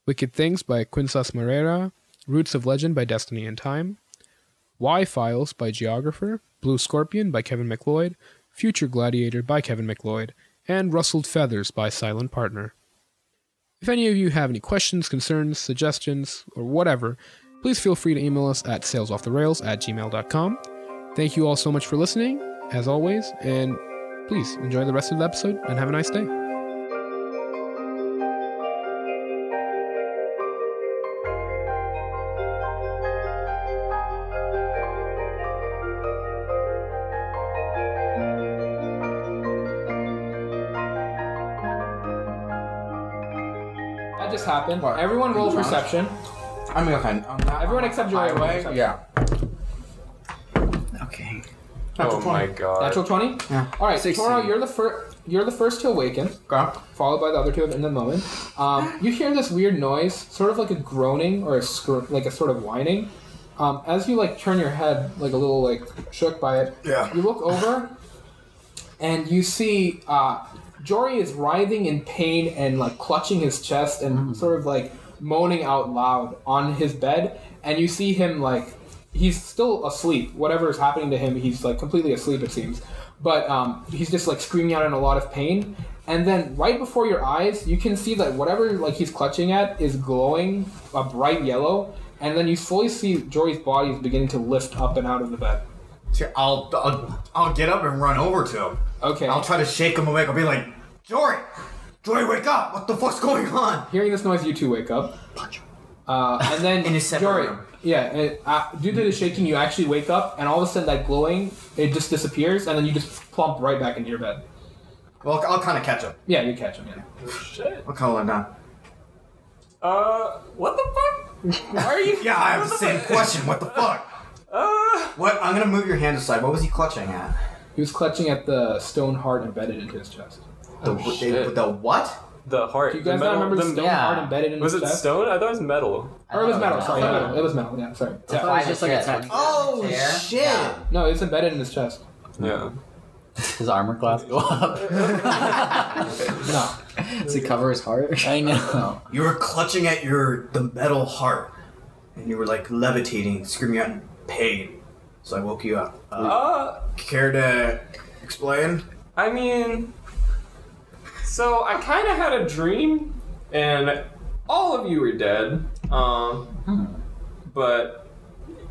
L: Wicked Things by Quinsas Moreira, Roots of Legend by Destiny and Time, Y Files by Geographer, Blue Scorpion by Kevin McLeod, Future Gladiator by Kevin McLeod, and Rustled Feathers by Silent Partner. If any of you have any questions, concerns, suggestions, or whatever, please feel free to email us at salesofftherails at gmail.com. Thank you all so much for listening, as always, and please enjoy the rest of the episode and have a nice day.
A: That just happened. Everyone roll perception.
H: I'm okay. I'm not
A: Everyone except Joy. roll
H: highway.
A: perception.
H: Yeah.
J: Okay.
B: Oh my god.
A: Natural twenty.
J: Yeah.
A: All right, Toro, you're the first. You're the first to awaken,
J: Okay.
A: followed by the other two in the moment. Um, you hear this weird noise, sort of like a groaning or a scr- like a sort of whining. Um, as you like turn your head, like a little like shook by it.
D: Yeah.
A: You look over, and you see uh, Jory is writhing in pain and like clutching his chest and sort of like moaning out loud on his bed. And you see him like he's still asleep. Whatever is happening to him, he's like completely asleep. It seems, but um, he's just like screaming out in a lot of pain. And then right before your eyes, you can see that whatever like he's clutching at is glowing a bright yellow. And then you slowly see Jory's body is beginning to lift up and out of the bed.
D: Sure, I'll, I'll I'll get up and run over to him.
A: Okay.
D: I'll try to shake him awake. I'll be like, Jory, Jory, wake up! What the fuck's going on?
A: Hearing this noise, you two wake up. Uh, and then
J: In a separate
A: Jory,
J: room.
A: yeah, and, uh, due to the shaking, you actually wake up, and all of a sudden that glowing it just disappears, and then you just plump right back into your bed.
J: Well, I'll kind of catch up.
A: Yeah, you catch him. Yeah.
B: Shit.
J: I'll call him down.
B: Uh, what the fuck? Why are you?
D: Yeah, I have the same question. What the fuck?
B: Uh,
J: What? I'm gonna move your hand aside. What was he clutching at?
A: He was clutching at the stone heart embedded into his chest.
J: The,
B: Oh,
J: what-
B: shit.
J: the what?
B: the heart.
A: Do you guys
B: the metal,
A: not remember the stone
C: yeah.
A: heart embedded in
B: Was
A: his
B: it
A: chest?
B: stone? I thought it was metal.
A: Or it was metal.
C: I
G: Oh.
A: Sorry,
C: thought-
A: metal. It was metal. Yeah, sorry.
C: I
A: Yeah.
C: thought it was just like a tiny-
J: Oh
C: chair.
J: shit!
C: Yeah.
A: No, it's embedded in his chest.
B: Yeah.
G: His armor class go up.
A: No.
G: Does it cover his heart?
C: I know.
D: You were clutching at your the metal heart, and you were like levitating, screaming out in pain. So I woke you up. Uh,
B: Uh,
D: care to explain?
B: I mean, so I kind of had a dream, and all of you were dead. Um, but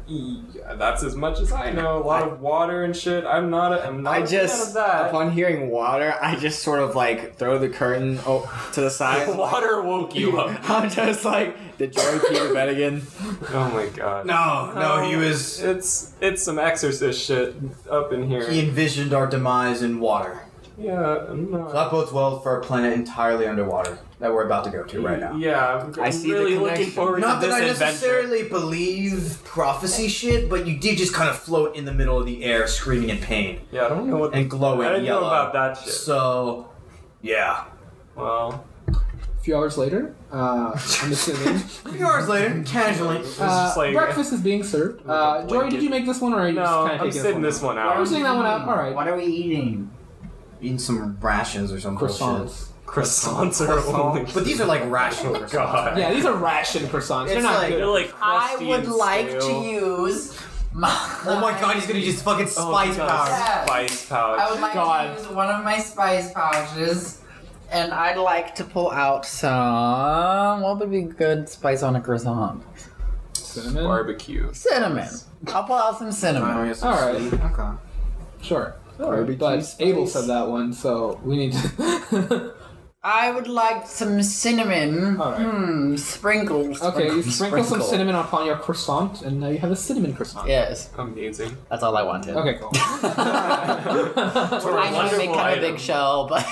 B: e- that's as much as I know. A lot of water and shit. I'm not. A, I'm not
C: I
B: a
C: just,
B: fan of that.
C: upon hearing water, I just sort of like throw the curtain o- to the side.
B: water woke you up.
C: I'm just like, did Joey pee the bed again?
B: Oh my god. Um,
D: No, no, he was.
B: It's it's some exorcist shit up in here.
J: He envisioned our demise in water.
B: yeah. No.
J: That bodes well for a planet entirely underwater that we're about to go to right now.
B: Yeah, I'm
C: I see the
B: really looking
C: connection.
B: forward
D: Not that
B: to this
D: I
B: adventure.
D: necessarily believe prophecy shit, but you did just kind of float in the middle of the air screaming in pain
B: Yeah, I don't know what.
J: And glowing
B: I didn't
J: yellow.
B: know about that shit.
J: So
D: Yeah.
B: well,
A: A few hours later, uh, I'm assuming
J: a few hours later, casually,
B: was
A: uh,
B: just like-
A: breakfast is being served. Uh, Jory, did you make this one, or are you
B: no,
A: just kind of
B: I'm
A: taking
B: sitting this one
A: I'm
B: out.
A: sitting that one out. All right.
E: What are we eating?
J: eating some rations or some bullshit.
A: Croissants.
B: Croissants are only.
J: But these are like rational croissants.
B: Oh God.
A: Yeah, these are ration croissants. They're
J: It's
A: not
J: like-
A: good.
B: They're like
E: I
B: crusty
E: would
B: and
E: like
B: stale.
E: to use my.
J: Oh my god, he's gonna use fucking
B: Oh,
J: spice
B: God,
J: power.
E: Yeah.
B: Spice pouch.
E: I would like
A: God.
E: to use one of my spice pouches, and I'd like to pull out some. What would be good spice on a croissant?
A: Cinnamon.
B: Barbecue.
E: Cinnamon. I'll pull out some cinnamon.
J: yes,
A: All right.
J: Okay.
A: Sure. But Abel said that one, so we need to.
G: I would like some cinnamon.
A: All right.
G: Hmm, sprinkles.
A: Okay, you sprinkle, some
C: Sprinkle.
A: cinnamon upon your croissant, and now you have a cinnamon croissant.
G: Yes,
B: Amazing.
C: That's all I wanted.
A: Okay, cool.
G: I know to make
B: wonderful
G: kind of
B: item.
G: big shell, but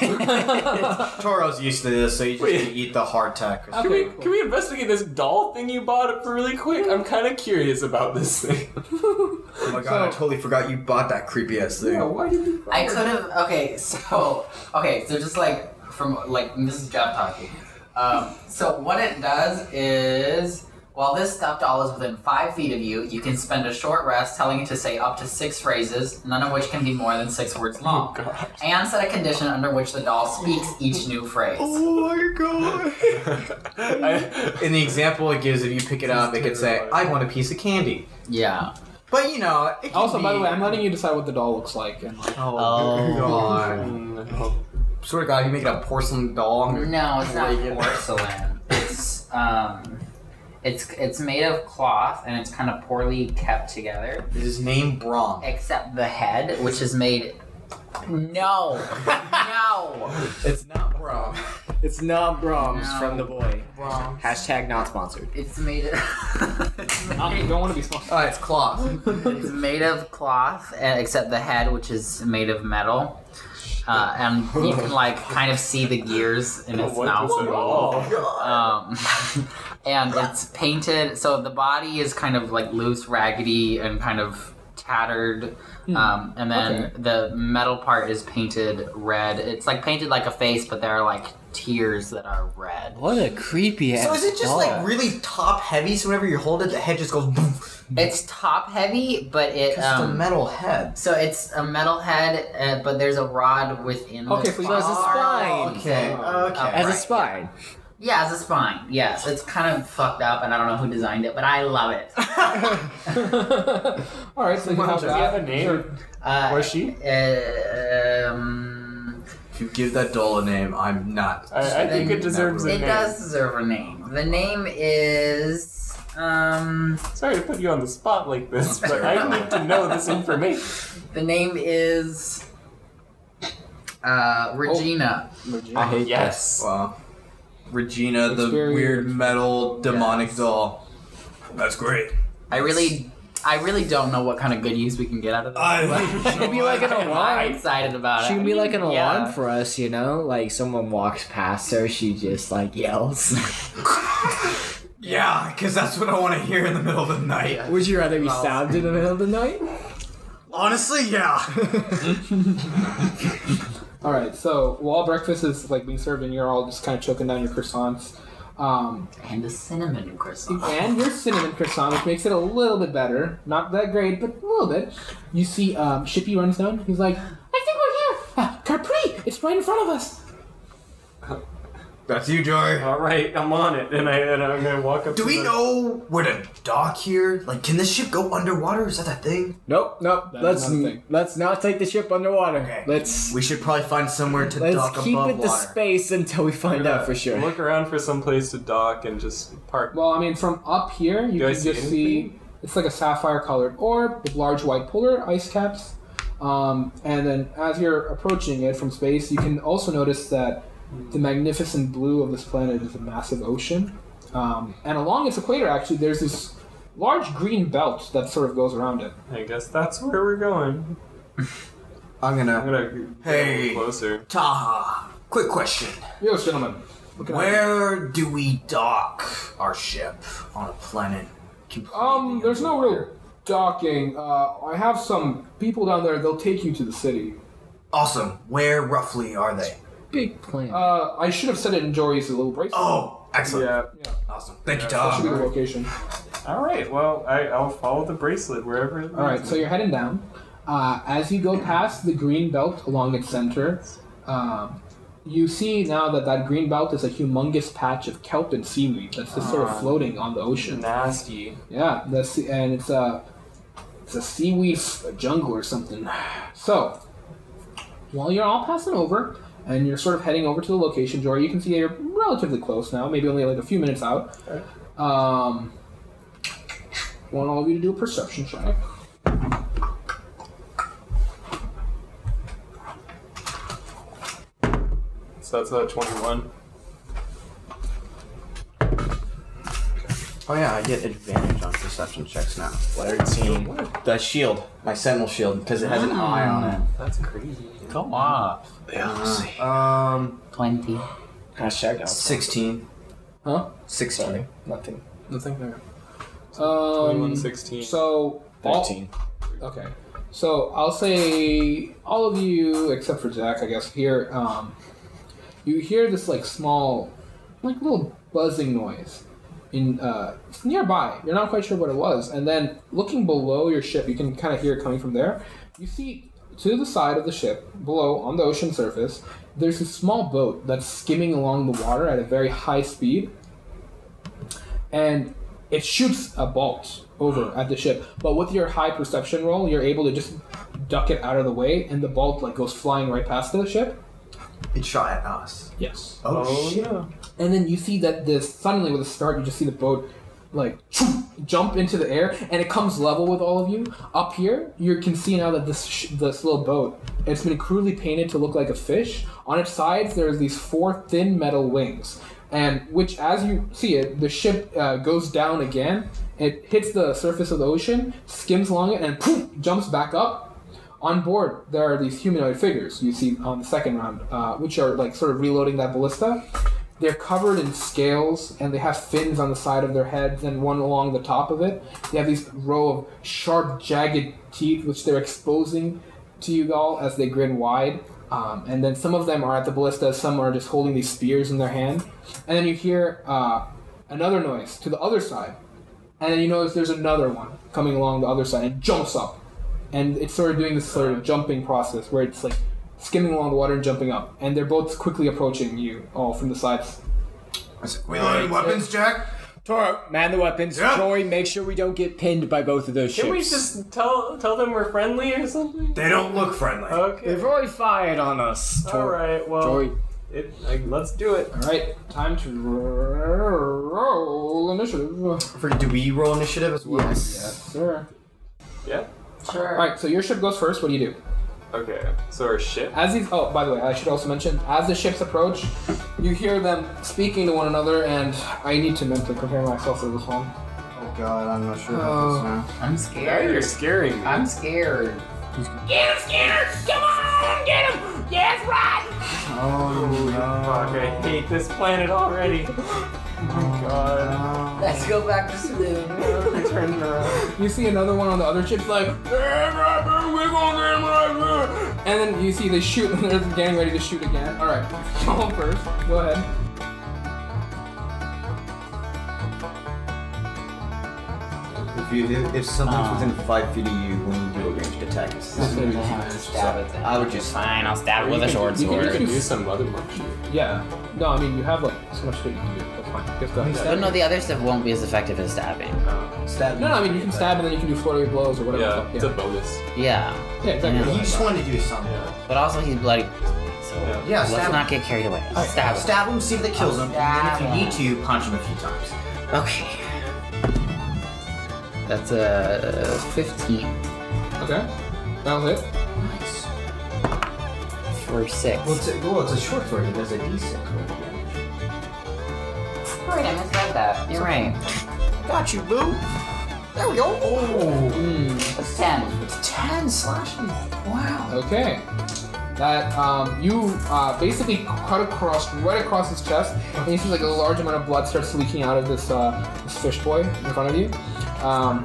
D: Toro's used to this, so you just
B: Wait.
D: eat the hardtack.
B: Can we can we investigate this doll thing you bought really quick? I'm kind of curious about this thing.
D: Oh my god, I totally forgot you bought that creepy ass thing.
B: why did you?
G: I could have. Okay, so okay, so just like from like this is job talking. Um, so what it does is, while this stuffed doll is within five feet of you, you can spend a short rest telling it to say up to six phrases, none of which can be more than six words long, and set a condition under which the doll speaks each new phrase.
E: Oh
B: I,
D: In the example it gives, if you pick it up, it could say, "I want a piece of candy."
G: Yeah.
D: But you know, it can
A: also, by the
D: be-
A: way, I'm letting you decide what the doll looks like. And like,
D: Oh,
G: Oh.
D: god! Swear to God, if you make it a porcelain doll.
A: Mm-hmm.
D: I'm gonna-
G: No, it's not
D: Break it.
G: porcelain. It's um, it's it's made of cloth and it's kind of poorly kept together.
D: Is his name Brom?
G: except the head, which is made. No, no,
D: It's not Brom.
C: It's not Brahms
G: No.
C: from the boy.
G: wrong.
C: Hashtag not sponsored.
G: It's made. it's
A: you
G: made-
A: don't want to be small.
D: Oh, it's cloth.
G: it's made of cloth, and except the head, which is made of metal. Uh, and you can like kind of see the gears in its mouth. Um, and it's painted, so the body is kind of like loose, raggedy, and kind of tattered.
D: Hmm.
G: Um, and then the metal part is painted red. It's like painted like a face, but there are like tears that are red.
C: What a creepy ass.
D: So is it just like really top heavy? So whenever you hold it, the head just goes. Boof,
G: It's top heavy, but it.
D: just a
G: Um,
D: Hmm. metal head.
G: so it's a metal head, uh, but there's a rod within.
A: Okay,
G: the
A: so
G: spine.
A: it's a
C: spine.
D: Oh, Okay. Okay.
C: as a
G: Right.
C: spine?
G: Yeah, it's a spine. Yes, it's kind of fucked up, and I don't know who designed it, but I love it.
A: All right, so you have
B: Does he have
A: that.
B: a name?
G: Uh,
B: Or she?
G: Um,
D: If you give that doll a name, I'm not.
B: I, I think it deserves a
G: it
B: name.
G: does deserve a name. The name is um.
B: Sorry to put you on the spot like this, but I need to know this information.
G: The name is
D: Oh.
G: uh Regina.
C: I hate
B: Yes.
D: Wow. Regina,
A: It's
D: the
A: very-
D: weird metal demonic
G: Yes.
D: doll. That's great.
G: I really, I really don't know what kind of good use we can get out of this.
D: I
C: It'd be like an
G: I'm
C: alarm.
G: excited about it.
C: She can be like an alarm
G: Yeah.
C: for us, you know? Like someone walks past her, she just like yells.
D: Yeah, because that's what I want to hear in the middle of the night.
C: Would you rather be stabbed in the middle of the night?
D: Honestly, yeah.
A: All right, so while breakfast is like being served, and you're all just kind of choking down your croissants, um,
G: and a cinnamon croissant.
A: and your cinnamon croissant, which makes it a little bit better. Not that great, but a little bit. You see, um, Shippy runs down. He's like, "I think we're here, uh, Capri. It's right in front of us."
D: that's you, Joy.
B: All right, I'm on it, and I and I'm gonna walk up.
D: Do
B: to
D: we
B: the-
D: know where to dock here? Like, can this ship go underwater? Is that that thing?
C: Nope, nope.
A: That is
C: let's
A: another thing.
C: let's not take the ship underwater.
D: Okay.
C: Let's
D: We should probably find somewhere to dock
C: let's keep
D: above
C: it to
D: water.
C: space until we find out for sure.
B: Look around for some place to dock and just park.
A: Well, I mean, from up here, you
B: Do I
A: can
B: see
A: just see it's like a sapphire-colored orb with large white polar ice caps. Um, and then, as you're approaching it from space, you can also notice that the magnificent blue of this planet is a massive ocean. Um, and along its equator, actually, there's this large green belt that sort of goes around it.
B: I guess that's where we're going.
D: I'm
B: I'm
D: gonna.
B: gonna
D: Hey.
B: get closer.
D: Taha, quick question.
A: Yes, gentlemen. Look at that.
D: Where do we dock our ship on a planet? completely
A: Um, there's no
D: underwater?
A: real docking. Uh, I have some people down there. They'll take you to the city.
D: Awesome. Where roughly are they?
C: Big plan.
A: Uh, I should have said it in Jory's little bracelet.
D: Oh, excellent.
B: Yeah.
D: Awesome. Thank you,
A: That should be the
D: Taha.
A: location.
B: All right. Well, I I'll follow the bracelet wherever. It
A: All right, so you're heading down. Uh, as you go past the green belt along its center, um, you see now that that green belt is a humongous patch of kelp and seaweed that's just sort of floating on the ocean.
B: nasty.
A: Yeah, that's and it's a it's a seaweed f- jungle or something. So while you're all passing over and you're sort of heading over to the location, Jory, you can see that you're relatively close now, maybe only like a few minutes out. Um, want all of you to do a perception check.
B: It's so that's a 21.
J: Oh yeah, I get advantage on perception checks now. 13. The shield, my sentinel shield, because it has an eye on it.
B: That's crazy.
E: Go off.
J: Um,
E: Twenty.
C: Gosh, check out.
J: 16.
A: Huh?
J: 16.
C: Nothing.
A: Nothing there. Um,
B: 16.
A: so all-
C: 13.
A: Okay. So I'll say all of you except for Zach, I guess. Here, um, you hear this like small, like little buzzing noise. In uh, it's nearby. You're not quite sure what it was. And then looking below your ship, you can kind of hear it coming from there. You see to the side of the ship, below on the ocean surface, there's a small boat that's skimming along the water at a very high speed and it shoots a bolt over at the ship. But with your high perception roll, you're able to just duck it out of the way, and the bolt like goes flying right past the ship.
D: It shot at us.
A: Yes.
D: Oh, shit.
B: yeah.
A: And then you see that this suddenly with a start, you just see the boat like jump into the air, and it comes level with all of you. Up here, you can see now that this sh- this little boat it's been crudely painted to look like a fish. On its sides, there's these four thin metal wings, and which, as you see it, the ship uh, goes down again. It hits the surface of the ocean, skims along it, and poof, jumps back up. On board, there are these humanoid figures you see on the second round, uh, which are like sort of reloading that ballista. They're covered in scales and they have fins on the side of their heads and one along the top of it. They have these row of sharp, jagged teeth which they're exposing to you all as they grin wide. Um, and then some of them are at the ballista, some are just holding these spears in their hand. And then you hear uh, another noise to the other side. And then you notice there's another one coming along the other side and jumps up. And it's sort of doing this sort of jumping process where it's like skimming along the water and jumping up. And they're both quickly approaching you all from the sides.
D: We loaded weapons, Jack?
G: Toro, man the weapons.
D: Yeah.
G: Tori, make sure we don't get pinned by both of those
B: Can we
G: ships.
B: just tell tell them we're friendly or something?
D: They don't look friendly.
A: Uh,
B: Okay.
G: They've already fired on us.
B: All right. Well,
G: Tori,
B: it, like, let's do it.
A: All right, time to ro- roll initiative.
J: For, do we roll initiative as well?
A: Yes, sir.
B: Yeah.
A: All right, so your ship goes first. What do you do?
B: Okay. So our ship.
A: As these, oh, by the way, I should also mention, as the ships approach, you hear them speaking to one another, and I need to mentally prepare myself for this one.
J: Oh god, I'm not sure
A: Oh.
J: about this
E: I'm
B: Now you're
E: scared.
B: scaring me.
E: I'm scared.
J: now.
B: Fuck, I hate this planet already. Oh my god.
E: Let's go back to Saloon.
B: Turn around.
A: You see another one on the other ship, like, and then you see they shoot, and they're getting ready to shoot again. All right, roll first. Go ahead.
J: If, you, if, if something's
D: Ah.
J: within five feet of you when you do a ranged attack, it's
A: This is gonna be
E: stab it then.
J: I would just.
E: Fine, I'll stab it with a short
A: you can-
E: sword.
B: We could do some other much.
A: Yeah. No, I mean you have like so much shit you can do. That's fine. Just go
E: But
A: ahead.
E: no, the other stuff won't be as effective as stabbing.
J: Stab
A: No, no, I mean you can stab and then you can do flurry blows or whatever.
B: Yeah, it's
A: the
B: a
A: fuck,
B: bonus.
A: yeah.
E: Yeah,
A: yeah exactly.
J: You just want to do something.
E: but also he's bloody. So
B: Yeah.
J: Yeah,
E: let's
J: stab
E: not get carried away. Stab.
J: Stab,
E: him.
J: stab him, see if that kills him, and then if you need to, punch him a few times.
E: Okay. That's a 15
A: Okay. That was it.
E: for 6.
J: Well, it's a, well, it's a short sword. It does a d6. worth of damage.
E: Great, I misread that. You're right.
J: Got you, boo. There we go. Oh,
E: That's 10.
J: it's ten slashing. Wow.
A: Okay. That um, you uh, basically cut across right across his chest, and you see like a large amount of blood starts leaking out of this, uh, this fish boy in front of you. Um,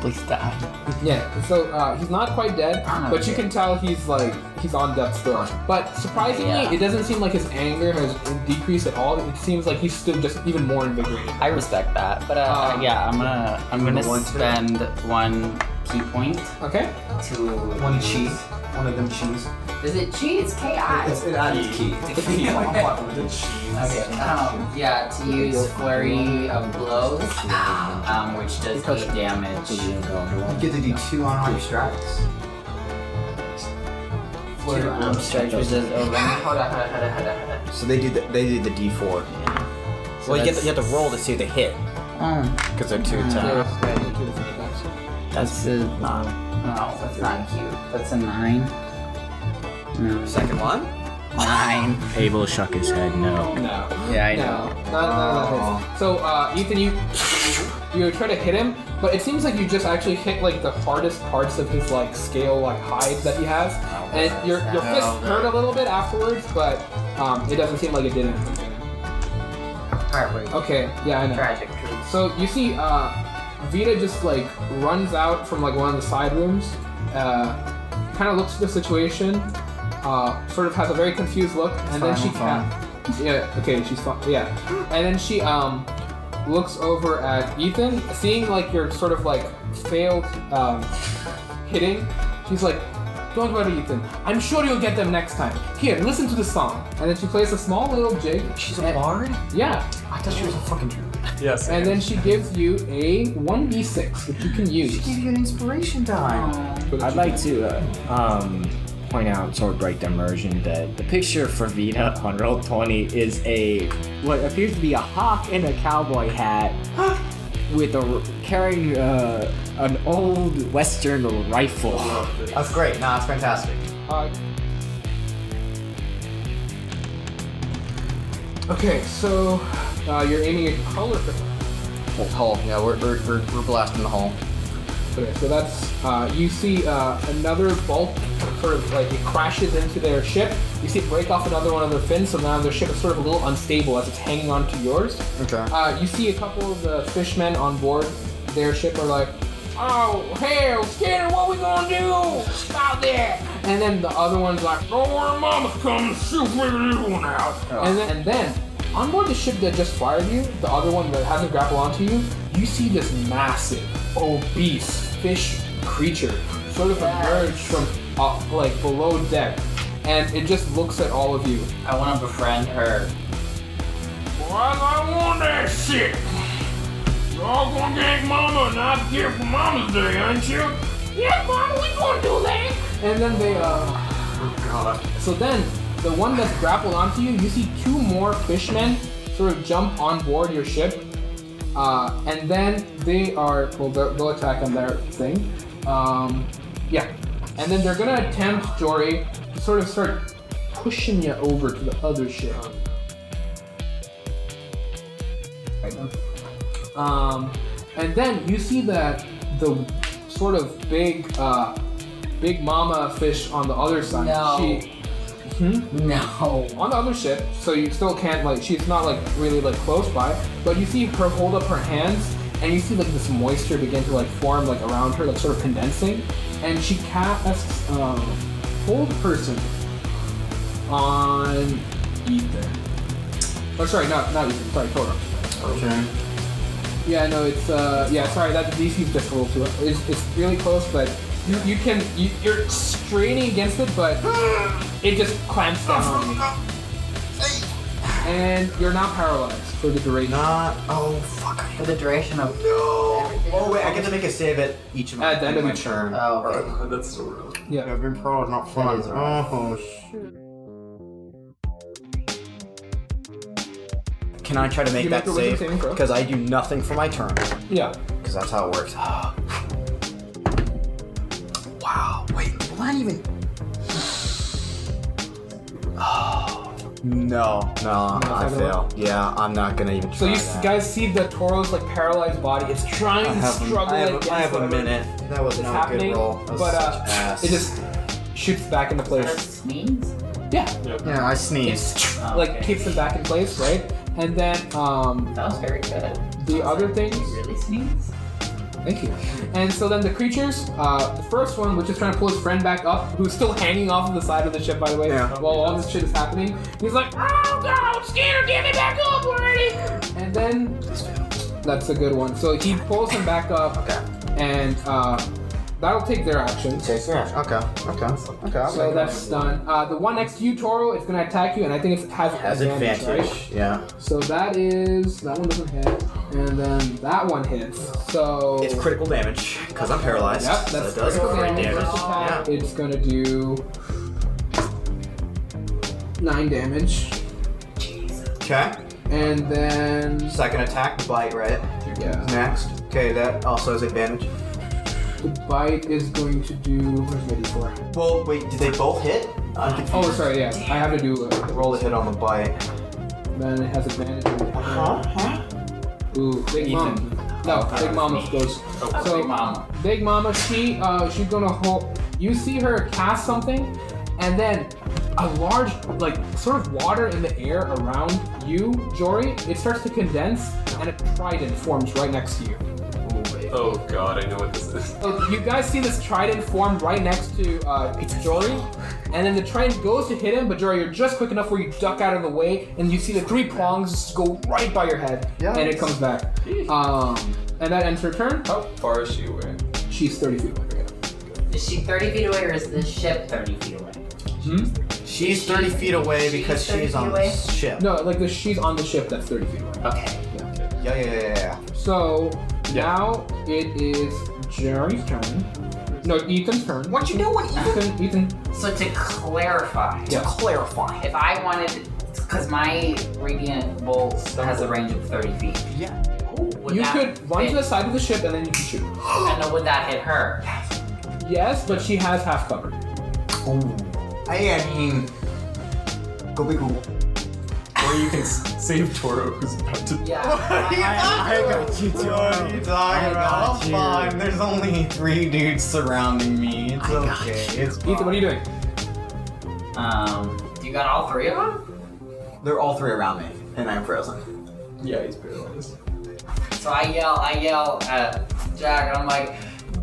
E: Please die.
A: Yeah, so uh, he's not quite dead, but you can tell he's like he's on death's door. But surprisingly,
E: Yeah.
A: it doesn't seem like his anger has decreased at all. It seems like he's still just even more invigorated.
E: I respect that, but uh,
A: Um,
E: yeah, I'm gonna I'm gonna
J: one today.
E: spend one key point
A: Okay.
E: to
J: One cheese. One of them cheese.
E: Is it G? It's K I.
J: It's, it adds key.
E: Okay. Um, yeah, to use flurry of blows, um, which does eight damage.
J: You get to do two on all your strikes.
E: Two um, stretches does over. Hold on, hold on, hold on, hold on, hold on.
J: So they do the they do the d4.
E: So that's-
J: have to roll to see if they hit
E: Um,
J: because they're two
E: no,
A: Okay.
E: that's a no. That's not cute. That's a nine. No.
J: Second one.
E: Nine.
G: Abel shook his head no.
A: No.
E: Yeah, I know.
A: No, not, not, not hits. So, uh, Ethan, you you try to hit him, but it seems like you just actually hit like the hardest parts of his like scale, like hide that he has, and
J: Uh,
A: your your fist hurt a little bit afterwards, but um, it doesn't seem like it did anything. to him.
E: Heartbreak.
A: Okay, yeah, I know.
E: Tragic truth.
A: So you see, uh, Vita just like runs out from like one of the side rooms, uh, kind of looks at the situation, uh, sort of has a very confused look, and then she
J: fine, I'm
A: ca- yeah, okay, she's fine, yeah, and then she um looks over at Ethan, seeing like your sort of like failed um, hitting. She's like. Don't worry, Ethan. I'm sure you'll get them next time. Here, listen to the song. And then she plays a small little jig.
J: She's
A: and-
J: bard?
A: Yeah.
J: I thought she was a fucking druid.
B: Yes.
A: And then she gives you a 1d6, which you can use.
J: Give you an inspiration die.
G: I'd like to uh, um, point out sort of break the immersion that the picture for Vita on roll twenty is a what appears to be a hawk in a cowboy hat with a carrying uh, an old western rifle.
J: That's great. Nah, it's fantastic.
A: Uh, okay, so uh, you're aiming at color.
H: Well, Hull, yeah, we're, we're, we're, we're blasting the hull.
A: Okay, so that's uh, you see uh, another bolt sort of like it crashes into their ship. You see it break off another one of their fins, so now their ship is sort of a little unstable as it's hanging onto yours.
H: Okay.
A: Uh, you see a couple of the fishmen on board their ship are like, "Oh hell, Skinner, what we gonna do? Stop there!" And then the other one's like, "Don't worry, Mama's coming to shoot every little one out." And then, and then, on board the ship that just fired you, the other one that hasn't grappled onto you, you see this massive, obese fish creature sort of emerge from uh, like below deck, and it just looks at all of you.
E: I want to befriend her.
M: Boys, I want that shit. Y'all gonna get mama and I get for Mama's Day, ain't you? Yeah, mama, we gonna do that.
A: And then they, uh. So then, the one that's grappled onto you, you see two more fishmen sort of jump on board your ship. Uh, and then they are, well, they'll, they'll attack on their thing. Um, yeah. And then they're gonna attempt, Jory, to sort of start pushing you over to the other ship. Um, and then you see that the sort of big, uh, big mama fish on the other side.
E: No.
A: She
E: No.
A: on the other ship, so you still can't like. She's not like really like close by, but you see her hold up her hands, and you see like this moisture begin to like form like around her, like sort of condensing, and she casts um, hold person on Ethan. Oh, sorry, not not Ethan. Sorry, Toro.
J: Okay.
A: Yeah, no, it's uh, yeah. Sorry, that DC's just a little too. It's, it's really close, but you, you can you, you're straining against it, but it just clamps down on you, and you're not paralyzed for the duration.
J: Not. Oh fuck! I
E: For the duration of.
J: No. Oh wait, I get to make a save at each of my,
A: At the end of
J: my
A: each-
J: turn.
E: Oh, okay.
B: Oh, that's so real.
A: Yeah.
J: I've been pro is not fun. Oh shoot. Can I try to make
A: You make
J: that
A: a wisdom
J: save?
A: saving throw.
J: Because I do nothing for my turn.
A: Yeah.
J: Because that's how it works. wow. Wait. What even? Oh. No. No. I
A: not gonna
J: fail. Yeah. I'm not gonna even. Try
A: So you
J: that.
A: guys see the Toro's like paralyzed body. It's trying
J: I
A: to
J: have, a-
A: struggle
J: I have, a-
A: against
J: I have a
A: whatever
J: minute. That was
A: is
J: not a
A: happening,
J: good roll. That was
A: but
J: such
A: uh,
J: ass.
A: it just shoots back into place.
E: Sneeze?
A: Yeah.
J: yeah, I sneezed.
E: Oh,
A: Like
E: okay.
A: keeps him back in place, right? And then um,
E: That was very good.
A: the other things.
E: Really sneeze?
A: Thank you. And so then the creatures, uh, the first one, which is trying to pull his friend back up, who's still hanging off of the side of the ship, by the way,
J: Yeah.
A: while all this shit is happening, he's like,
M: Oh God, Skinner, get me back up already.
A: and then that's a good one. So he pulls him back up,
J: Okay.
A: and uh, that'll take their action.
J: Takes an action. Okay. Okay. Okay. I'll
A: So
J: make
A: that's done. Uh, the one next to you, Toro, it's gonna attack you, and I think it has,
J: it. Has
A: advantage,
J: advantage.
A: right?
J: Yeah.
A: So that is that one doesn't hit, and then that one hits. So
J: It's critical damage because I'm paralyzed.
A: Yep,
J: so
A: that's
J: it does
A: critical
J: crit
A: damage.
J: damage.
A: First attack,
J: Yeah.
A: It's gonna do nine damage,
J: Okay.
A: and then
J: Second attack, bite right
A: yeah,
J: next. Okay, that also has advantage.
A: The bite is going to do. Where's my d4?
D: Well, wait, did they both hit? I'm confused.
A: Oh, sorry, yeah. I have to do. Uh,
D: Roll a hit on the bite.
A: then it has advantage. on the
J: Uh-huh.
A: other. Ooh, Big Mama. No, Oh, Big Mama goes. so, Big Mama. she, uh, she's gonna hold. You see her cast something, and then a large, like, sort of water in the air around you, Jory. It starts to condense, and a trident forms right next to you.
B: Oh god, I know what this is.
A: So you guys see this trident form right next to uh, Jory, and then the trident goes to hit him, but Jory, you're just quick enough where you duck out of the way, and you see the three prongs go right by your head,
J: Yeah.
A: and it comes back. Um, and that ends her turn.
B: How far is she away?
A: She's 30 feet away. yeah.
E: Is she 30 feet away or is the ship 30 feet away?
D: She's 30 feet away
E: She's
D: because
E: 30
D: she's on
E: feet away?
D: the ship.
A: No, like the, she's on the ship that's 30 feet away.
E: Okay.
D: Yeah, yeah, yeah, yeah.
A: So now it is Jerry's turn. No, Ethan's turn.
E: What you doing?
A: Ethan, Ethan.
E: So to clarify,
A: Yeah.
E: clarify, if I wanted, because my radiant bolt has a range of 30 feet.
D: Yeah.
E: Would
A: you
E: that
A: could run
E: fit?
A: to the side of the ship and then you can shoot.
E: I know would that hit her?
A: Yes, but she has half cover.
D: I, I mean, go big cool.
B: Or you can s- save Toro, who's about to.
E: Yeah.
D: I got you, Toro. What are you talking about? I'm fine. There's only three dudes surrounding me. It's okay. It's fine.
A: Ethan, what are you doing?
E: um, you got all three of them?
D: They're all three around me, and I'm frozen.
B: Yeah, he's paralyzed.
E: So I yell, I yell at Jack, and I'm like,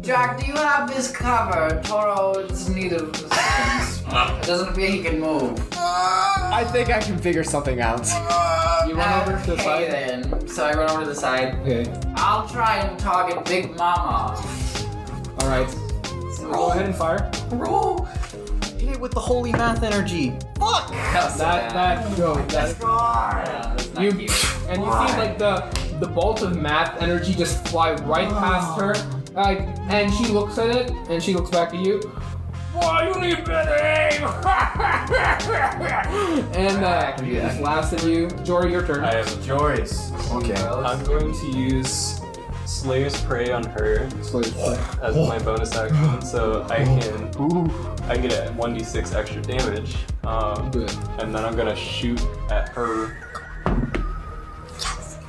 E: Jack, do you have this cover? Toro is in need of assistance. it doesn't appear he can move.
C: I think I can figure something out.
A: You run over to the
E: Okay,
A: side.
E: then. So I run over to the side.
A: Okay.
E: I'll try and target Big Mama.
A: All right. Go ahead and fire.
E: Roll.
D: Hit it with the holy math energy.
E: That,
A: That that go. That you and you see like the the bolt of math energy just fly right past her. Like, and she looks at it and she looks back at you.
N: Boy, you need better aim!
A: And uh, she just laughs at you. Jory, your turn.
B: I am.
D: Joyce. Okay.
B: I'm going to use Slayer's Prey on her
A: Slowly play.
B: as my bonus action, so I can I can get 1d6 extra damage. Um,
A: Do it.
B: and then I'm gonna shoot at her.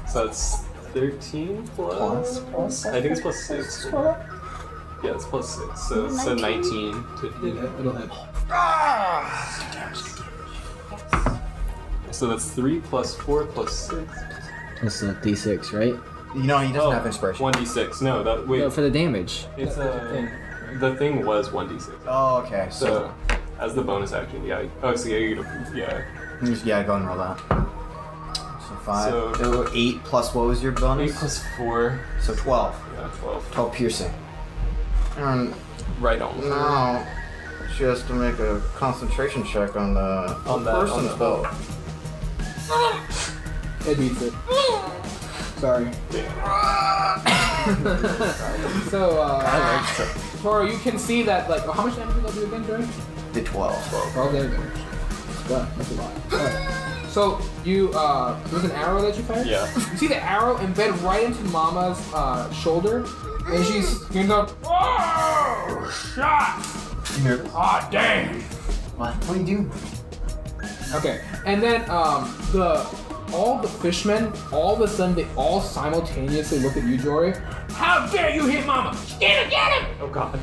B: So that's 13 plus. I think it's plus six. Yeah, it's plus six. So so 19 to hit.
A: Yeah, it'll hit.
B: So that's three plus four plus six. Oh,
C: That's not D6, right?
D: You know, he doesn't have inspiration.
B: One d6. No, that wait.
C: No, for the damage.
B: it's a. The thing was one d6.
D: Oh, okay. So,
B: So as the bonus action, yeah. Oh, so yeah, you get a, yeah.
D: yeah, go and roll that. So five.
B: So-
D: oh, eight plus what was your
B: Eight
D: bonus?
B: plus four.
D: so 12.
B: Yeah, twelve.
D: 12 piercing. Um,
B: Right on.
D: now she has to make a concentration check on the
B: On that- on
D: person's
B: that.
D: boat.
A: It beats it. Sorry. so, uh, Toro, you can see that, like, how much damage did that do again, Jory?
D: The 12.
A: 12 damage. Wow, that's a lot. Alright. So, you, uh, there was an arrow that you fired?
B: Yeah.
A: You see the arrow embed right into Mama's, uh, shoulder, and she's, you know,
N: Whoa! Shot! Aw, dang!
D: What do you do?
A: Okay, and then um, the all the fishmen, all of a sudden, they all simultaneously look at you, Jory,
N: How dare you hit Mama? Get him, get him!
B: Oh god.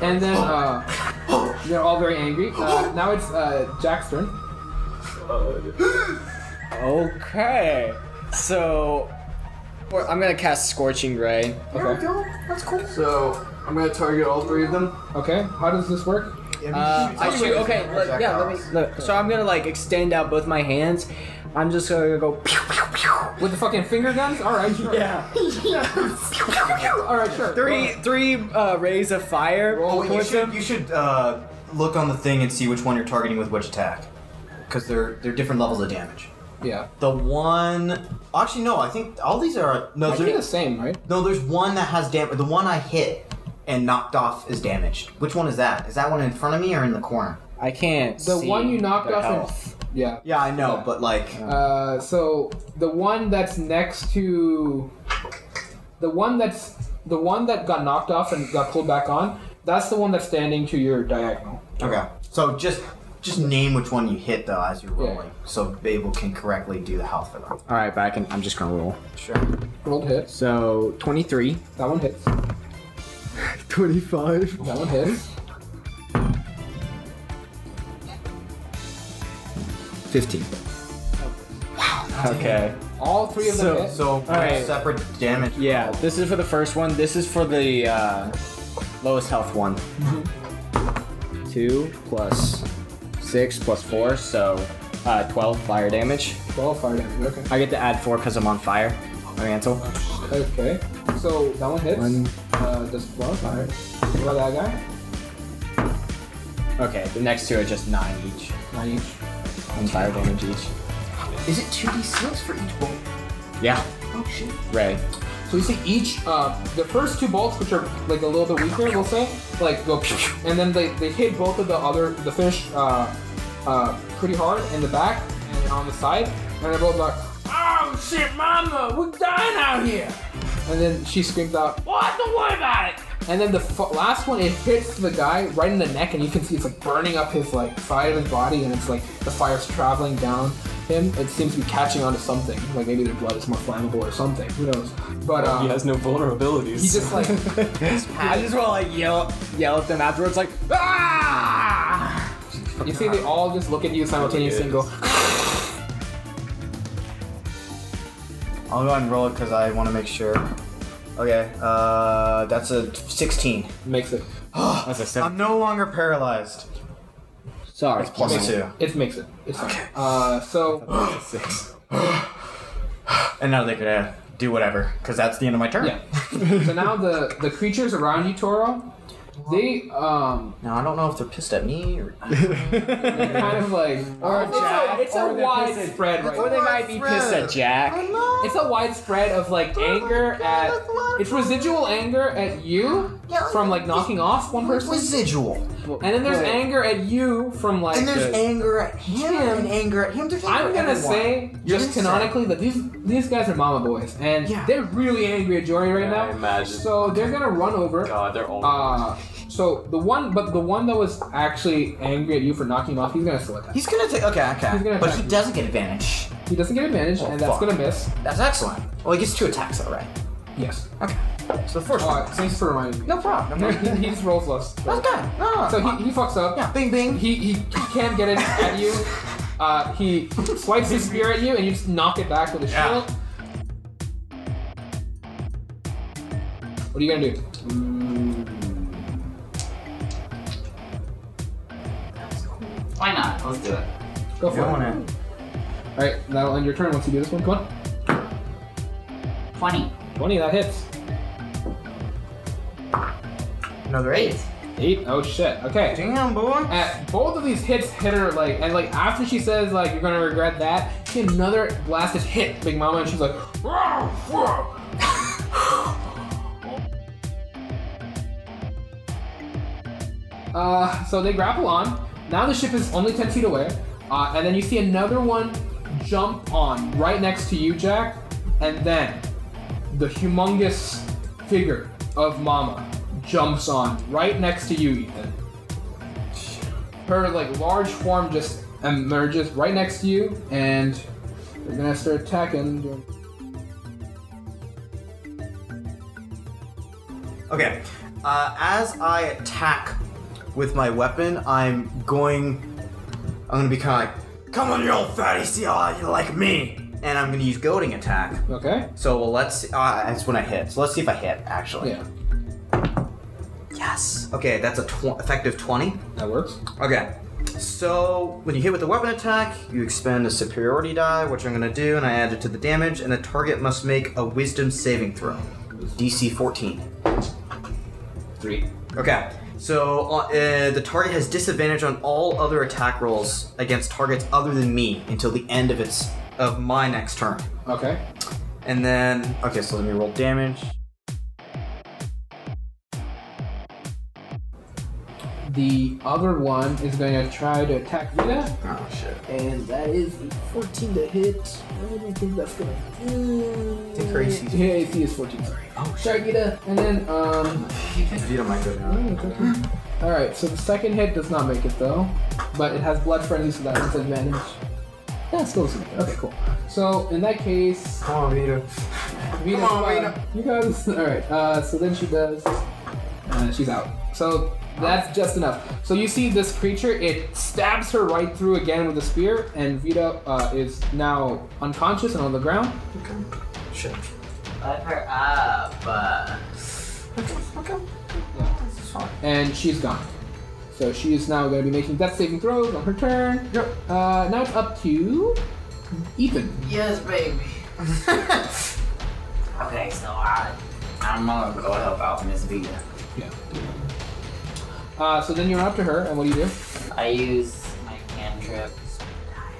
A: and then uh, they're all very angry. Uh, now it's uh, Jack's turn.
C: Okay. So, or- I'm gonna cast Scorching Ray.
A: Okay.
J: So I'm gonna target all three of them.
A: Okay. How does this work?
C: Uh, I shoot. Okay. Let, yeah. Let me. Look, so I'm gonna like extend out both my hands. I'm just gonna go. Pew, pew, pew.
A: With the fucking finger guns? All right. Sure.
C: Yeah.
A: All right. Sure.
C: Three three uh, rays of fire.
D: Oh, you
C: towards
D: should,
C: him.
D: you should uh, look on the thing and see which one you're targeting with which attack. Because they're, they're different levels of damage.
A: Yeah.
D: The one. Actually, no, I think all these are. No,
A: I think the
D: there,
A: same, right?
D: no there's one that has damage. The one I hit and knocked off is damaged. Which one is that? Is that one in front of me or in the corner?
C: I can't.
A: The
C: see
A: one you knocked
C: their
A: off. in-
C: health.
A: yeah.
D: Yeah, I know, but like.
A: Uh, so the one that's next to the one that's the one that got knocked off and got pulled back on, that's the one that's standing to your diagonal.
D: Okay. So just just name which one you hit though as you're rolling, so Babel can correctly do the health for them.
C: All right, but I can. I'm just gonna roll.
D: Sure.
A: Rolled hit.
C: So 23,
A: That one hits.
C: 25.
A: That one hits.
C: 15.
A: Okay. All three of them
C: So-
A: hit.
D: So
C: right.
D: separate damage.
C: Yeah, this is for the first one. This is for the uh, lowest health one.
A: Mm-hmm.
C: Two plus six plus four, so uh, 12 fire damage.
A: 12 fire damage. Okay.
C: I get to add four because I'm on fire. My mantle.
A: Okay. So that one hits.
C: One.
A: Uh, does one fire. What about that guy?
C: Okay, the next two are just nine each.
A: Nine each.
C: One fire damage each.
O: Is it 2d6 for each bolt?
C: Yeah,
O: Oh shit.
C: Ray.
A: So you see each, uh, the first two bolts, which are like a little bit weaker, we'll say, like go, pew, pew, and then they, they hit both of the other, the fish, uh, uh, pretty hard in the back and on the side, and they're both like,
P: Oh shit, mama, we're dying out here.
A: and then she screams out,
P: What? Don't worry about it.
A: and then the f- last one, it hits the guy right in the neck, and you can see it's like burning up his like side of his body, and it's like the fire's traveling down him. It seems to be catching onto something, like maybe their blood is more flammable or something. Who knows? But um,
B: He has no vulnerabilities.
A: he just like
C: I just want to like yell, yell at them afterwards, like, ah!
A: You see, they all just look at you simultaneously and go,
D: I'll go ahead and roll it because I want to make sure. Okay, uh, that's a 16.
A: makes it.
C: That's a
D: I'm no longer paralyzed.
C: Sorry.
D: Plus two.
A: It makes it. It's fine. Uh, so,
D: Six. and now they could uh, do whatever because that's the end of my turn.
A: yeah. so now the, the creatures around you, Toro, they um
D: Now I don't know if they're pissed at me or.
A: they're kind of like or it's a, it's a wide spread right
C: Or they
A: now.
C: might be pissed at Jack.
A: It's a wide spread of like anger at it's residual anger at you from like knocking off one person,
D: Residual.
A: and then there's anger at you from like.
D: And there's anger at him and anger at him. There's anger
A: I'm
D: at
A: gonna
D: everyone.
A: say
D: You're
A: just
D: insane.
A: canonically that these these guys are mama boys and
D: Yeah.
A: they're really angry at Jory right
B: Yeah,
A: now.
B: I imagine.
A: So they're gonna run over.
B: God, they're all.
A: Uh, so the one, but the one that was actually angry at you for knocking him off, he's gonna still attack.
D: He's gonna take. Okay, okay.
A: He's gonna
D: but
A: attack
D: he
A: you.
D: doesn't get advantage.
A: He doesn't get
B: Oh,
A: advantage, and that's
D: fuck.
A: gonna miss.
D: That's excellent. Well, he gets two attacks, all right.
A: Yes.
D: So the first
A: All
D: one.
A: right. Thanks for reminding me.
D: No problem. No problem.
A: he, he just rolls less.
D: That's good. No, no, no.
A: So he, he fucks up.
D: yeah, bing, bing.
A: He, he he can't get it at you. Uh, he swipes his spear at you, and you just knock it back with his
D: Yeah.
A: shield. What are you gonna do?
E: Why not? Let's do it.
A: Go for it. All right, that'll end your turn once you do this one. Come on,
E: 20.
A: twenty. That hits.
D: Another eight.
A: Eight. Oh shit. Okay.
D: Damn, boy.
A: at both of these hits hit her like and like after she says like you're gonna regret that she had another blast just hit big mama and she's like uh so they grapple on now the ship is only 10 feet away uh, and then you see another one jump on right next to you jack and then the humongous figure of mama jumps on right next to you ethan her like large form just emerges right next to you and they're gonna start attacking
D: Okay. Uh, as I attack with my weapon, I'm going. I'm gonna be kind of like, come on, you old fatty, see how you like me. And I'm gonna use goading attack.
A: okay
D: So well, let's. see- Uh, that's when I hit. So let's see if I hit actually.
A: yeah
D: Yes. Okay, that's a tw- effective twenty.
A: that works
D: Okay. So when you hit with a weapon attack, you expend a superiority die, which I'm gonna do, and I add it to the damage, and the target must make a wisdom saving throw. DC 14.
A: three
D: Okay. So uh, uh, the target has disadvantage on all other attack rolls against targets other than me until the end of its of my next turn.
A: okay
D: And then okay, so let me roll damage.
A: The other one is going to try to attack Vita.
H: Oh shit.
A: And that is a 14 to hit. I don't think that's going to do.
H: Take her AC.
A: Yeah, AC is 14, sorry. Oh, Sorry, Vita. And then, um.
H: Vita might go down.
A: Oh, it's okay. Alright, so the second hit does not make it though, but it has blood frenzy, so that's advantage. Yeah, it still doesn't make it. Okay, cool. So in that case,
H: Come on, Vita.
A: Vita,
H: Come on,
A: uh,
H: Rita.
A: You guys, all right. Uh, so then she does. Uh, she's out. So that's just enough. So you see this creature. It stabs her right through again with a spear, and Vita uh, is now unconscious and on the ground.
H: Shit.
E: Let her up. Uh,
A: and she's gone. So she is now going to be making death saving throws on her turn. Yep. Uh, now it's up to Ethan.
Q: Yes, baby.
E: okay, so I, I'm gonna go help out Miss Vita.
A: Yeah. Uh, so then you're up to her, and what do you do?
E: I use my cantrip,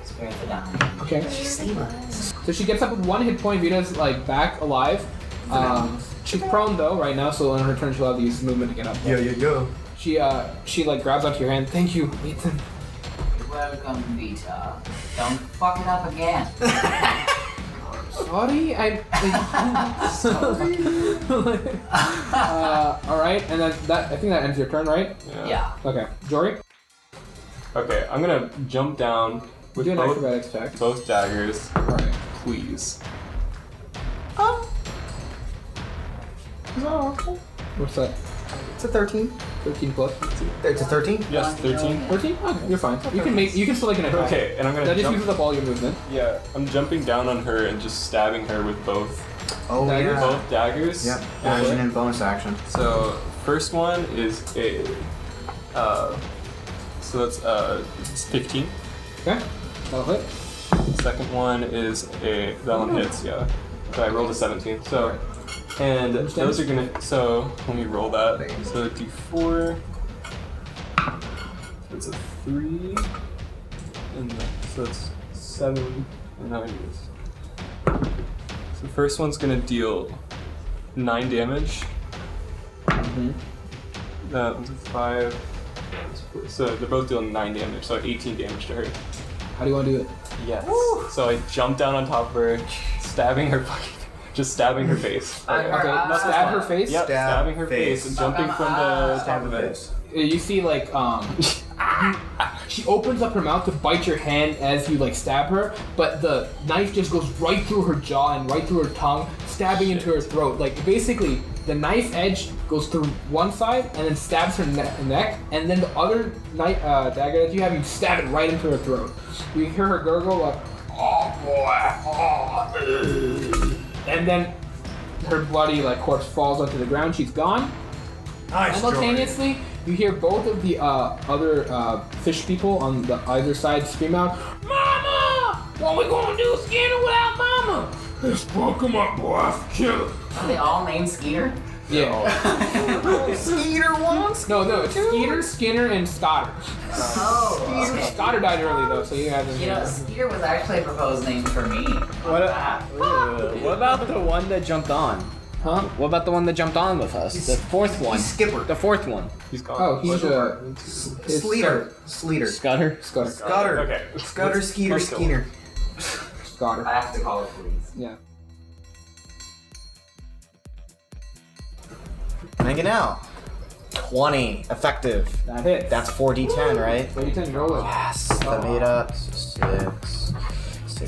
E: Spirit of the Dying.
A: Okay. So she gets up with one hit point. Vita's like back alive. Um, she's prone though right now, so on her turn she'll have to use movement to get up.
D: Yo, yo, yo.
A: She uh she like grabs onto your hand. Thank you, Ethan.
E: Welcome, Vita. Don't fuck it up again.
A: Sorry, I. Sorry. uh, all right, and then that I think that ends your turn, right?
E: yeah.
A: Okay, Jory,
B: Okay, I'm gonna jump down with
A: do an
B: both,
A: acrobatics check.
B: both daggers,
A: All right.
B: please.
J: Um,
A: What's that?
J: It's a 13.
A: Thirteen plus.
J: It's a 13.
B: Yes, 13.
A: Thirteen. Okay, you're fine. You can make. You can still make an attack.
B: Okay, and I'm gonna
A: That just
B: jump.
A: uses up all your movement.
B: Yeah, I'm jumping down on her and just stabbing her with both
J: Oh,
A: Dagger.
J: yeah.
B: both daggers.
J: Yep. Action and bonus action.
B: So first one is a, uh, so that's uh, it's 15.
A: Okay. That'll hit.
B: Second one is a that one hits. Yeah. So I rolled a 17. So, and those are gonna. So let me roll that. So d4. It's a three, and then- so it's seven, and now it is. So the first one's gonna deal nine damage.
A: Mm-hmm.
B: That one's a five. So they're both dealing nine damage, so 18 damage to her.
A: How do you want to do it?
B: Yes. So I jumped down on top of her, stabbing her fucking, just stabbing her face.
E: Her
A: Okay,
E: eyes.
A: stab her face.
B: Yep,
D: Stab
B: stabbing her face,
D: face.
B: and jumping from the top of it.
A: Uh, You see, like, um, she opens up her mouth to bite your hand as you like stab her, but the knife just goes right through her jaw and right through her tongue, stabbing into her throat. Like, basically, the knife edge goes through one side and then stabs her ne- neck, and then the other knife uh, dagger that you have, you stab it right into her throat. You hear her gurgle like, "Oh boy," oh, ugh." and then her bloody like corpse falls onto the ground. She's gone.
D: Nice, Jordan.
A: Simultaneously, you hear both of the uh, other uh, fish people on the either side scream out, "Mama! What we gonna do? Skin her without Mama?"
M: Let's fuck him up, boy. I have to kill him.
E: Are they all named Skeeter?
A: Yeah.
J: Skeeter wants.
A: no, no. It's Skeeter, Skinner, and Stoddard.
E: Oh, okay.
A: Stoddard died early though, so you have them.
E: You know, Skeeter was actually a proposed name for me.
G: What, what about the one that jumped on?
A: huh?
G: What about the one that jumped on with us? The fourth one.
J: Skipper.
G: The fourth one.
B: He's gone.
A: Oh, he's uh, it's
J: Sleater. Sleater.
G: Scudder.
A: Scudder.
J: Scudder.
B: Okay.
J: Scudder, Skeeter,
B: let's go.
J: Skeener.
A: Scudder.
E: I have to call the police.
A: Yeah.
J: Make it now. 20. Effective.
A: That hit.
J: That's 4d10, right?
A: What do you think? Roll it.
J: Yes. That made up. 6,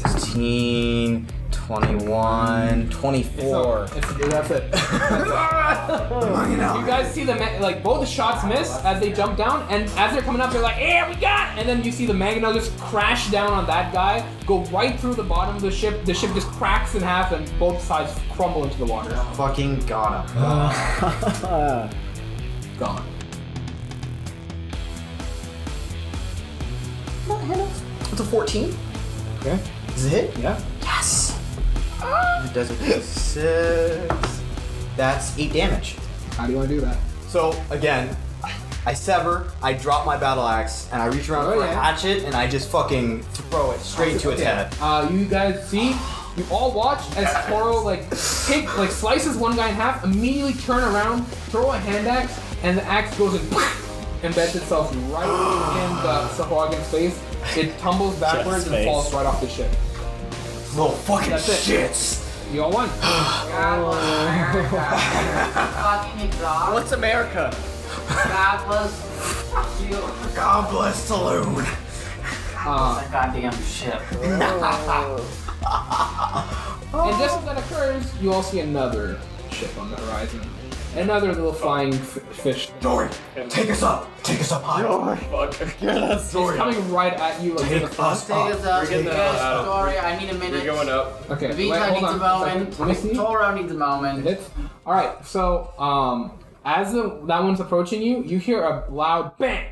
J: 16, 21, 24.
A: It's, it's, that's it.
D: Hang it
A: You
D: out.
A: guys see the ma- like both the shots miss as they jump down, and as they're coming up, they're like, "Yeah, we got!" it!" And then you see the Magna just crash down on that guy, go right through the bottom of the ship. The ship just cracks in half, and both sides crumble into the water.
J: Fucking got him.
A: Gone.
J: It's a 14.
A: Okay.
J: Is it hit?
A: Yeah.
J: Yes. It does it. Six. That's eight damage.
A: How do you want to do that?
J: So again, I sever, I drop my battle axe, and I reach around
A: Oh,
J: for
A: yeah.
J: a hatchet, and I just fucking throw it straight to its head.
A: Uh, you guys see, you all watch as Toro like take like slices one guy in half, immediately turn around, throw a hand axe, and the axe goes and embeds itself right in the Sahuagin's face. It tumbles backwards and
R: face.
A: falls right off the ship.
D: Little fucking
A: That's it.
D: shits.
A: You all won.
Q: Fucking exhaust.
R: What's America?
Q: God bless you.
D: God bless Saloon.
Q: God bless that goddamn ship.
A: And just as that occurs, you all see another ship on the horizon. Another little flying f- fish.
D: Dory, take us up. Take us up high.
R: Fuck. Get us.
A: It's coming right at you. Like,
D: Take
A: with a thrust.
D: us
Q: Take us up.
R: getting
Q: Good
R: the hell out of-
Q: story. I need a minute.
R: We're going up.
A: Okay,
Q: Vita
A: wait, hold
Q: needs
A: on.
Q: a
A: Let me
Q: moment.
A: see.
Q: Toro needs a moment.
A: It's all right. So, um, as the, that one's approaching you, you hear a loud bang,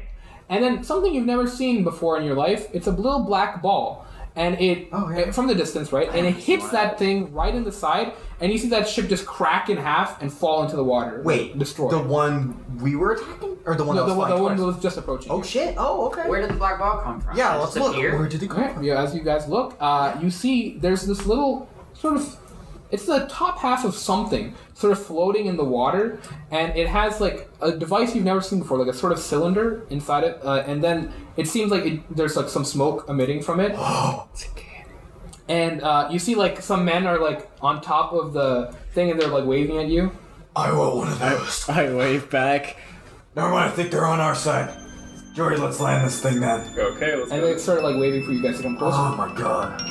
A: and then something you've never seen before in your life. It's a little black ball, and it,
D: Oh,
A: it- from the distance, right? And it hits that thing right in the side, and you see that ship just crack in half and fall into the water.
D: Wait,
A: destroy
D: the one we were attacking, or the one
A: no,
D: that
A: the,
D: was
A: one- the
D: flying
A: one that
D: towards
A: was
D: us?
A: just approaching.
D: Oh
A: you.
D: shit! Oh okay.
Q: Where did the black ball come from?
D: yeah,
Q: It
D: let's
Q: just
D: look.
Q: appeared?
D: Where did it
A: All
D: go?
A: right, yeah, as you guys look, uh, you see there's this little sort of it's the top half of something sort of floating in the water, and it has like a device you've never seen before, like a sort of cylinder inside it, uh, and then it seems like it, there's like some smoke emitting from it. And uh, you see, like some men are like on top of the thing, and they're like waving at you.
D: I want one of those.
R: I wave back.
D: Never mind. I think they're on our side. Jory, let's land this thing then.
R: Okay, let's
A: And
R: go.
A: they start like waving for you guys to come closer.
D: Oh my god.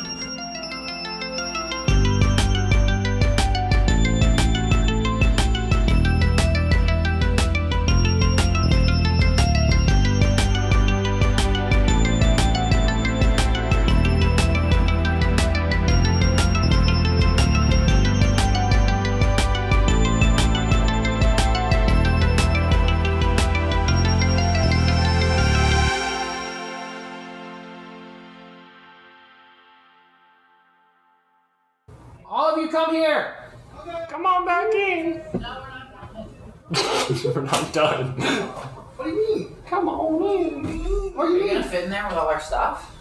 A: All of you come here!
M: Come on back in.
R: We're not done.
A: Come on in!
Q: Are you gonna fit in there with all our stuff?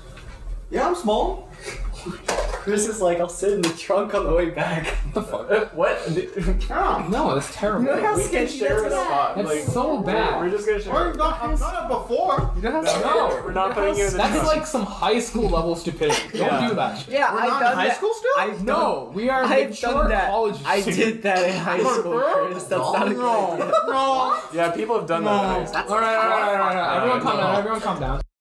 D: Yeah, I'm small.
R: Chris is like, I'll sit in the trunk on the way back.
A: the fuck?
R: What?
A: No, that's terrible.
R: sketchy share a spot.
A: That's
R: like,
A: so bad.
R: We're just gonna share.
D: I've done it before.
A: You don't have to know.
R: We're not putting you in the
A: That's
R: trunk.
A: like some high school level stupidity. Don't
R: Yeah.
A: do that. shit.
G: Yeah,
D: We're
G: I've
D: not
G: done
D: in high
G: that.
D: school still.
G: I've
A: No, we are
G: I've
A: mature
G: done that.
A: college
G: I
A: students.
G: did that in high school, Chris. That's not a good idea.
R: Yeah, people have done that.
A: All right, all right, all right, all right, all right. Everyone calm down. Everyone calm down.